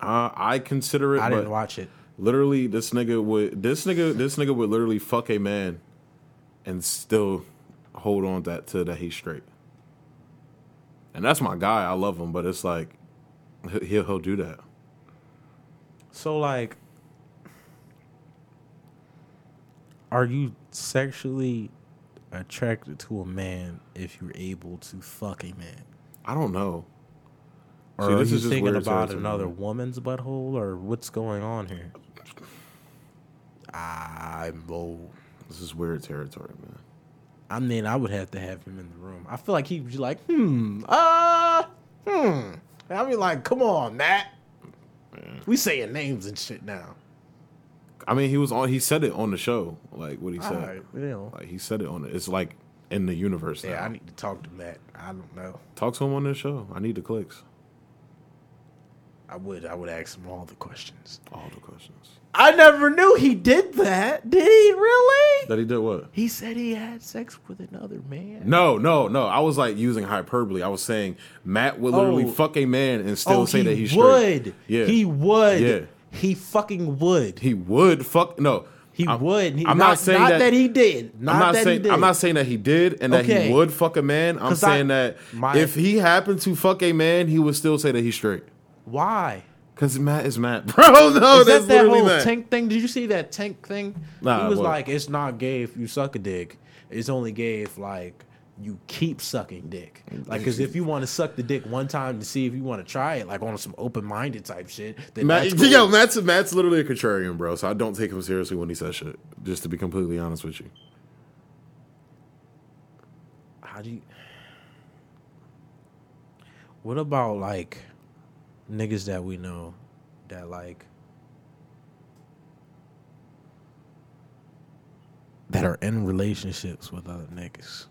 [SPEAKER 1] Uh, I consider it.
[SPEAKER 2] I
[SPEAKER 1] but-
[SPEAKER 2] didn't watch it.
[SPEAKER 1] Literally, this nigga would this nigga this nigga would literally fuck a man, and still hold on that to that he's straight. And that's my guy. I love him, but it's like he- he'll he'll do that.
[SPEAKER 2] So like are you sexually attracted to a man if you're able to fuck a man?
[SPEAKER 1] I don't know.
[SPEAKER 2] Or
[SPEAKER 1] See,
[SPEAKER 2] are
[SPEAKER 1] Oh, this
[SPEAKER 2] you
[SPEAKER 1] is just
[SPEAKER 2] thinking
[SPEAKER 1] weird
[SPEAKER 2] about
[SPEAKER 1] territory.
[SPEAKER 2] another woman's butthole or what's going on here? I'm bold.
[SPEAKER 1] This is weird territory, man.
[SPEAKER 2] I mean, I would have to have him in the room. I feel like he'd be like, hmm, uh, hmm. I'd be like, come on, Matt. We saying names and shit now.
[SPEAKER 1] I mean, he was on. He said it on the show, like what he said.
[SPEAKER 2] Alright, you know.
[SPEAKER 1] Like he said it on. it. It's like in the universe.
[SPEAKER 2] Yeah,
[SPEAKER 1] now.
[SPEAKER 2] I need to talk to Matt. I don't know.
[SPEAKER 1] talk to him on this show. I need the clicks.
[SPEAKER 2] I would. I would ask him all the questions.
[SPEAKER 1] All the questions
[SPEAKER 2] I never knew he did that. Did he really?
[SPEAKER 1] that he did. What?
[SPEAKER 2] He said he had sex with another man.
[SPEAKER 1] No, no, no. I was like using hyperbole. I was saying Matt would literally
[SPEAKER 2] Oh.
[SPEAKER 1] fuck a man and still say that he's straight.
[SPEAKER 2] would.
[SPEAKER 1] Yeah.
[SPEAKER 2] He would.
[SPEAKER 1] Yeah.
[SPEAKER 2] He fucking would.
[SPEAKER 1] He would fuck no.
[SPEAKER 2] He
[SPEAKER 1] I'm-
[SPEAKER 2] would. He-
[SPEAKER 1] I'm
[SPEAKER 2] not,
[SPEAKER 1] not saying
[SPEAKER 2] not
[SPEAKER 1] that-
[SPEAKER 2] that, he did. Not,
[SPEAKER 1] I'm not
[SPEAKER 2] that
[SPEAKER 1] saying
[SPEAKER 2] he did.
[SPEAKER 1] I'm not saying that he did and that
[SPEAKER 2] Okay.
[SPEAKER 1] he would fuck a man. I'm
[SPEAKER 2] 'Cause I-
[SPEAKER 1] saying that
[SPEAKER 2] my-
[SPEAKER 1] if he happened to fuck a man, he would still say that he's straight.
[SPEAKER 2] Why?
[SPEAKER 1] Cause Matt is Matt, bro. No,
[SPEAKER 2] Is
[SPEAKER 1] Oh, that's
[SPEAKER 2] that that
[SPEAKER 1] literally
[SPEAKER 2] whole
[SPEAKER 1] Matt.
[SPEAKER 2] tank thing? Did you see that tank thing?
[SPEAKER 1] Nah,
[SPEAKER 2] he was
[SPEAKER 1] what?
[SPEAKER 2] like, "It's not gay if you suck a dick. It's only gay if like you keep sucking dick. Like, because if you want to suck the dick one time to see if you want to try it, like on some open minded type shit, then
[SPEAKER 1] Matt,
[SPEAKER 2] that's cool.
[SPEAKER 1] Yo, Matt's Matt's literally a contrarian, bro. So I don't take him seriously when he says shit. Just to be completely honest with you,
[SPEAKER 2] how do you? What about like niggas that we know that like that are in relationships with other niggas?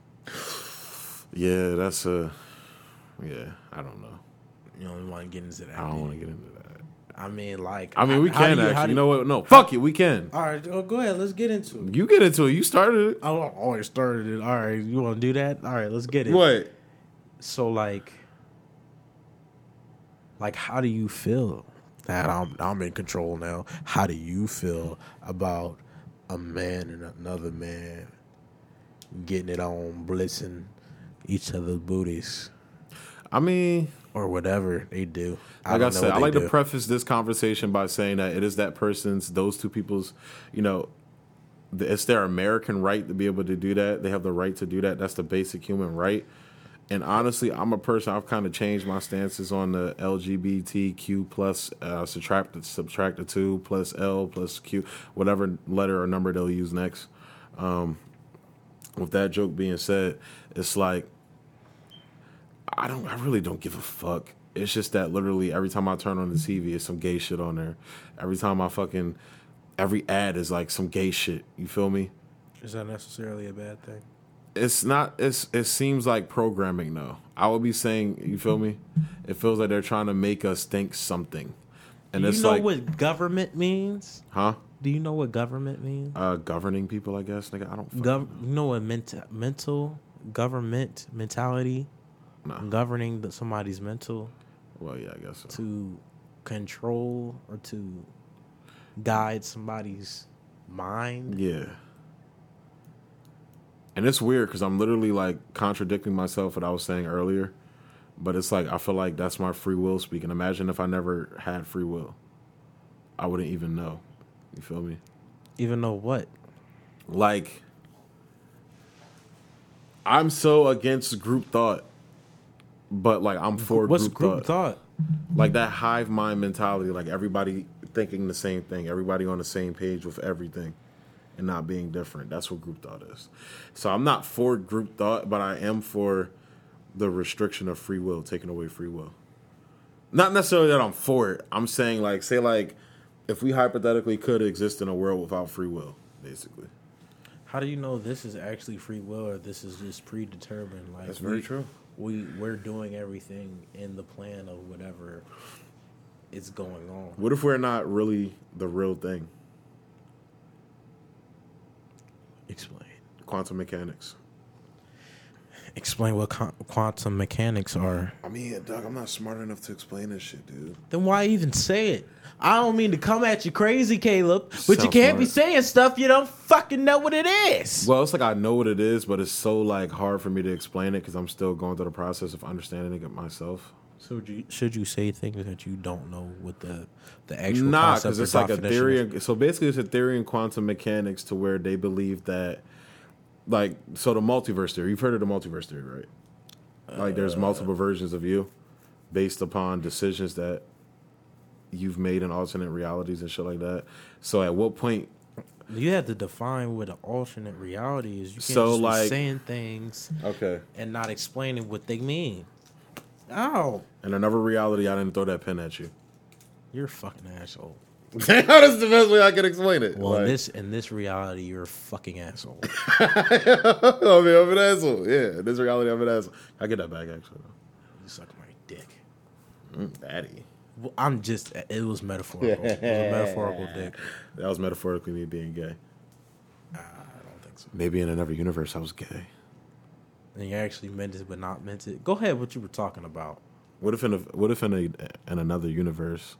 [SPEAKER 1] yeah, that's a yeah. I don't know.
[SPEAKER 2] You know, we want to get into that.
[SPEAKER 1] I don't want to get into that.
[SPEAKER 2] I mean, like,
[SPEAKER 1] Oh. I mean, we
[SPEAKER 2] how do
[SPEAKER 1] can
[SPEAKER 2] you- how
[SPEAKER 1] actually.
[SPEAKER 2] do
[SPEAKER 1] You know what? No, fuck it. We can.
[SPEAKER 2] All right, oh, go ahead. Let's get into it.
[SPEAKER 1] You get into it. You started it.
[SPEAKER 2] I don't always started it. All right, you want to do that? All right, let's get it.
[SPEAKER 1] What?
[SPEAKER 2] So, like, Like, how do you feel that I'm I'm in control now? How do you feel about a man and another man getting it on, blitzing each other's booties
[SPEAKER 1] I mean,
[SPEAKER 2] or whatever they do?
[SPEAKER 1] like I,
[SPEAKER 2] don't know
[SPEAKER 1] said,
[SPEAKER 2] what
[SPEAKER 1] I
[SPEAKER 2] they
[SPEAKER 1] like
[SPEAKER 2] do.
[SPEAKER 1] to preface this conversation by saying that it is that person's, those two people's, you know, th- it's their American right to be able to do that. They have the right to do that. That's the basic human right. And honestly, I'm a person. I've kind of changed my stances on the LGBTQ plus uh, subtract subtract the two plus L plus Q, whatever letter or number they'll use next. Um, with that joke being said, it's like I don't. I really don't give a fuck. It's just that literally every time I turn on the TV, it's some gay shit on there. Every time I fucking every ad is like some gay shit. You feel me?
[SPEAKER 2] Is that necessarily a bad thing?
[SPEAKER 1] It's not. It's it seems like programming though. I would be saying, you feel me? It feels like they're trying to make us think something, and
[SPEAKER 2] Do
[SPEAKER 1] it's
[SPEAKER 2] you know
[SPEAKER 1] like,
[SPEAKER 2] what government means?
[SPEAKER 1] huh?
[SPEAKER 2] Do you know what government means?
[SPEAKER 1] Uh, governing people, I guess. Nigga, I don't. Fuck,
[SPEAKER 2] Gov- you know what mental, mental government mentality?
[SPEAKER 1] Nah.
[SPEAKER 2] Governing the, somebody's mental
[SPEAKER 1] well, yeah, I guess. So.
[SPEAKER 2] to control or to guide somebody's mind.
[SPEAKER 1] Yeah. And it's weird because I'm literally like contradicting myself what I was saying earlier, but it's like I feel like that's my free will speaking. Imagine if I never had free will, I wouldn't even know. You feel me?
[SPEAKER 2] Even though what?
[SPEAKER 1] Like, I'm so against group thought, but like I'm for
[SPEAKER 2] What's
[SPEAKER 1] group,
[SPEAKER 2] group
[SPEAKER 1] thought.
[SPEAKER 2] thought?
[SPEAKER 1] Like that hive mind mentality, like everybody thinking the same thing, everybody on the same page with everything and not being different. That's what group thought is. So I'm not for group thought, but I am for the restriction of free will, taking away free will. Not necessarily that I'm for it. I'm saying like say like if we hypothetically could exist in a world without free will, basically.
[SPEAKER 2] How do you know this is actually free will or this is just predetermined? Like
[SPEAKER 1] That's very
[SPEAKER 2] we-
[SPEAKER 1] true.
[SPEAKER 2] We we're doing everything in the plan of whatever is going on.
[SPEAKER 1] What if we're not really the real thing?
[SPEAKER 2] Explain.
[SPEAKER 1] Quantum mechanics.
[SPEAKER 2] Explain what con- quantum mechanics are.
[SPEAKER 1] I mean, Doug, I'm not smart enough to explain this shit, dude.
[SPEAKER 2] Then why even say it? I don't mean to come at you crazy, Caleb, but you
[SPEAKER 1] Sounds
[SPEAKER 2] can't be
[SPEAKER 1] smart.
[SPEAKER 2] saying stuff you don't fucking know what it is.
[SPEAKER 1] Well, it's like I know what it is, but it's so like hard for me to explain it because I'm still going through the process of understanding it myself.
[SPEAKER 2] So you, should you say things that you don't know what the the actual
[SPEAKER 1] nah,
[SPEAKER 2] concept
[SPEAKER 1] because
[SPEAKER 2] or
[SPEAKER 1] it's like a
[SPEAKER 2] definition
[SPEAKER 1] theory.
[SPEAKER 2] is?
[SPEAKER 1] so basically, it's a theory in quantum mechanics to where they believe that, like, so the multiverse theory. You've heard of the multiverse theory, right? Like, there's multiple versions of you based upon decisions that you've made in alternate realities and shit like that. So at what point
[SPEAKER 2] You have to define what an alternate reality is. You can't
[SPEAKER 1] So,
[SPEAKER 2] just
[SPEAKER 1] like-
[SPEAKER 2] be saying things
[SPEAKER 1] Okay.
[SPEAKER 2] and not explaining what they mean. Oh,
[SPEAKER 1] In another reality, I didn't throw that pin at you.
[SPEAKER 2] you're a fucking asshole.
[SPEAKER 1] That's the best way I can explain it.
[SPEAKER 2] Well,
[SPEAKER 1] Like-
[SPEAKER 2] in this in this reality, you're a fucking asshole.
[SPEAKER 1] I mean, I'm an asshole. Yeah, in this reality, I'm an asshole. I get that back actually.
[SPEAKER 2] you suck my dick.
[SPEAKER 1] Mm, Daddy,
[SPEAKER 2] Well, I'm just. It was metaphorical. it was a metaphorical dick.
[SPEAKER 1] that was metaphorically me being gay.
[SPEAKER 2] I don't think so.
[SPEAKER 1] Maybe in another universe, I was gay.
[SPEAKER 2] And you actually meant it, but not meant it. Go ahead. What you were talking about?
[SPEAKER 1] What if in a, what if in a in another universe?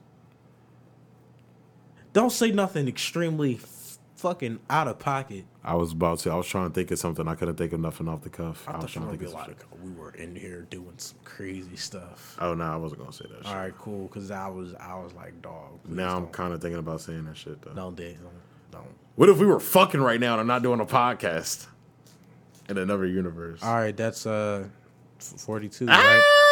[SPEAKER 2] Don't say nothing extremely f- fucking out of pocket.
[SPEAKER 1] I was about to. I was trying to think of something. I couldn't think of nothing off the cuff.
[SPEAKER 2] I,
[SPEAKER 1] I, was
[SPEAKER 2] thought you
[SPEAKER 1] trying
[SPEAKER 2] were
[SPEAKER 1] to
[SPEAKER 2] gonna
[SPEAKER 1] think
[SPEAKER 2] be
[SPEAKER 1] of some
[SPEAKER 2] like,
[SPEAKER 1] shit.
[SPEAKER 2] we were in here doing some crazy stuff.
[SPEAKER 1] Oh no, I wasn't gonna say that.
[SPEAKER 2] All
[SPEAKER 1] shit.
[SPEAKER 2] right, cool. Because I was, I was like, dog. please
[SPEAKER 1] Now I'm
[SPEAKER 2] don't.
[SPEAKER 1] kind of thinking about saying that shit though.
[SPEAKER 2] don't, do- don't, don't.
[SPEAKER 1] What if we were fucking right now and I'm not doing a podcast in another universe?
[SPEAKER 2] All right, that's uh, forty-two. Right?
[SPEAKER 1] Ah!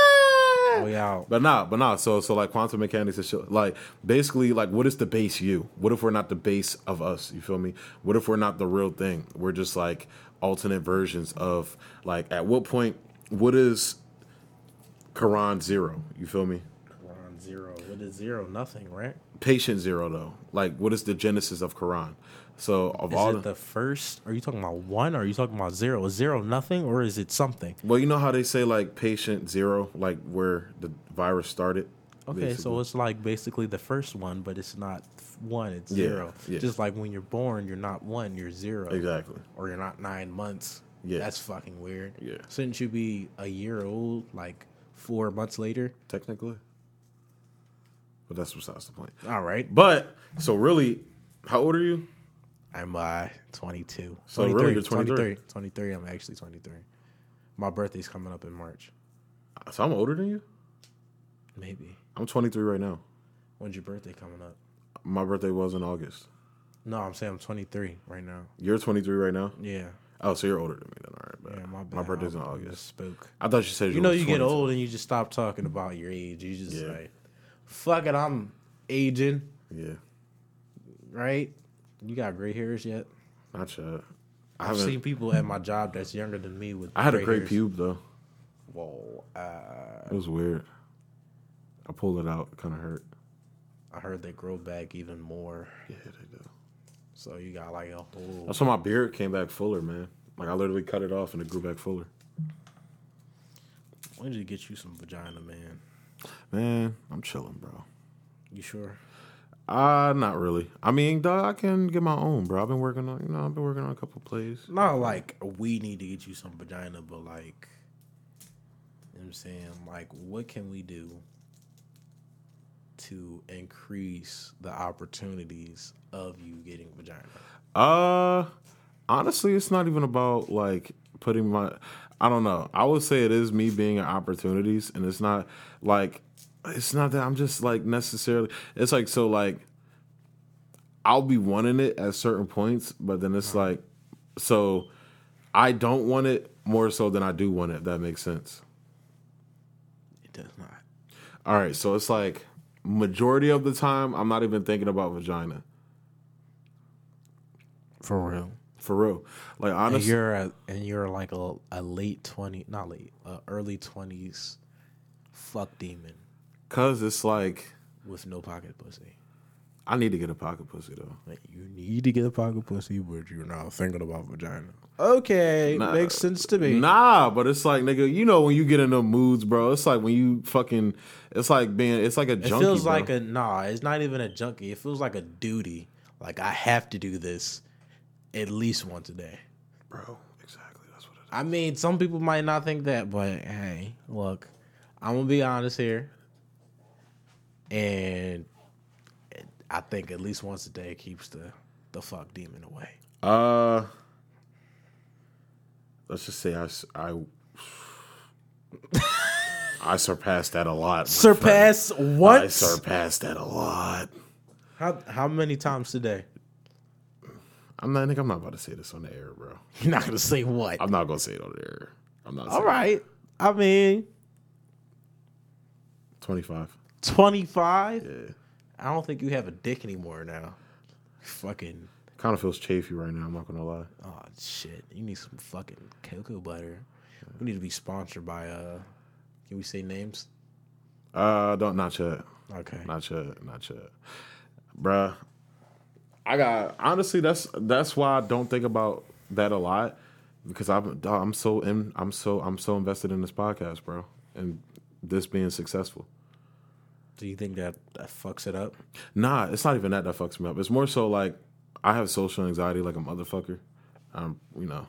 [SPEAKER 2] We out.
[SPEAKER 1] But nah, but nah. So so like quantum mechanics is shit- like basically like what is the base you? What if we're not the base of us? You feel me? What if we're not the real thing? We're just like alternate versions of like at what point what is Quran zero? You feel me?
[SPEAKER 2] Ron zero. What is zero? Nothing, right?
[SPEAKER 1] Patient zero though. Like what is the genesis of Quran? So of
[SPEAKER 2] Is
[SPEAKER 1] all
[SPEAKER 2] it the first? Are you talking about one? Or are you talking about zero? Is zero nothing, or is it something?
[SPEAKER 1] well, you know how they say like patient zero, like where the virus started.
[SPEAKER 2] Okay, so
[SPEAKER 1] basically?
[SPEAKER 2] it's like basically the first one, but it's not f- one; it's
[SPEAKER 1] Yeah,
[SPEAKER 2] zero.
[SPEAKER 1] yeah.
[SPEAKER 2] Just like when you're born, you're not one; you're zero,
[SPEAKER 1] exactly.
[SPEAKER 2] or you're not nine months.
[SPEAKER 1] Yeah.
[SPEAKER 2] that's fucking weird.
[SPEAKER 1] Yeah.
[SPEAKER 2] shouldn't you be a year old like four months later?
[SPEAKER 1] Technically, but that's besides the point.
[SPEAKER 2] All right.
[SPEAKER 1] But so really, how old are you?
[SPEAKER 2] I'm uh, 22.
[SPEAKER 1] So Oh, really, you're 23.
[SPEAKER 2] 23. 23. I'm actually 23. My birthday's coming up in March.
[SPEAKER 1] So I'm older than you.
[SPEAKER 2] Maybe.
[SPEAKER 1] I'm 23 right now.
[SPEAKER 2] When's your birthday coming up?
[SPEAKER 1] My birthday was in August.
[SPEAKER 2] No, I'm saying I'm 23 right now.
[SPEAKER 1] You're 23 right now.
[SPEAKER 2] Yeah.
[SPEAKER 1] Oh, so you're older than me then. All right, but
[SPEAKER 2] Yeah, my,
[SPEAKER 1] Uh, my
[SPEAKER 2] bad.
[SPEAKER 1] birthday's in
[SPEAKER 2] I
[SPEAKER 1] August.
[SPEAKER 2] Spoke.
[SPEAKER 1] I thought you said you,
[SPEAKER 2] You know,
[SPEAKER 1] were
[SPEAKER 2] you get
[SPEAKER 1] 22.
[SPEAKER 2] old and you just stop talking about your age. You just
[SPEAKER 1] Yeah.
[SPEAKER 2] like, fuck it, I'm aging,
[SPEAKER 1] Yeah,
[SPEAKER 2] right? You got gray hairs yet?
[SPEAKER 1] not yet. I
[SPEAKER 2] I've
[SPEAKER 1] haven't.
[SPEAKER 2] seen people at my job that's younger than me with.
[SPEAKER 1] I had a
[SPEAKER 2] gray
[SPEAKER 1] great
[SPEAKER 2] hairs.
[SPEAKER 1] pube though.
[SPEAKER 2] Whoa, uh,
[SPEAKER 1] It was weird. I pulled it out. Kind of hurt.
[SPEAKER 2] I heard they grow back even more.
[SPEAKER 1] Yeah, they do.
[SPEAKER 2] So you got like a whole.
[SPEAKER 1] That's why my beard came back fuller, man. Like I literally cut it off and it grew back fuller.
[SPEAKER 2] When did you get you some vagina, man?
[SPEAKER 1] Man, I'm chilling, bro.
[SPEAKER 2] You sure?
[SPEAKER 1] Uh, not really. I mean, dog, I can get my own, bro. I've been working on, you know, I've been working on a couple plays.
[SPEAKER 2] Not like we need to get you some vagina, but like, you know what I'm saying, like, what can we do to increase the opportunities of you getting vagina?
[SPEAKER 1] Uh, honestly, it's not even about like putting my. I don't know. I would say it is me being at opportunities, and it's not like it's not that I'm just like necessarily. It's like so like I'll be wanting it at certain points, but then it's like so I don't want it more so than I do want it. If that makes sense.
[SPEAKER 2] It does not.
[SPEAKER 1] All right, so it's like majority of the time I'm not even thinking about vagina
[SPEAKER 2] For real.
[SPEAKER 1] for real. Like
[SPEAKER 2] And
[SPEAKER 1] honestly,
[SPEAKER 2] you're a, and you're like a, a late twenty, not late, uh, early twenties, fuck demon
[SPEAKER 1] cause it's like
[SPEAKER 2] with no pocket pussy.
[SPEAKER 1] I need to get a pocket pussy though.
[SPEAKER 2] Like, you need to get a pocket pussy, but you're not thinking about vagina. Okay,
[SPEAKER 1] Nah.
[SPEAKER 2] makes sense to me.
[SPEAKER 1] Nah, but it's like nigga, you know when you get in the moods, bro. It's like when you fucking, it's like being, it's like a
[SPEAKER 2] It
[SPEAKER 1] junkie.
[SPEAKER 2] feels like a nah. It's not even a junkie. It feels like a duty. Like I have to do this at least once a day.
[SPEAKER 1] bro. Exactly, that's what it
[SPEAKER 2] I mean, some people might not think that, but hey, look, I'm gonna be honest here, and I think at least once a day keeps the the fuck demon away.
[SPEAKER 1] is. Uh, let's just say I, s- I, I surpassed that a lot. my friend.
[SPEAKER 2] Surpass
[SPEAKER 1] I
[SPEAKER 2] what?
[SPEAKER 1] surpassed that a lot.
[SPEAKER 2] how how many times today?
[SPEAKER 1] I'm not. I think I'm not about to say this on the air, bro.
[SPEAKER 2] You're not gonna say what?
[SPEAKER 1] I'm not gonna say it on the air. I'm not.
[SPEAKER 2] All right. I mean,
[SPEAKER 1] Twenty five.
[SPEAKER 2] 25.
[SPEAKER 1] Yeah.
[SPEAKER 2] I don't think you have a dick anymore now. Fucking
[SPEAKER 1] Kind of feels chafy right now. I'm not gonna lie.
[SPEAKER 2] oh shit. You need some fucking cocoa butter. We need to be sponsored by uh can we say names?
[SPEAKER 1] Uh, don't not yet.
[SPEAKER 2] Okay.
[SPEAKER 1] Not yet. Not yet. Bruh. I got honestly that's that's why I don't think about that a lot. Because I'm dawg, I'm so in I'm so I'm so invested in this podcast, bro. And this being successful.
[SPEAKER 2] Do you think that that fucks it up?
[SPEAKER 1] Nah, it's not even that that fucks me up. It's more so like I have social anxiety like a motherfucker. Um, you know.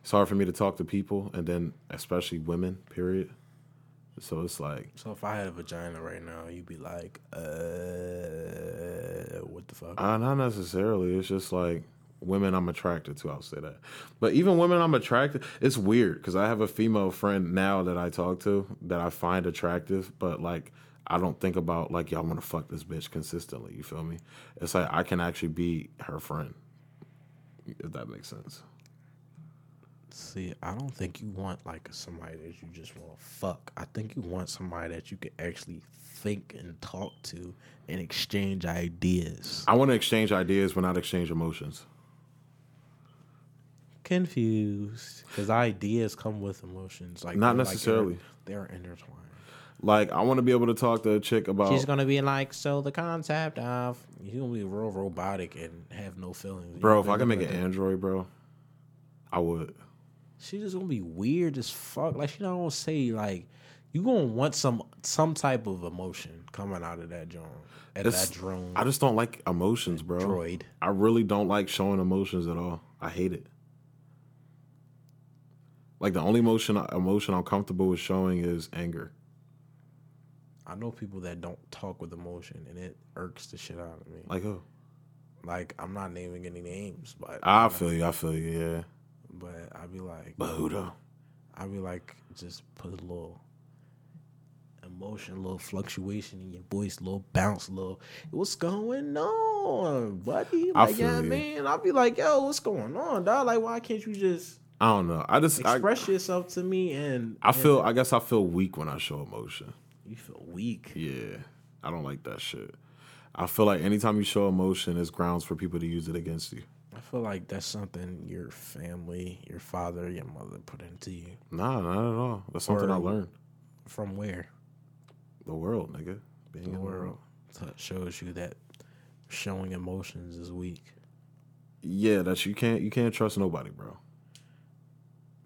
[SPEAKER 1] It's hard for me to talk to people and then especially women, period. So it's like
[SPEAKER 2] So if I had a vagina right now, you'd be like, uh what the fuck?
[SPEAKER 1] Uh, not necessarily. It's just like women I'm attracted to. I'll say that. But even women I'm attracted, it's weird because I have a female friend now that I talk to that I find attractive, but like I don't think about like y'all want to fuck this bitch consistently. You feel me? It's like I can actually be her friend, if that makes sense.
[SPEAKER 2] See, I don't think you want like somebody that you just want to fuck. I think you want somebody that you can actually think and talk to and exchange ideas.
[SPEAKER 1] I want to exchange ideas, but not exchange emotions.
[SPEAKER 2] confused because ideas come with emotions like
[SPEAKER 1] Not
[SPEAKER 2] they're, like,
[SPEAKER 1] necessarily.
[SPEAKER 2] inter- they're intertwined
[SPEAKER 1] Like I want to be able to talk to a chick about.
[SPEAKER 2] she's gonna be like so the concept of you're gonna be real robotic and have no feelings You
[SPEAKER 1] bro,
[SPEAKER 2] know,
[SPEAKER 1] if
[SPEAKER 2] they're
[SPEAKER 1] I can make
[SPEAKER 2] looking
[SPEAKER 1] an
[SPEAKER 2] at that.
[SPEAKER 1] android, bro, I would.
[SPEAKER 2] she's just gonna be weird as fuck like she not gonna say like you gonna want some some type of emotion coming out of that drone at
[SPEAKER 1] It's-
[SPEAKER 2] that drone
[SPEAKER 1] I just don't like emotions, bro.
[SPEAKER 2] droid
[SPEAKER 1] I really don't like showing emotions at all. I hate it. Like the only emotion emotion I'm comfortable with showing is anger.
[SPEAKER 2] I know people that don't talk with emotion, and it irks the shit out of me.
[SPEAKER 1] Like oh, who?
[SPEAKER 2] Like I'm not naming any names, but
[SPEAKER 1] I feel you. I feel you. Yeah.
[SPEAKER 2] but I'd be like,
[SPEAKER 1] But who though?
[SPEAKER 2] I'd be like, just put a little emotion, a little fluctuation in your voice, a little bounce, a little. What's going on, buddy?
[SPEAKER 1] I
[SPEAKER 2] Like, yeah,
[SPEAKER 1] feel you.
[SPEAKER 2] man. I'd be like, yo, what's going on, dog? Like, why can't you just
[SPEAKER 1] I don't know. I just I,
[SPEAKER 2] express yourself to me? And
[SPEAKER 1] I feel. I guess I feel weak when I show emotion.
[SPEAKER 2] you feel weak.
[SPEAKER 1] Yeah, I don't like that shit. I feel like anytime you show emotion, it's grounds for people to use it against you.
[SPEAKER 2] I feel like that's something your family, your father, your mother put into you.
[SPEAKER 1] Nah, not at all. That's something I
[SPEAKER 2] Or-
[SPEAKER 1] learned.
[SPEAKER 2] From where?
[SPEAKER 1] The world, nigga. Being in
[SPEAKER 2] The world.
[SPEAKER 1] Mm-hmm.
[SPEAKER 2] So it shows you that showing emotions is weak.
[SPEAKER 1] Yeah, that you can't. You can't trust nobody, bro.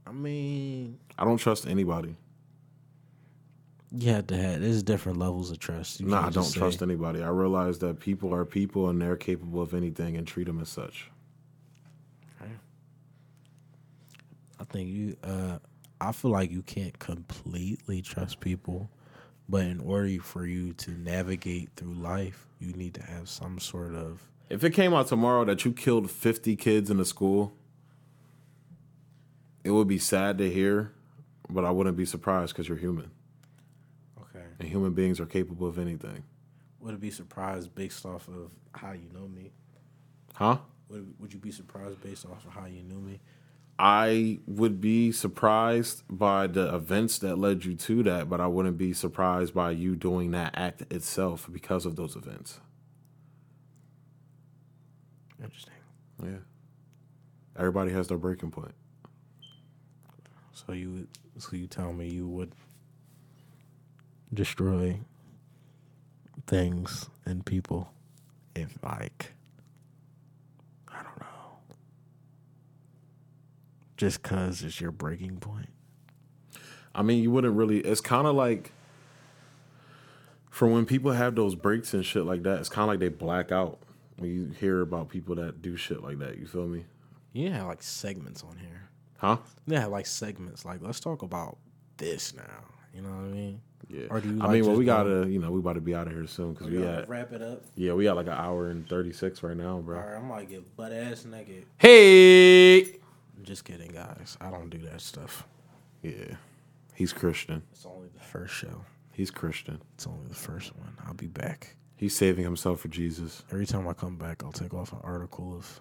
[SPEAKER 2] I mean,
[SPEAKER 1] I don't trust anybody.
[SPEAKER 2] you have to have, there's different levels of trust. You
[SPEAKER 1] Nah, I
[SPEAKER 2] can't
[SPEAKER 1] don't
[SPEAKER 2] just say-
[SPEAKER 1] trust anybody. I realize that people are people and they're capable of anything and treat them as such.
[SPEAKER 2] I think you. Uh, I feel like you can't completely trust people, but in order for you to navigate through life, you need to have some sort of.
[SPEAKER 1] If it came out tomorrow that you killed 50 kids in a school, it would be sad to hear, but I wouldn't be surprised because you're human
[SPEAKER 2] Okay.
[SPEAKER 1] and human beings are capable of anything.
[SPEAKER 2] Would it be surprised based off of how you know me?
[SPEAKER 1] Huh?
[SPEAKER 2] Would Would you be surprised based off of how you knew me?
[SPEAKER 1] I would be surprised by the events that led you to that, but I wouldn't be surprised by you doing that act itself because of those events.
[SPEAKER 2] Interesting.
[SPEAKER 1] Yeah. Everybody has their breaking point.
[SPEAKER 2] So you would. So you tell me you would destroy things and people if like I don't know. Just cause it's your breaking point.
[SPEAKER 1] I mean, you wouldn't really. It's kind of like for when people have those breaks and shit like that. It's kind of like they black out when you hear about people that do shit like that. You feel me?
[SPEAKER 2] You didn't have like segments on here.
[SPEAKER 1] Huh?
[SPEAKER 2] You didn't have like segments like let's talk about this now. You know what I mean?
[SPEAKER 1] Yeah. Oh,
[SPEAKER 2] Or do you
[SPEAKER 1] I
[SPEAKER 2] like
[SPEAKER 1] mean, well,
[SPEAKER 2] just
[SPEAKER 1] we gotta, you know, we about to be out of here soon because we at
[SPEAKER 2] wrap it up.
[SPEAKER 1] yeah, we got like an hour and thirty six right now, bro.
[SPEAKER 2] Alright, I'm gonna get butt ass naked.
[SPEAKER 1] Hey.
[SPEAKER 2] Just kidding, guys. I don't do that stuff.
[SPEAKER 1] Yeah, he's Christian.
[SPEAKER 2] It's only the first show.
[SPEAKER 1] He's Christian.
[SPEAKER 2] It's only the first one. I'll be back.
[SPEAKER 1] He's saving himself for Jesus.
[SPEAKER 2] Every time I come back, I'll take off an article of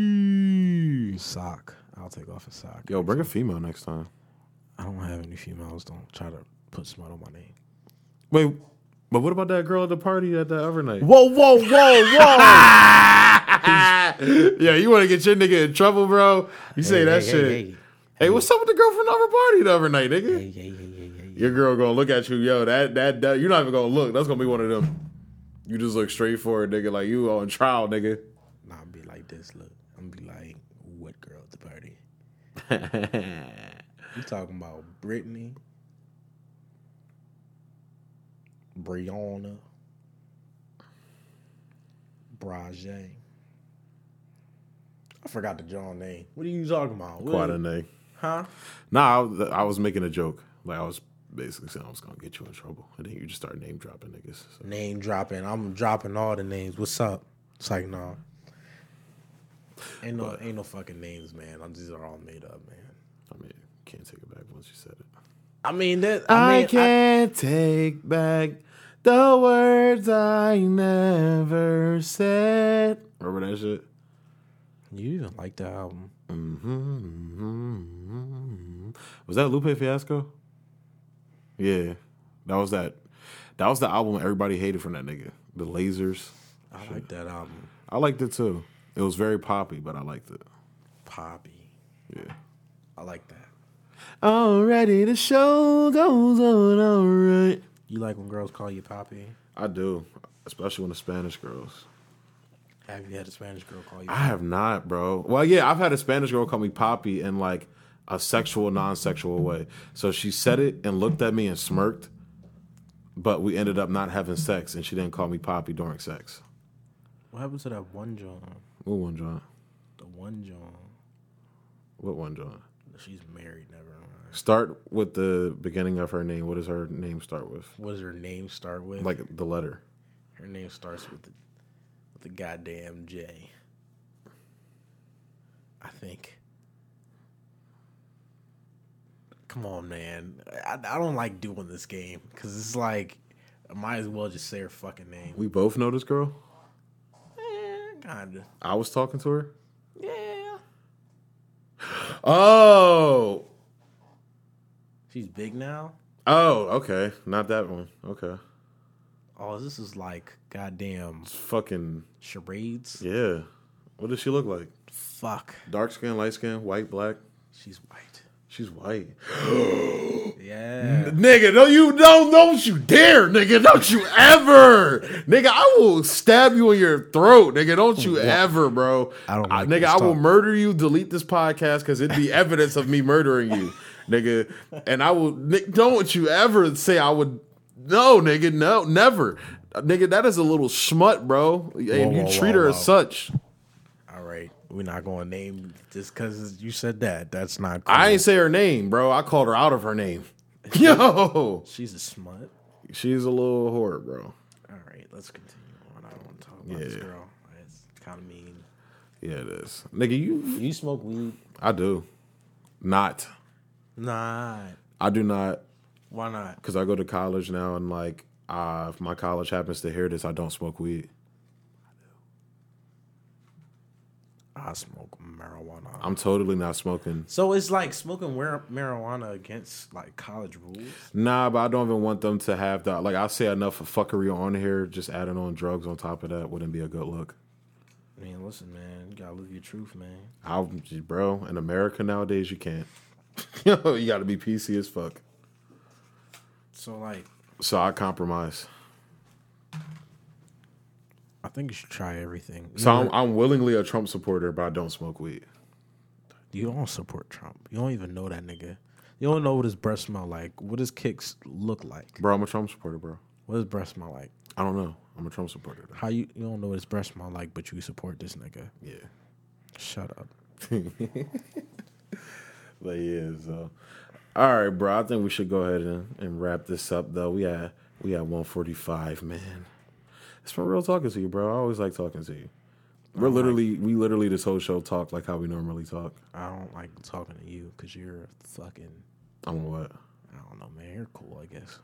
[SPEAKER 1] Gay.
[SPEAKER 2] sock. I'll take off a sock.
[SPEAKER 1] Yo, bring a female next time.
[SPEAKER 2] I don't have any females. Don't try to put smut on my name.
[SPEAKER 1] Wait, but what about that girl at the party at that other night?
[SPEAKER 2] Whoa, whoa, whoa, whoa!
[SPEAKER 1] yeah, you want to get your nigga in trouble, bro? You say that shit. Hey, what's up with the girl from the other party the other night, nigga?
[SPEAKER 2] Hey, hey, hey, hey, hey, hey.
[SPEAKER 1] Your girl gonna look at you, yo. That, that that you're not even gonna look. That's gonna be one of them. You just look straight forward, nigga. Like you on trial, nigga.
[SPEAKER 2] Nah, I'll be like this. Look, I'm be like, what girl at the party? You talking about Brittany, Brianna, Brajay. I forgot the John name. What are you talking about? What
[SPEAKER 1] Quite
[SPEAKER 2] is-
[SPEAKER 1] a name.
[SPEAKER 2] huh?
[SPEAKER 1] Nah, I, was- I was making a joke. Like I was basically saying I was gonna get you in trouble, and then you just start name dropping niggas. So,
[SPEAKER 2] Name dropping. I'm dropping all the names. What's up? It's like no. Ain't no ain't no fucking names, man. I'm, these are all made up, man.
[SPEAKER 1] I mean, can't take it back once you said it.
[SPEAKER 2] I mean that I,
[SPEAKER 1] I,
[SPEAKER 2] mean, I-
[SPEAKER 1] can't take back the words I never said. Remember that shit?
[SPEAKER 2] you even like the album.
[SPEAKER 1] Mm-hmm. Was that Lupe Fiasco? Yeah, that was that. That was the album everybody hated from that nigga. The Lasers.
[SPEAKER 2] I like that album.
[SPEAKER 1] I liked it too. It was very poppy, but I liked it.
[SPEAKER 2] Poppy.
[SPEAKER 1] Yeah.
[SPEAKER 2] I like that.
[SPEAKER 1] Alrighty, the show goes on. Alright.
[SPEAKER 2] You like when girls call you Poppy?
[SPEAKER 1] I do, especially when the Spanish girls.
[SPEAKER 2] Have you had a Spanish girl call you?
[SPEAKER 1] I have not, bro. Well, yeah, I've had a Spanish girl call me Poppy in like a sexual, non sexual way. So she said it and looked at me and smirked, but we ended up not having sex and she didn't call me Poppy during sex.
[SPEAKER 2] What happened to that one John?
[SPEAKER 1] What one, John?
[SPEAKER 2] The one John.
[SPEAKER 1] What one, John?
[SPEAKER 2] She's married. Never mind.
[SPEAKER 1] Start with the beginning of her name. What does her name start with?
[SPEAKER 2] What does her name start with?
[SPEAKER 1] Like the letter.
[SPEAKER 2] her name starts with the, with the goddamn J. I think. Come on, man. I, I don't like doing this game because it's like I might as well just say her fucking name.
[SPEAKER 1] We both know this girl.
[SPEAKER 2] Eh, kinda.
[SPEAKER 1] I was talking to her.
[SPEAKER 2] Yeah.
[SPEAKER 1] Oh,
[SPEAKER 2] She's big now.
[SPEAKER 1] oh, okay, not that one. Okay,
[SPEAKER 2] Oh, this is like goddamn
[SPEAKER 1] it's fucking
[SPEAKER 2] charades.
[SPEAKER 1] yeah. What does she look like?
[SPEAKER 2] Fuck.
[SPEAKER 1] Dark skin, light skin, white, black.
[SPEAKER 2] She's white.
[SPEAKER 1] She's white.
[SPEAKER 2] Yeah.
[SPEAKER 1] Nigga, no, you don't, don't you dare, nigga, don't you ever, nigga, I will stab you in your throat, nigga, don't you ever, bro.
[SPEAKER 2] I don't like
[SPEAKER 1] nigga,
[SPEAKER 2] this
[SPEAKER 1] I will
[SPEAKER 2] talk.
[SPEAKER 1] murder you. Delete this podcast because it'd be evidence of me murdering you, nigga. And I will, ni- don't you ever say I would. No, nigga, no, never, nigga. That is a little schmut, bro, and you
[SPEAKER 2] whoa,
[SPEAKER 1] treat
[SPEAKER 2] whoa,
[SPEAKER 1] her
[SPEAKER 2] whoa.
[SPEAKER 1] as such.
[SPEAKER 2] All right. We're not gonna name just because you said that. That's not. Cool.
[SPEAKER 1] I ain't say her name, bro. I called her out of her name. Yo,
[SPEAKER 2] She's a smut.
[SPEAKER 1] she's a little whore, bro.
[SPEAKER 2] All right, let's continue on. I don't want to talk about this
[SPEAKER 1] Yeah.
[SPEAKER 2] girl. It's kind of mean.
[SPEAKER 1] Yeah, it is, nigga. You
[SPEAKER 2] You smoke weed?
[SPEAKER 1] I do. Not.
[SPEAKER 2] Nah.
[SPEAKER 1] I do not
[SPEAKER 2] Why not?
[SPEAKER 1] because I go to college now and like uh, if my college happens to hear this, I don't smoke weed.
[SPEAKER 2] I smoke marijuana.
[SPEAKER 1] I'm totally not smoking.
[SPEAKER 2] so it's like smoking mar- marijuana against like college rules.
[SPEAKER 1] Nah, but I don't even want them to have that. Like I say enough fuckery on here. Just adding on drugs on top of that wouldn't be a good look.
[SPEAKER 2] I mean, listen, man, you gotta live your truth, man.
[SPEAKER 1] I, bro, in America nowadays, you can't. you got to be PC as fuck.
[SPEAKER 2] So like,
[SPEAKER 1] So I compromise.
[SPEAKER 2] I think you should try everything.
[SPEAKER 1] So I'm, I'm willingly a Trump supporter, but I don't smoke weed.
[SPEAKER 2] you don't support Trump. You don't even know that nigga. You don't know what his breath smell like. What his kicks look like.
[SPEAKER 1] Bro, I'm a Trump supporter, bro.
[SPEAKER 2] What his breath smell like.
[SPEAKER 1] I don't know. I'm a Trump supporter. Though.
[SPEAKER 2] How you you don't know what his breath smell like, but you support this nigga.
[SPEAKER 1] Yeah.
[SPEAKER 2] Shut up.
[SPEAKER 1] But yeah, so all right, bro. I think we should go ahead and, and wrap this up though. We at we at one forty five, man. It's been real talking to you, bro. I always like talking to you. We're literally we literally this whole show talk like how we normally talk.
[SPEAKER 2] I don't like talking to you because you're a fucking.
[SPEAKER 1] I'm what?
[SPEAKER 2] I don't know, man. You're cool, I guess.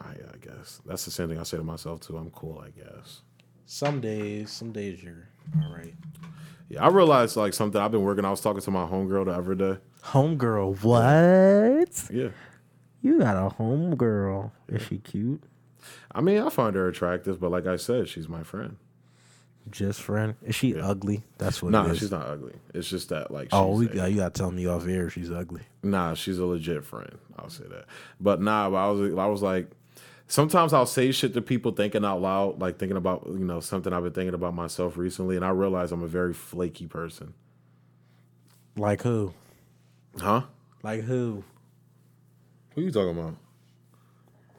[SPEAKER 1] I, I guess. That's the same thing I say to myself too. I'm cool, I guess.
[SPEAKER 2] Some days, some days you're all right.
[SPEAKER 1] Yeah, I realized like something I've been working. I was talking to my homegirl the other day.
[SPEAKER 2] Homegirl, what?
[SPEAKER 1] Yeah.
[SPEAKER 2] You got a homegirl. Is she cute?
[SPEAKER 1] I mean, I find her attractive, but like I said, she's my friend.
[SPEAKER 2] Just friend. Is she ugly? That's what
[SPEAKER 1] Nah,
[SPEAKER 2] it is.
[SPEAKER 1] she's not ugly. It's just that like she's
[SPEAKER 2] oh, we
[SPEAKER 1] a-
[SPEAKER 2] got, you got to tell me off air if she's ugly.
[SPEAKER 1] Nah, she's a legit friend. I'll say that. But nah, but I was I was like, sometimes I'll say shit to people thinking out loud, like thinking about you know something I've been thinking about myself recently, and I realize I'm a very flaky person.
[SPEAKER 2] Like who?
[SPEAKER 1] Huh?
[SPEAKER 2] Like who?
[SPEAKER 1] Who you talking about?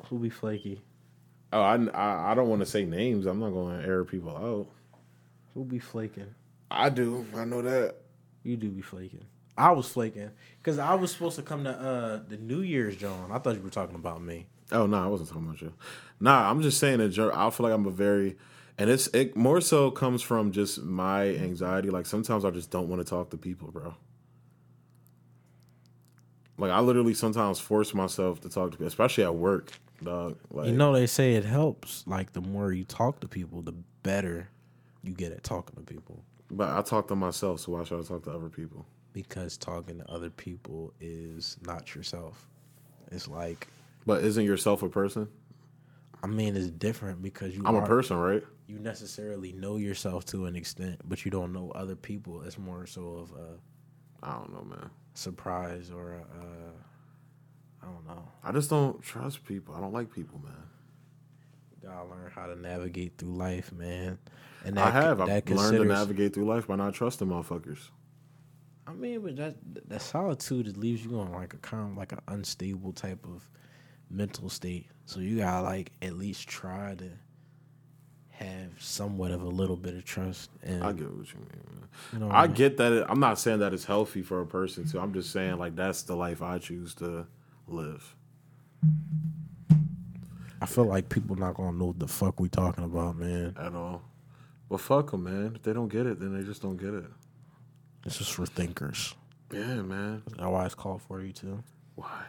[SPEAKER 2] Who be flaky?
[SPEAKER 1] Oh, I I, I don't want to say names. I'm not going to air people out.
[SPEAKER 2] Who be flaking?
[SPEAKER 1] I do. I know that.
[SPEAKER 2] You do be flaking. I was flaking because I was supposed to come to uh the New Year's, John. I thought you were talking about me.
[SPEAKER 1] Oh no, I wasn't talking about you. Nah, I'm just saying that ger- I feel like I'm a very, and it's it more so comes from just my anxiety. Like sometimes I just don't want to talk to people, bro. Like I literally sometimes force myself to talk to, people, especially at work, dog. Like
[SPEAKER 2] You know, they say it helps. Like, the more you talk to people, the better you get at talking to people.
[SPEAKER 1] but I talk to myself, so why should I talk to other people?
[SPEAKER 2] Because talking to other people is not yourself. It's like,
[SPEAKER 1] But isn't yourself a person?
[SPEAKER 2] I mean, it's different because you
[SPEAKER 1] I'm
[SPEAKER 2] are-
[SPEAKER 1] a person, right?
[SPEAKER 2] You necessarily know yourself to an extent, but you don't know other people. It's more so of a
[SPEAKER 1] I don't know, man.
[SPEAKER 2] surprise or a, uh, I don't know.
[SPEAKER 1] I just don't trust people. I don't like people, man.
[SPEAKER 2] Gotta learn how to navigate through life, man. And
[SPEAKER 1] I have. I've learned to
[SPEAKER 2] considers-
[SPEAKER 1] navigate through life by not trusting motherfuckers.
[SPEAKER 2] I mean, but that that solitude it leaves you on like a kind of like an unstable type of mental state. So you gotta like at least try to have somewhat of a little bit of trust. And
[SPEAKER 1] I get what you mean. Man.
[SPEAKER 2] you know,
[SPEAKER 1] I get that. It, I'm not saying that it's healthy for a person to. I'm just saying like that's the life I choose to live.
[SPEAKER 2] I feel like people not gonna know what the fuck we talking about, man.
[SPEAKER 1] at all. Well, fuck them, man. If they don't get it, then they just don't get it.
[SPEAKER 2] This is for thinkers.
[SPEAKER 1] Yeah, man.
[SPEAKER 2] Is that why it's called for you too?
[SPEAKER 1] Why?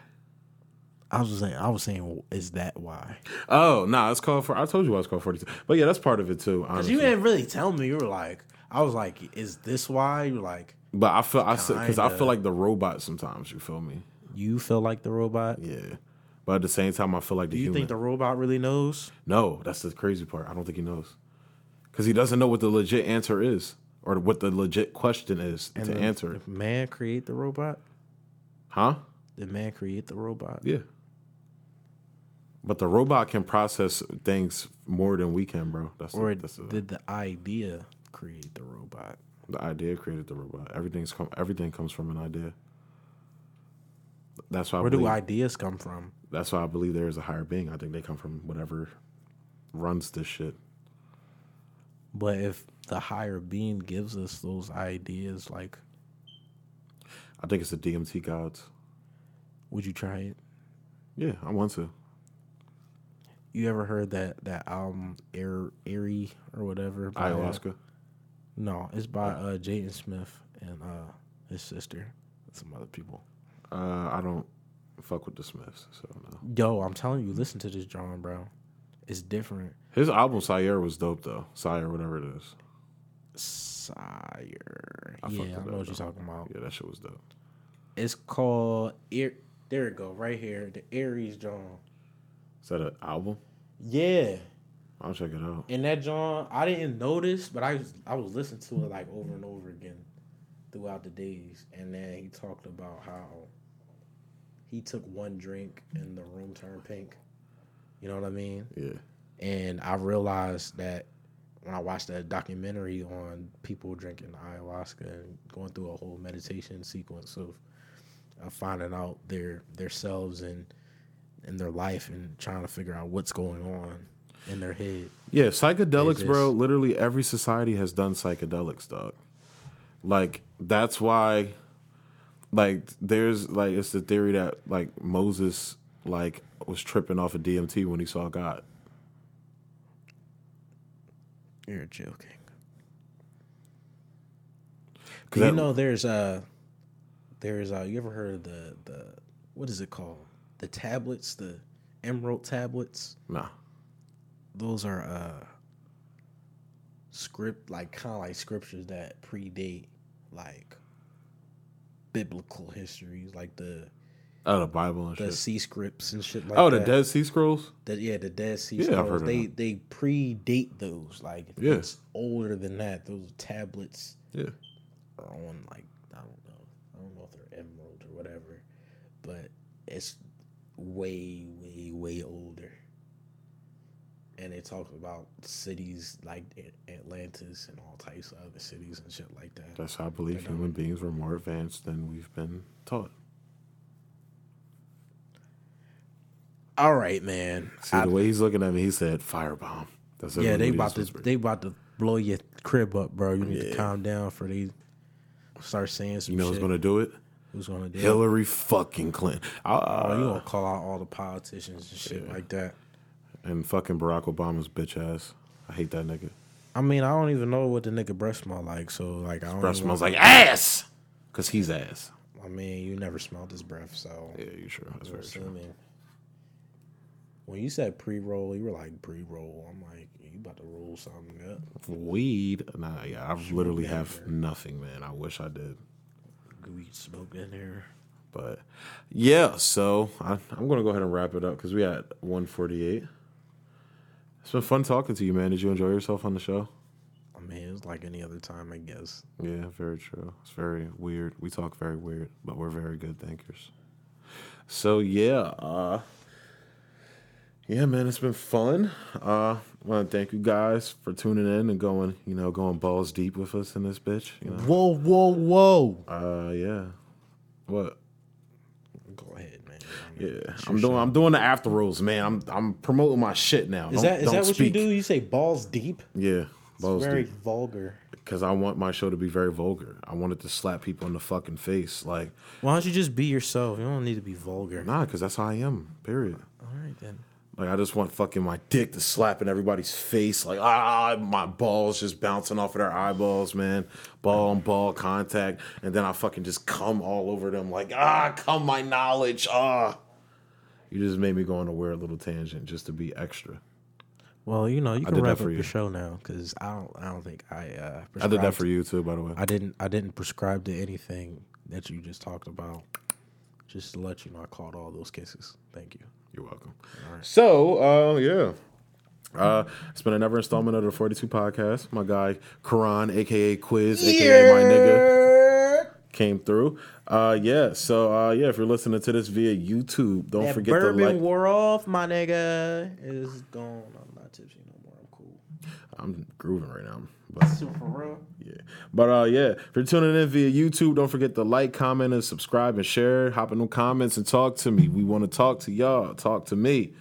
[SPEAKER 2] I was just saying. I was saying, is that why?
[SPEAKER 1] Oh, nah, it's called for. I told you why it's called 42. But yeah, that's part of it too.
[SPEAKER 2] Because
[SPEAKER 1] Honestly.
[SPEAKER 2] you didn't really tell me. You were like, I was like, is this why? You were like,
[SPEAKER 1] but I feel I because I
[SPEAKER 2] Kinda.
[SPEAKER 1] feel like the robot sometimes. You feel me?
[SPEAKER 2] you feel like the robot.
[SPEAKER 1] Yeah. But at the same time, I feel like the
[SPEAKER 2] Do you
[SPEAKER 1] human.
[SPEAKER 2] think the robot really knows?
[SPEAKER 1] no, that's the crazy part. I don't think he knows because he doesn't know what the legit answer is or what the legit question is to
[SPEAKER 2] the-
[SPEAKER 1] answer it.
[SPEAKER 2] If man create the robot,
[SPEAKER 1] Huh?
[SPEAKER 2] did man create the robot?
[SPEAKER 1] Yeah. But the robot can process things more than we can, bro. That's the-
[SPEAKER 2] Or
[SPEAKER 1] that's the,
[SPEAKER 2] did the idea create the robot?
[SPEAKER 1] The idea created the robot. Everything's come. Everything comes from an idea. That's why. I
[SPEAKER 2] Where do
[SPEAKER 1] believe,
[SPEAKER 2] ideas come from?
[SPEAKER 1] That's why I believe there is a higher being. I think they come from whatever runs this shit.
[SPEAKER 2] But if the higher being gives us those ideas, like,
[SPEAKER 1] I think it's the DMT gods.
[SPEAKER 2] would you try it?
[SPEAKER 1] Yeah, I want to.
[SPEAKER 2] You ever heard that that album Air Airy or whatever? by, uh,
[SPEAKER 1] Ayahuasca.
[SPEAKER 2] No, it's by uh Jaden Smith and uh his sister and some other people.
[SPEAKER 1] Uh, I don't fuck with the Smiths, so no.
[SPEAKER 2] Yo, I'm telling you, listen to this John, bro. It's different.
[SPEAKER 1] His album Sire was dope though. Sire, whatever it is.
[SPEAKER 2] Sire.
[SPEAKER 1] I fucked with
[SPEAKER 2] yeah, I know
[SPEAKER 1] that,
[SPEAKER 2] what you're
[SPEAKER 1] though.
[SPEAKER 2] talking about.
[SPEAKER 1] Yeah, that shit was dope.
[SPEAKER 2] It's called Air there it go, right here. The Aries John.
[SPEAKER 1] Is that an album?
[SPEAKER 2] Yeah.
[SPEAKER 1] I'll check it out.
[SPEAKER 2] And that John, I didn't notice, but I was I was listening to it like over and over again throughout the days. And then he talked about how he took one drink and the room turned pink. You know what I mean?
[SPEAKER 1] Yeah,
[SPEAKER 2] And I realized that when I watched that documentary on people drinking ayahuasca and going through a whole meditation sequence of of finding out their their selves and and their life and trying to figure out what's going on in their head.
[SPEAKER 1] yeah. Psychedelics,
[SPEAKER 2] They
[SPEAKER 1] bro.
[SPEAKER 2] just-
[SPEAKER 1] Literally every society has done psychedelics, dog. like that's why like there's like it's the theory that like moses like was tripping off of dmt when he saw god
[SPEAKER 2] You're joking.
[SPEAKER 1] 'Cause
[SPEAKER 2] You
[SPEAKER 1] that-
[SPEAKER 2] know, there's uh there's uh you ever heard of the the what is it called? The tablets, the emerald tablets.
[SPEAKER 1] nah
[SPEAKER 2] Those are uh script like kind of like scriptures that predate like biblical histories, like the
[SPEAKER 1] oh the bible and
[SPEAKER 2] the
[SPEAKER 1] shit
[SPEAKER 2] sea scripts and shit like
[SPEAKER 1] oh the
[SPEAKER 2] that.
[SPEAKER 1] dead sea scrolls
[SPEAKER 2] The- yeah, the Dead Sea
[SPEAKER 1] Yeah, I've
[SPEAKER 2] Scrolls.
[SPEAKER 1] heard of
[SPEAKER 2] they they predate those. Like
[SPEAKER 1] Yeah.
[SPEAKER 2] it's older than that. Those tablets
[SPEAKER 1] yeah
[SPEAKER 2] are on like I don't know. I don't know if they're emerald or whatever, but it's way, way, way older. And they talk about cities like A- Atlantis and all types of other cities and shit like that.
[SPEAKER 1] that's how i believe human beings were more advanced than we've been taught
[SPEAKER 2] All right, man.
[SPEAKER 1] see the way he's looking at me he said firebomb that's
[SPEAKER 2] yeah, they
[SPEAKER 1] everybody
[SPEAKER 2] about
[SPEAKER 1] else
[SPEAKER 2] to
[SPEAKER 1] whispered.
[SPEAKER 2] they about to blow your crib up, bro. You need
[SPEAKER 1] Yeah.
[SPEAKER 2] to calm down for they start saying some
[SPEAKER 1] you know who's
[SPEAKER 2] shit.
[SPEAKER 1] gonna do it
[SPEAKER 2] who's gonna do? it?
[SPEAKER 1] hillary fucking clinton I- I-
[SPEAKER 2] Oh, you gonna call out all the politicians and shit like that?
[SPEAKER 1] and fucking barack obama's bitch ass i hate that nigga
[SPEAKER 2] I mean, I don't even know what the nigga breath smell like. So like, I don't.
[SPEAKER 1] breath
[SPEAKER 2] even-
[SPEAKER 1] smells like ass because he's ass
[SPEAKER 2] I mean, you never smelled his breath, so
[SPEAKER 1] yeah you sure that's
[SPEAKER 2] I'm
[SPEAKER 1] very true
[SPEAKER 2] assuming. When you said pre-roll, you were like pre-roll. I'm like, you about to roll something up?
[SPEAKER 1] weed. Nah, yeah, I literally have nothing, man. I wish I did,
[SPEAKER 2] Weed smoke in here.
[SPEAKER 1] but yeah. So I, I'm gonna go ahead and wrap it up because we had 148. It's been fun talking to you, man. Did you enjoy yourself on the show?
[SPEAKER 2] I mean, it's like any other time, I guess.
[SPEAKER 1] Yeah, very true. It's very weird. We talk very weird, but we're very good thinkers. So yeah, uh yeah, man, it's been fun. Uh want to thank you guys for tuning in and going, you know, going balls deep with us in this bitch. You know,
[SPEAKER 2] Whoa, whoa, whoa!
[SPEAKER 1] uh, yeah. What?
[SPEAKER 2] Go ahead, man.
[SPEAKER 1] Yeah, I'm doing. I'm doing the after rolls, man. I'm I'm promoting my shit now.
[SPEAKER 2] Is
[SPEAKER 1] Don't-
[SPEAKER 2] that is
[SPEAKER 1] don't
[SPEAKER 2] that what
[SPEAKER 1] speak.
[SPEAKER 2] you do? You say balls deep?
[SPEAKER 1] Yeah, balls
[SPEAKER 2] Very
[SPEAKER 1] deep.
[SPEAKER 2] vulgar.
[SPEAKER 1] Because I want my show to be very vulgar. I wanted to slap people in the fucking face, like
[SPEAKER 2] Why don't you just be yourself? You don't need to be vulgar.
[SPEAKER 1] nah, because that's how I am. Period.
[SPEAKER 2] All right then.
[SPEAKER 1] Like I just want fucking my dick to slap in everybody's face. Like ah, my balls just bouncing off of their eyeballs, man. Ball on ball contact, and then I fucking just come all over them. Like ah, come my knowledge. Ah, you just made me go on a weird little tangent just to be extra.
[SPEAKER 2] Well, you know you
[SPEAKER 1] did
[SPEAKER 2] can
[SPEAKER 1] that
[SPEAKER 2] wrap
[SPEAKER 1] for
[SPEAKER 2] up
[SPEAKER 1] you.
[SPEAKER 2] the show now because I don't I don't think I uh,
[SPEAKER 1] I did that
[SPEAKER 2] prescribed-
[SPEAKER 1] for you too, by the way.
[SPEAKER 2] I didn't I didn't prescribe to anything that you just talked about. Just to let you know, I caught all those cases. Thank you.
[SPEAKER 1] You're welcome. So, uh, yeah. Uh, it's been another installment of the 42 podcast. My guy, Karan, aka Quiz, aka my nigga, came through. Uh, yeah. So, uh, yeah, if you're listening to this via YouTube, don't
[SPEAKER 2] That
[SPEAKER 1] forget to
[SPEAKER 2] bourbon
[SPEAKER 1] like.
[SPEAKER 2] wore off, my nigga. Is gone. I'm not tipsy no more. I'm cool.
[SPEAKER 1] I'm grooving right now. But
[SPEAKER 2] Super real.
[SPEAKER 1] yeah, but uh, yeah, if you're tuning in via YouTube, don't forget to like, comment, and subscribe and share. Hop in the comments and talk to me. We want to talk to y'all. Talk to me.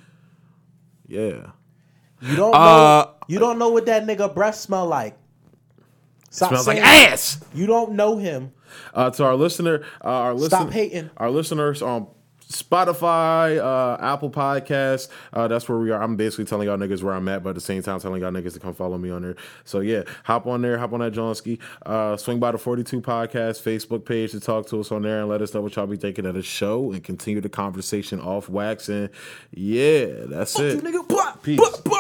[SPEAKER 1] Yeah.
[SPEAKER 2] You don't
[SPEAKER 1] Uh,
[SPEAKER 2] know. You don't know what that nigga breath smell like. Stop
[SPEAKER 1] Smells like
[SPEAKER 2] saying-
[SPEAKER 1] ass.
[SPEAKER 2] You don't know him.
[SPEAKER 1] uh, to our listener, uh, our listener,
[SPEAKER 2] Stop hating.
[SPEAKER 1] our listeners on Spotify, uh, Apple Podcasts. Uh, that's where we are. I'm basically telling y'all niggas where I'm at, but at the same time telling y'all niggas to come follow me on there. So yeah, hop on there, hop on that Johnski. Uh, swing by the 42 Podcast Facebook page to talk to us on there and let us know what y'all be thinking of the show and continue the conversation off wax. And yeah, that's it.
[SPEAKER 2] You nigga. Blah,
[SPEAKER 1] Peace.
[SPEAKER 2] blah, blah.